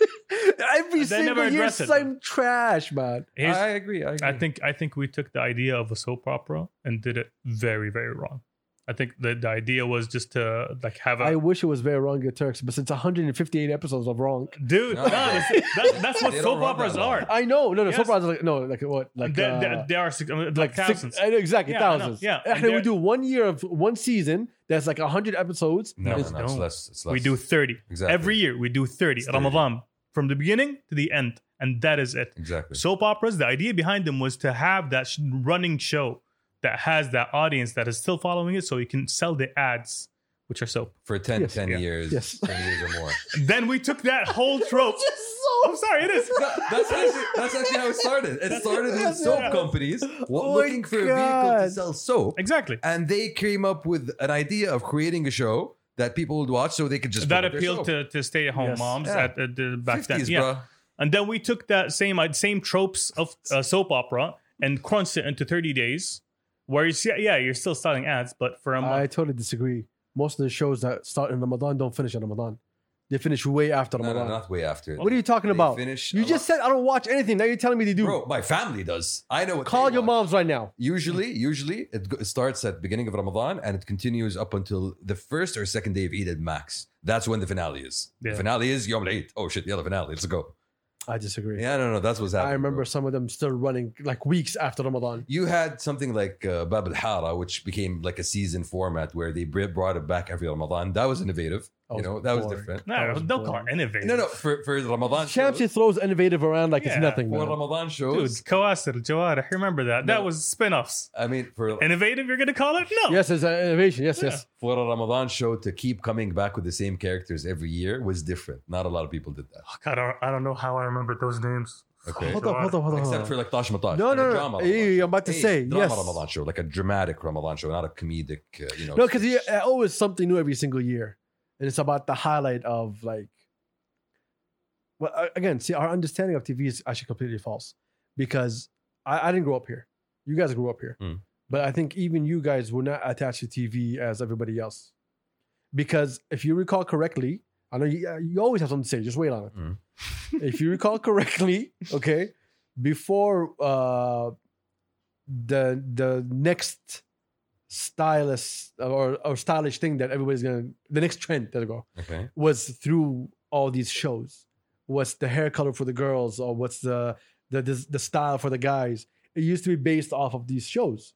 [SPEAKER 1] Every
[SPEAKER 3] They never
[SPEAKER 1] single year,
[SPEAKER 3] address it.
[SPEAKER 1] same trash, man.
[SPEAKER 3] Here's,
[SPEAKER 2] I agree. I, agree.
[SPEAKER 3] I think I think we took the idea of a soap opera and did it very very wrong. I think the, the idea was just to like have a
[SPEAKER 1] I wish it was very wrong at Turks, but since 158 episodes of wrong,
[SPEAKER 3] dude.
[SPEAKER 2] No, they-
[SPEAKER 3] No, that's, that's- that's what
[SPEAKER 2] they
[SPEAKER 3] soap
[SPEAKER 2] don't run that
[SPEAKER 3] operas
[SPEAKER 2] long.
[SPEAKER 3] are.
[SPEAKER 1] I know, no, no, so
[SPEAKER 3] Yes.
[SPEAKER 1] far, I was like, no, like what, like
[SPEAKER 3] there, there-
[SPEAKER 1] uh,
[SPEAKER 3] there are six, I mean, like,
[SPEAKER 1] six-
[SPEAKER 3] thousands.
[SPEAKER 1] I know, exactly,
[SPEAKER 3] Yeah, I know,
[SPEAKER 1] thousands.
[SPEAKER 3] yeah.
[SPEAKER 1] and,
[SPEAKER 3] And
[SPEAKER 1] then we
[SPEAKER 3] there-
[SPEAKER 1] do one year of one season. That's like hundred episodes.
[SPEAKER 2] no, no,
[SPEAKER 3] It's-
[SPEAKER 2] no, it's
[SPEAKER 3] don't.
[SPEAKER 2] less. It's less.
[SPEAKER 3] we do thirty
[SPEAKER 2] exactly
[SPEAKER 3] every year. We do thirty
[SPEAKER 2] It's 30.
[SPEAKER 3] Ramadan from the beginning to the end, and that is it.
[SPEAKER 2] exactly.
[SPEAKER 3] Soap operas. The idea behind them was to have that sh- running show that has that audience that is still following it, so you can sell the ads, which are soap.
[SPEAKER 2] for 10,
[SPEAKER 1] Yes.
[SPEAKER 2] 10
[SPEAKER 3] Yeah.
[SPEAKER 2] years,
[SPEAKER 1] Yes.
[SPEAKER 2] 10 years or more.
[SPEAKER 3] Then we took
[SPEAKER 1] [LAUGHS]
[SPEAKER 3] that whole trope. I'm sorry, it is.
[SPEAKER 2] [LAUGHS] That- that's, actually, that's actually how it started. It started with soap
[SPEAKER 3] Yeah.
[SPEAKER 2] companies wa-
[SPEAKER 1] Oh my
[SPEAKER 2] looking for a vehicle
[SPEAKER 1] God.
[SPEAKER 2] to sell soap.
[SPEAKER 3] Exactly.
[SPEAKER 2] And they came up with an idea of creating a show that people would watch so they could just
[SPEAKER 3] that
[SPEAKER 2] promote their
[SPEAKER 3] appealed
[SPEAKER 2] soap.
[SPEAKER 3] to, to stay at home
[SPEAKER 1] Yes.
[SPEAKER 3] moms
[SPEAKER 2] Yeah.
[SPEAKER 3] at, at the, back then.
[SPEAKER 2] 50s,
[SPEAKER 3] Yeah.
[SPEAKER 2] bruh.
[SPEAKER 3] And then we took that same uh, same tropes of uh, soap opera and crunched it into 30 days, where you see, yeah, you're still selling ads, but for a
[SPEAKER 1] I
[SPEAKER 3] month.
[SPEAKER 1] totally disagree. Most of the shows that start in Ramadan don't finish in Ramadan. They finish way after
[SPEAKER 2] No, no,
[SPEAKER 1] Ramadan.
[SPEAKER 2] not way after.
[SPEAKER 1] What are you talking
[SPEAKER 2] They
[SPEAKER 1] about?
[SPEAKER 2] finish
[SPEAKER 1] You
[SPEAKER 2] a
[SPEAKER 1] just said I don't watch anything. Now you're telling me to do.
[SPEAKER 2] Bro, my family does. I know what
[SPEAKER 1] Call
[SPEAKER 2] they
[SPEAKER 1] your
[SPEAKER 2] watch.
[SPEAKER 1] moms right now.
[SPEAKER 2] Usually, usually it, go- it starts at the beginning of Ramadan and it continues up until the first or second day of Eid at max. That's when the finale is.
[SPEAKER 3] Yeah.
[SPEAKER 2] The finale is Yom Eid. Oh shit, yeah, the finale. Let's go.
[SPEAKER 1] I disagree.
[SPEAKER 2] Yeah, no, no, that's what's happening.
[SPEAKER 1] I remember
[SPEAKER 2] bro.
[SPEAKER 1] some of them still running like weeks after Ramadan.
[SPEAKER 2] You had something like uh, Bab al Hara, which became like a season format where they br- brought it back every Ramadan. That was innovative.
[SPEAKER 1] That was
[SPEAKER 2] you know, that was
[SPEAKER 1] boring.
[SPEAKER 2] different.
[SPEAKER 1] That
[SPEAKER 3] No,
[SPEAKER 1] was
[SPEAKER 3] don't call
[SPEAKER 1] boring.
[SPEAKER 3] it innovative.
[SPEAKER 2] No, no, for, for the Ramadan
[SPEAKER 1] Champs
[SPEAKER 2] shows.
[SPEAKER 1] just throws innovative around like it's
[SPEAKER 3] Yeah.
[SPEAKER 1] nothing.
[SPEAKER 2] For
[SPEAKER 1] man.
[SPEAKER 2] Ramadan
[SPEAKER 3] Dude,
[SPEAKER 2] shows.
[SPEAKER 3] Kawasir, Jawarih, remember that.
[SPEAKER 2] No.
[SPEAKER 3] That was spin offs.
[SPEAKER 2] I mean, for
[SPEAKER 3] Innovative, you're going to call it? No.
[SPEAKER 1] Yes, it's an innovation. Yes,
[SPEAKER 3] Yeah.
[SPEAKER 1] yes.
[SPEAKER 2] for a Ramadan show to keep coming back with the same characters every year was different. Not a lot of people did that.
[SPEAKER 3] Fuck, I, don't, I don't know how I remembered those names.
[SPEAKER 2] Okay.
[SPEAKER 1] Hold on, hold on, hold on. hold
[SPEAKER 2] Except
[SPEAKER 1] on.
[SPEAKER 2] for like Tash Matash.
[SPEAKER 1] Uh-huh. No,
[SPEAKER 2] like a
[SPEAKER 1] no, no.
[SPEAKER 2] drama
[SPEAKER 1] Yeah,
[SPEAKER 2] Ramadan
[SPEAKER 1] I'm about to
[SPEAKER 2] show. A
[SPEAKER 1] say,
[SPEAKER 2] drama
[SPEAKER 1] yes.
[SPEAKER 2] Ramadan show, like a dramatic Ramadan show, not a comedic, uh, you know.
[SPEAKER 1] No, because uh, always something new every single year, and it's about the highlight of like. Well, a- again, see, our understanding of TV is actually completely false because I, I didn't grow up here. You guys grew up here,
[SPEAKER 2] Mm.
[SPEAKER 1] but I think even you guys were not attached to TV as everybody else, because if you recall correctly, I know you, uh, you always have something to say. Just wait on it.
[SPEAKER 2] Mm.
[SPEAKER 1] [LAUGHS] if you recall correctly, okay, before uh, the the next stylist or, or stylish thing that everybody's gonna the next trend that go
[SPEAKER 2] okay.
[SPEAKER 1] was through all these shows what's the hair color for the girls or what's the the the, the style for the guys it used to be based off of these shows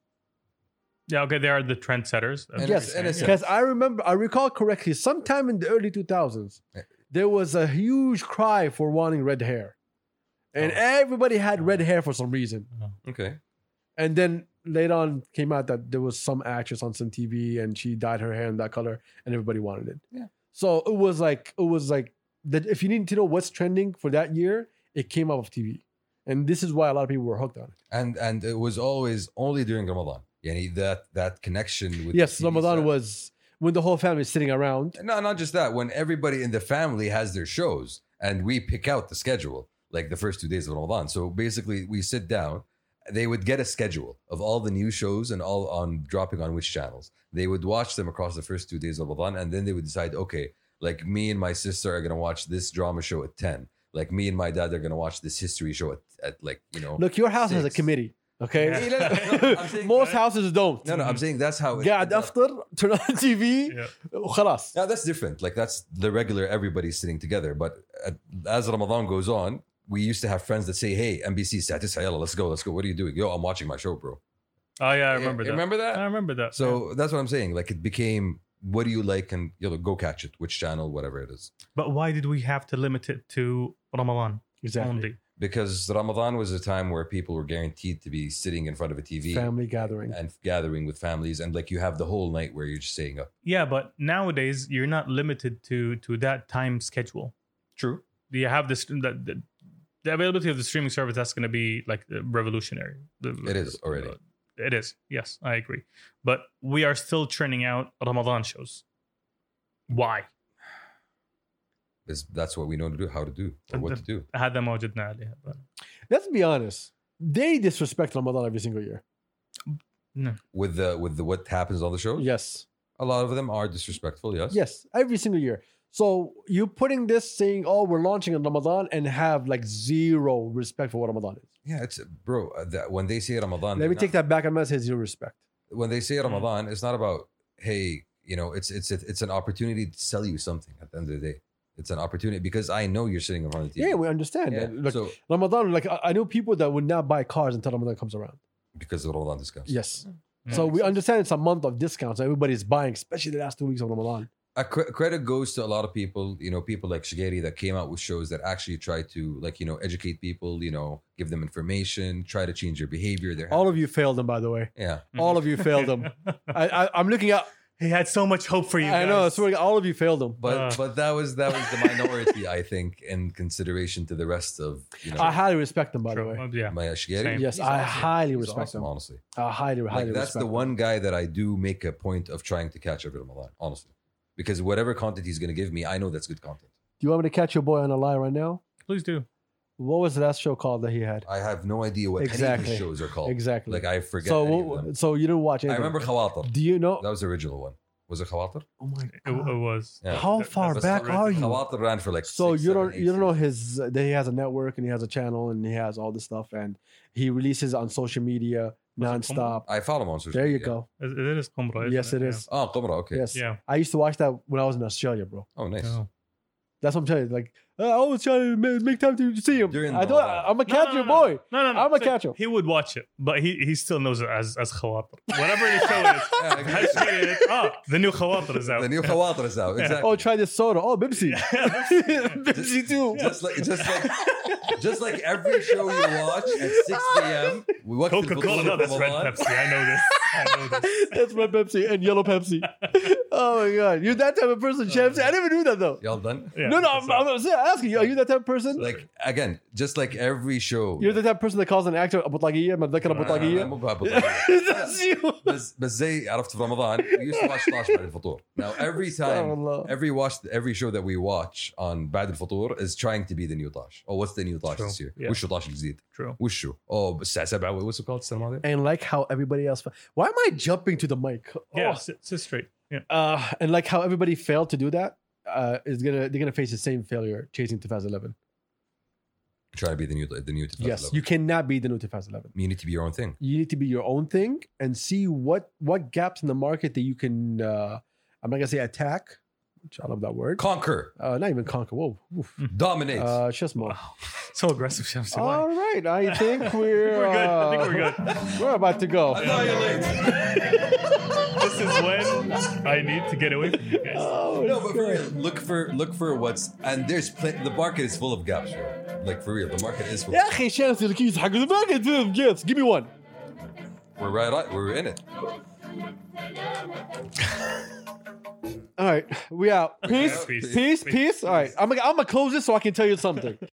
[SPEAKER 3] Yeah, okay, they are the trendsetters. That's
[SPEAKER 2] And
[SPEAKER 3] what
[SPEAKER 1] Yes,
[SPEAKER 3] you're
[SPEAKER 2] and
[SPEAKER 3] saying.
[SPEAKER 1] because i remember i recall correctly sometime in the early 2000s
[SPEAKER 2] Yeah.
[SPEAKER 1] there was a huge cry for wanting red hair and
[SPEAKER 2] Oh.
[SPEAKER 1] everybody had red hair for some reason
[SPEAKER 2] Okay.
[SPEAKER 1] And then later on came out that there was some actress on some TV and she dyed her hair in that color and everybody wanted it.
[SPEAKER 2] Yeah.
[SPEAKER 1] So it was like it was like that if you need to know what's trending for that year, it came out of TV. And this is why a lot of people were hooked on it.
[SPEAKER 2] And and it was always only during Ramadan. Yani that that connection with
[SPEAKER 1] yes,
[SPEAKER 2] the TV
[SPEAKER 1] Ramadan
[SPEAKER 2] set.
[SPEAKER 1] was when the whole family is sitting around.
[SPEAKER 2] No, not just that. When everybody in the family has their shows and we pick out the schedule, like the first two days of Ramadan. So basically, we sit down. They would get a schedule of all the new shows and all on dropping on which channels. They would watch them across the first two days of Ramadan, and then they would decide, okay, like me and my sister are gonna watch this drama show at ten. Like me and my dad are gonna watch this history show at, at like you know.
[SPEAKER 1] Look, your house has a
[SPEAKER 2] Six.
[SPEAKER 1] committee.
[SPEAKER 2] Hey,
[SPEAKER 1] Okay.
[SPEAKER 2] [LAUGHS] no,
[SPEAKER 1] [LAUGHS]
[SPEAKER 2] no, no, I'm saying-
[SPEAKER 1] Most houses don't.
[SPEAKER 2] No, no, I'm saying that's how. it-
[SPEAKER 1] قاعد افطر turn on TV
[SPEAKER 3] Yeah.
[SPEAKER 1] وخلاص.
[SPEAKER 2] Now that's different. Like that's the regular everybody's sitting together. But uh, as Ramadan goes on, we used to have friends that say, "Hey, NBC Satis, yalla, let's go, let's go. What are you doing? Yo, I'm watching my show, bro."
[SPEAKER 3] Oh yeah, I remember
[SPEAKER 2] You
[SPEAKER 3] that.
[SPEAKER 2] Remember that?
[SPEAKER 3] I remember that.
[SPEAKER 2] So that's what I'm saying. Like it became, what do you like, and you know, go catch it, which channel, whatever it is.
[SPEAKER 3] but why did we have to limit it to Ramadan
[SPEAKER 1] Exactly.
[SPEAKER 3] only?
[SPEAKER 2] Because Ramadan was a time where people were guaranteed to be sitting in front of a TV
[SPEAKER 1] Family gathering.
[SPEAKER 2] and gathering with families, and like you have the whole night where you're just staying up.
[SPEAKER 3] Yeah, but nowadays you're not limited to to that time schedule.
[SPEAKER 2] True.
[SPEAKER 3] You have this the, the, the availability of the streaming service that's going to be like uh, revolutionary. The-
[SPEAKER 2] It is already.
[SPEAKER 3] It is. Yes, I agree. But we are still churning out Ramadan shows. Why?
[SPEAKER 2] Is that's what we know to do, how to do, or what to do.
[SPEAKER 3] هذا ما وجدنا عليه.
[SPEAKER 1] Let's be honest. They disrespect Ramadan every single year.
[SPEAKER 2] with the with the what happens on the show.
[SPEAKER 1] Yes.
[SPEAKER 2] A lot of them are disrespectful. Yes.
[SPEAKER 1] Yes. Every single year. So you putting this saying, oh, we're launching in Ramadan and have like zero respect for what Ramadan is.
[SPEAKER 2] Yeah. It's bro. uh, That when they say Ramadan,
[SPEAKER 1] Let me
[SPEAKER 2] they're
[SPEAKER 1] take
[SPEAKER 2] not-
[SPEAKER 1] that Mm. back. I'm not saying zero respect.
[SPEAKER 2] When they say Ramadan, it's not about hey, you know, it's it's it's an opportunity to sell you something. At the end of the day, it's an opportunity because I know you're sitting in front of the TV.
[SPEAKER 1] Yeah, we understand
[SPEAKER 2] Yeah,
[SPEAKER 1] that. Look,
[SPEAKER 2] so
[SPEAKER 1] Ramadan, like I, I know people that would not buy cars until Ramadan comes around.
[SPEAKER 2] because of Ramadan discounts,
[SPEAKER 1] Yes.
[SPEAKER 3] Yeah.
[SPEAKER 1] So we understand it's a month of discounts. Everybody's buying, especially the last two weeks of Ramadan.
[SPEAKER 2] a cre- credit goes to a lot of people. You know, people like Shigeri that came out with shows that actually try to like you know educate people. You know, give them information, try to change their behavior. Their
[SPEAKER 1] All of you failed them, by the way.
[SPEAKER 2] yeah.
[SPEAKER 1] All of you failed them. I, I, I'm looking at.
[SPEAKER 3] [LAUGHS] he had so much hope for you.
[SPEAKER 1] I
[SPEAKER 3] guys.
[SPEAKER 1] know. I swear, to God, all of you failed them.
[SPEAKER 2] But
[SPEAKER 3] Uh.
[SPEAKER 2] but that was that was the minority, I think, in consideration to the rest of you know
[SPEAKER 1] I highly respect them, by
[SPEAKER 3] True.
[SPEAKER 1] the way.
[SPEAKER 3] Yeah.
[SPEAKER 2] my Ashgari.
[SPEAKER 3] Same.
[SPEAKER 1] Yes,
[SPEAKER 2] He's
[SPEAKER 1] I
[SPEAKER 2] awesome.
[SPEAKER 1] highly
[SPEAKER 2] He's
[SPEAKER 1] respect
[SPEAKER 2] awesome,
[SPEAKER 1] them.
[SPEAKER 2] honestly.
[SPEAKER 1] I highly, highly
[SPEAKER 2] Like that's
[SPEAKER 1] respect
[SPEAKER 2] the one guy that I do make a point of trying to catch every Ramadan, honestly. Because whatever content he's gonna give me, I know that's good content.
[SPEAKER 1] them. Do you want me to catch your boy on a lie right now?
[SPEAKER 3] Please do.
[SPEAKER 1] What was the last show called that he had?
[SPEAKER 2] I have no idea what any of
[SPEAKER 1] Exactly.
[SPEAKER 2] his shows are called.
[SPEAKER 1] Exactly.
[SPEAKER 2] Oh, Like I forget.
[SPEAKER 1] so,
[SPEAKER 2] any of
[SPEAKER 1] what-
[SPEAKER 2] them.
[SPEAKER 1] so you didn't watch
[SPEAKER 2] I
[SPEAKER 1] anything.
[SPEAKER 2] remember Khawatir.
[SPEAKER 1] Do you know?
[SPEAKER 2] That was the original one. Was it Khawatir?
[SPEAKER 1] Oh my
[SPEAKER 3] It, it
[SPEAKER 1] god!
[SPEAKER 3] was.
[SPEAKER 2] Yeah.
[SPEAKER 1] How
[SPEAKER 3] That-
[SPEAKER 1] far
[SPEAKER 3] that's
[SPEAKER 1] back
[SPEAKER 3] the
[SPEAKER 1] are you?
[SPEAKER 2] Khawatir ran for like
[SPEAKER 1] So
[SPEAKER 2] six,
[SPEAKER 1] you do
[SPEAKER 2] seven,
[SPEAKER 1] don't
[SPEAKER 2] eight
[SPEAKER 1] you don't know
[SPEAKER 2] seasons.
[SPEAKER 1] his that he has a network and he has a channel and he has all this stuff and he releases on social media
[SPEAKER 3] Was it Kumar?
[SPEAKER 1] nonstop.
[SPEAKER 2] I follow him on social
[SPEAKER 1] There you
[SPEAKER 2] media.
[SPEAKER 1] go.
[SPEAKER 3] It, it is Qumra. isn't
[SPEAKER 1] Yes, it
[SPEAKER 3] Yeah.
[SPEAKER 1] is.
[SPEAKER 2] Oh Qumra, okay.
[SPEAKER 1] Yes.
[SPEAKER 3] Yeah.
[SPEAKER 1] I used to watch that when I was in Australia, bro. [LAUGHS]
[SPEAKER 2] Oh nice.
[SPEAKER 3] No.
[SPEAKER 1] That's what I'm telling you. Like uh, I always try to ma- make time to see him.
[SPEAKER 2] During
[SPEAKER 1] I
[SPEAKER 2] the-
[SPEAKER 1] don't, I'm a
[SPEAKER 3] No, no,
[SPEAKER 1] catcher
[SPEAKER 3] no,
[SPEAKER 1] boy.
[SPEAKER 3] No, no, no.
[SPEAKER 1] I'm a
[SPEAKER 3] So
[SPEAKER 1] catcher.
[SPEAKER 3] He would watch it, but he, he still knows it as as Khawatir. Whatever the show is.
[SPEAKER 2] Yeah, I
[SPEAKER 3] I
[SPEAKER 2] guess.
[SPEAKER 3] just hated it. Ah, the new Khawatir is out.
[SPEAKER 2] the new Khawatir is out. Exactly.
[SPEAKER 1] Oh, try this soda. Oh, Bipsy. [LAUGHS] Bipsy
[SPEAKER 2] Just- [LAUGHS]
[SPEAKER 1] too.
[SPEAKER 2] Just like, just
[SPEAKER 1] [LAUGHS]
[SPEAKER 2] like, just like every show you watch at 6 p.m. we watch
[SPEAKER 3] Coca Cola, no, that's Red Pepsi. I know this. I
[SPEAKER 1] [LAUGHS]
[SPEAKER 3] know this.
[SPEAKER 1] That's red Pepsi and yellow
[SPEAKER 2] [LAUGHS]
[SPEAKER 1] Pepsi. Oh my god, you're that type of
[SPEAKER 2] Oh,
[SPEAKER 1] person, champs. I never knew that though.
[SPEAKER 2] Y'all done?
[SPEAKER 3] Yeah,
[SPEAKER 1] no, no,
[SPEAKER 3] that's
[SPEAKER 1] I'm,
[SPEAKER 3] all.
[SPEAKER 1] I'm asking you. Are you that type of person?
[SPEAKER 2] Like again, just like every show. Ah,
[SPEAKER 1] You're the type of person that calls an actor a بطلاقية متذكر
[SPEAKER 2] I'm
[SPEAKER 1] بطلاقية. [LAUGHS]
[SPEAKER 2] about-
[SPEAKER 1] That's you.
[SPEAKER 2] بس بس زي عرفت في رمضان we used to watch طاش بعد الفطور. Now
[SPEAKER 1] [LAUGHS]
[SPEAKER 2] every time
[SPEAKER 1] Allah.
[SPEAKER 2] every watch every show that we watch on بعد الفطور is trying to be the new طاش. Oh what's the new طاش
[SPEAKER 3] True.
[SPEAKER 2] this year?
[SPEAKER 3] Yeah.
[SPEAKER 2] وشو طاش الجديد؟
[SPEAKER 3] True.
[SPEAKER 2] وشو؟ Oh الساعة 7 what's it called السنة الماضية؟
[SPEAKER 1] And like how everybody else. Why am I jumping to the mic?
[SPEAKER 3] Yeah,
[SPEAKER 1] Oh.
[SPEAKER 3] sit, sit straight. Yeah.
[SPEAKER 1] Uh, and like how everybody failed to do that uh, is gonna they're gonna face the same failure chasing 2011.
[SPEAKER 2] Trying to be the new the new
[SPEAKER 1] yes, you cannot be the new 2011.
[SPEAKER 2] you need to be your own thing.
[SPEAKER 1] You need to be your own thing and see what what gaps in the market that you can. Uh, I'm not gonna say attack, which I love that word.
[SPEAKER 2] Conquer,
[SPEAKER 1] uh, not even conquer. Whoa, oof.
[SPEAKER 2] dominate.
[SPEAKER 1] uh, just more.
[SPEAKER 3] So aggressive, Shamsi. Why?
[SPEAKER 1] All right,
[SPEAKER 3] [LAUGHS]
[SPEAKER 1] I think we're
[SPEAKER 3] We're good. I think we're
[SPEAKER 1] uh, [LAUGHS]
[SPEAKER 3] good.
[SPEAKER 1] we're about to go.
[SPEAKER 2] Annihilate.
[SPEAKER 3] This is when I need to get away from you guys.
[SPEAKER 2] No, but for real, look for look for what's and there's plenty. The market is full of gaps, bro. Like for real, the market is full.
[SPEAKER 1] يا اخي شانس الكيس حق الباقي جيتس جيب مي 1
[SPEAKER 2] We're right on. We're in it.
[SPEAKER 1] All right, we out. Peace,
[SPEAKER 3] Peace.
[SPEAKER 1] peace, peace. All right, I'm gonna I'm gonna close this so I can tell you something.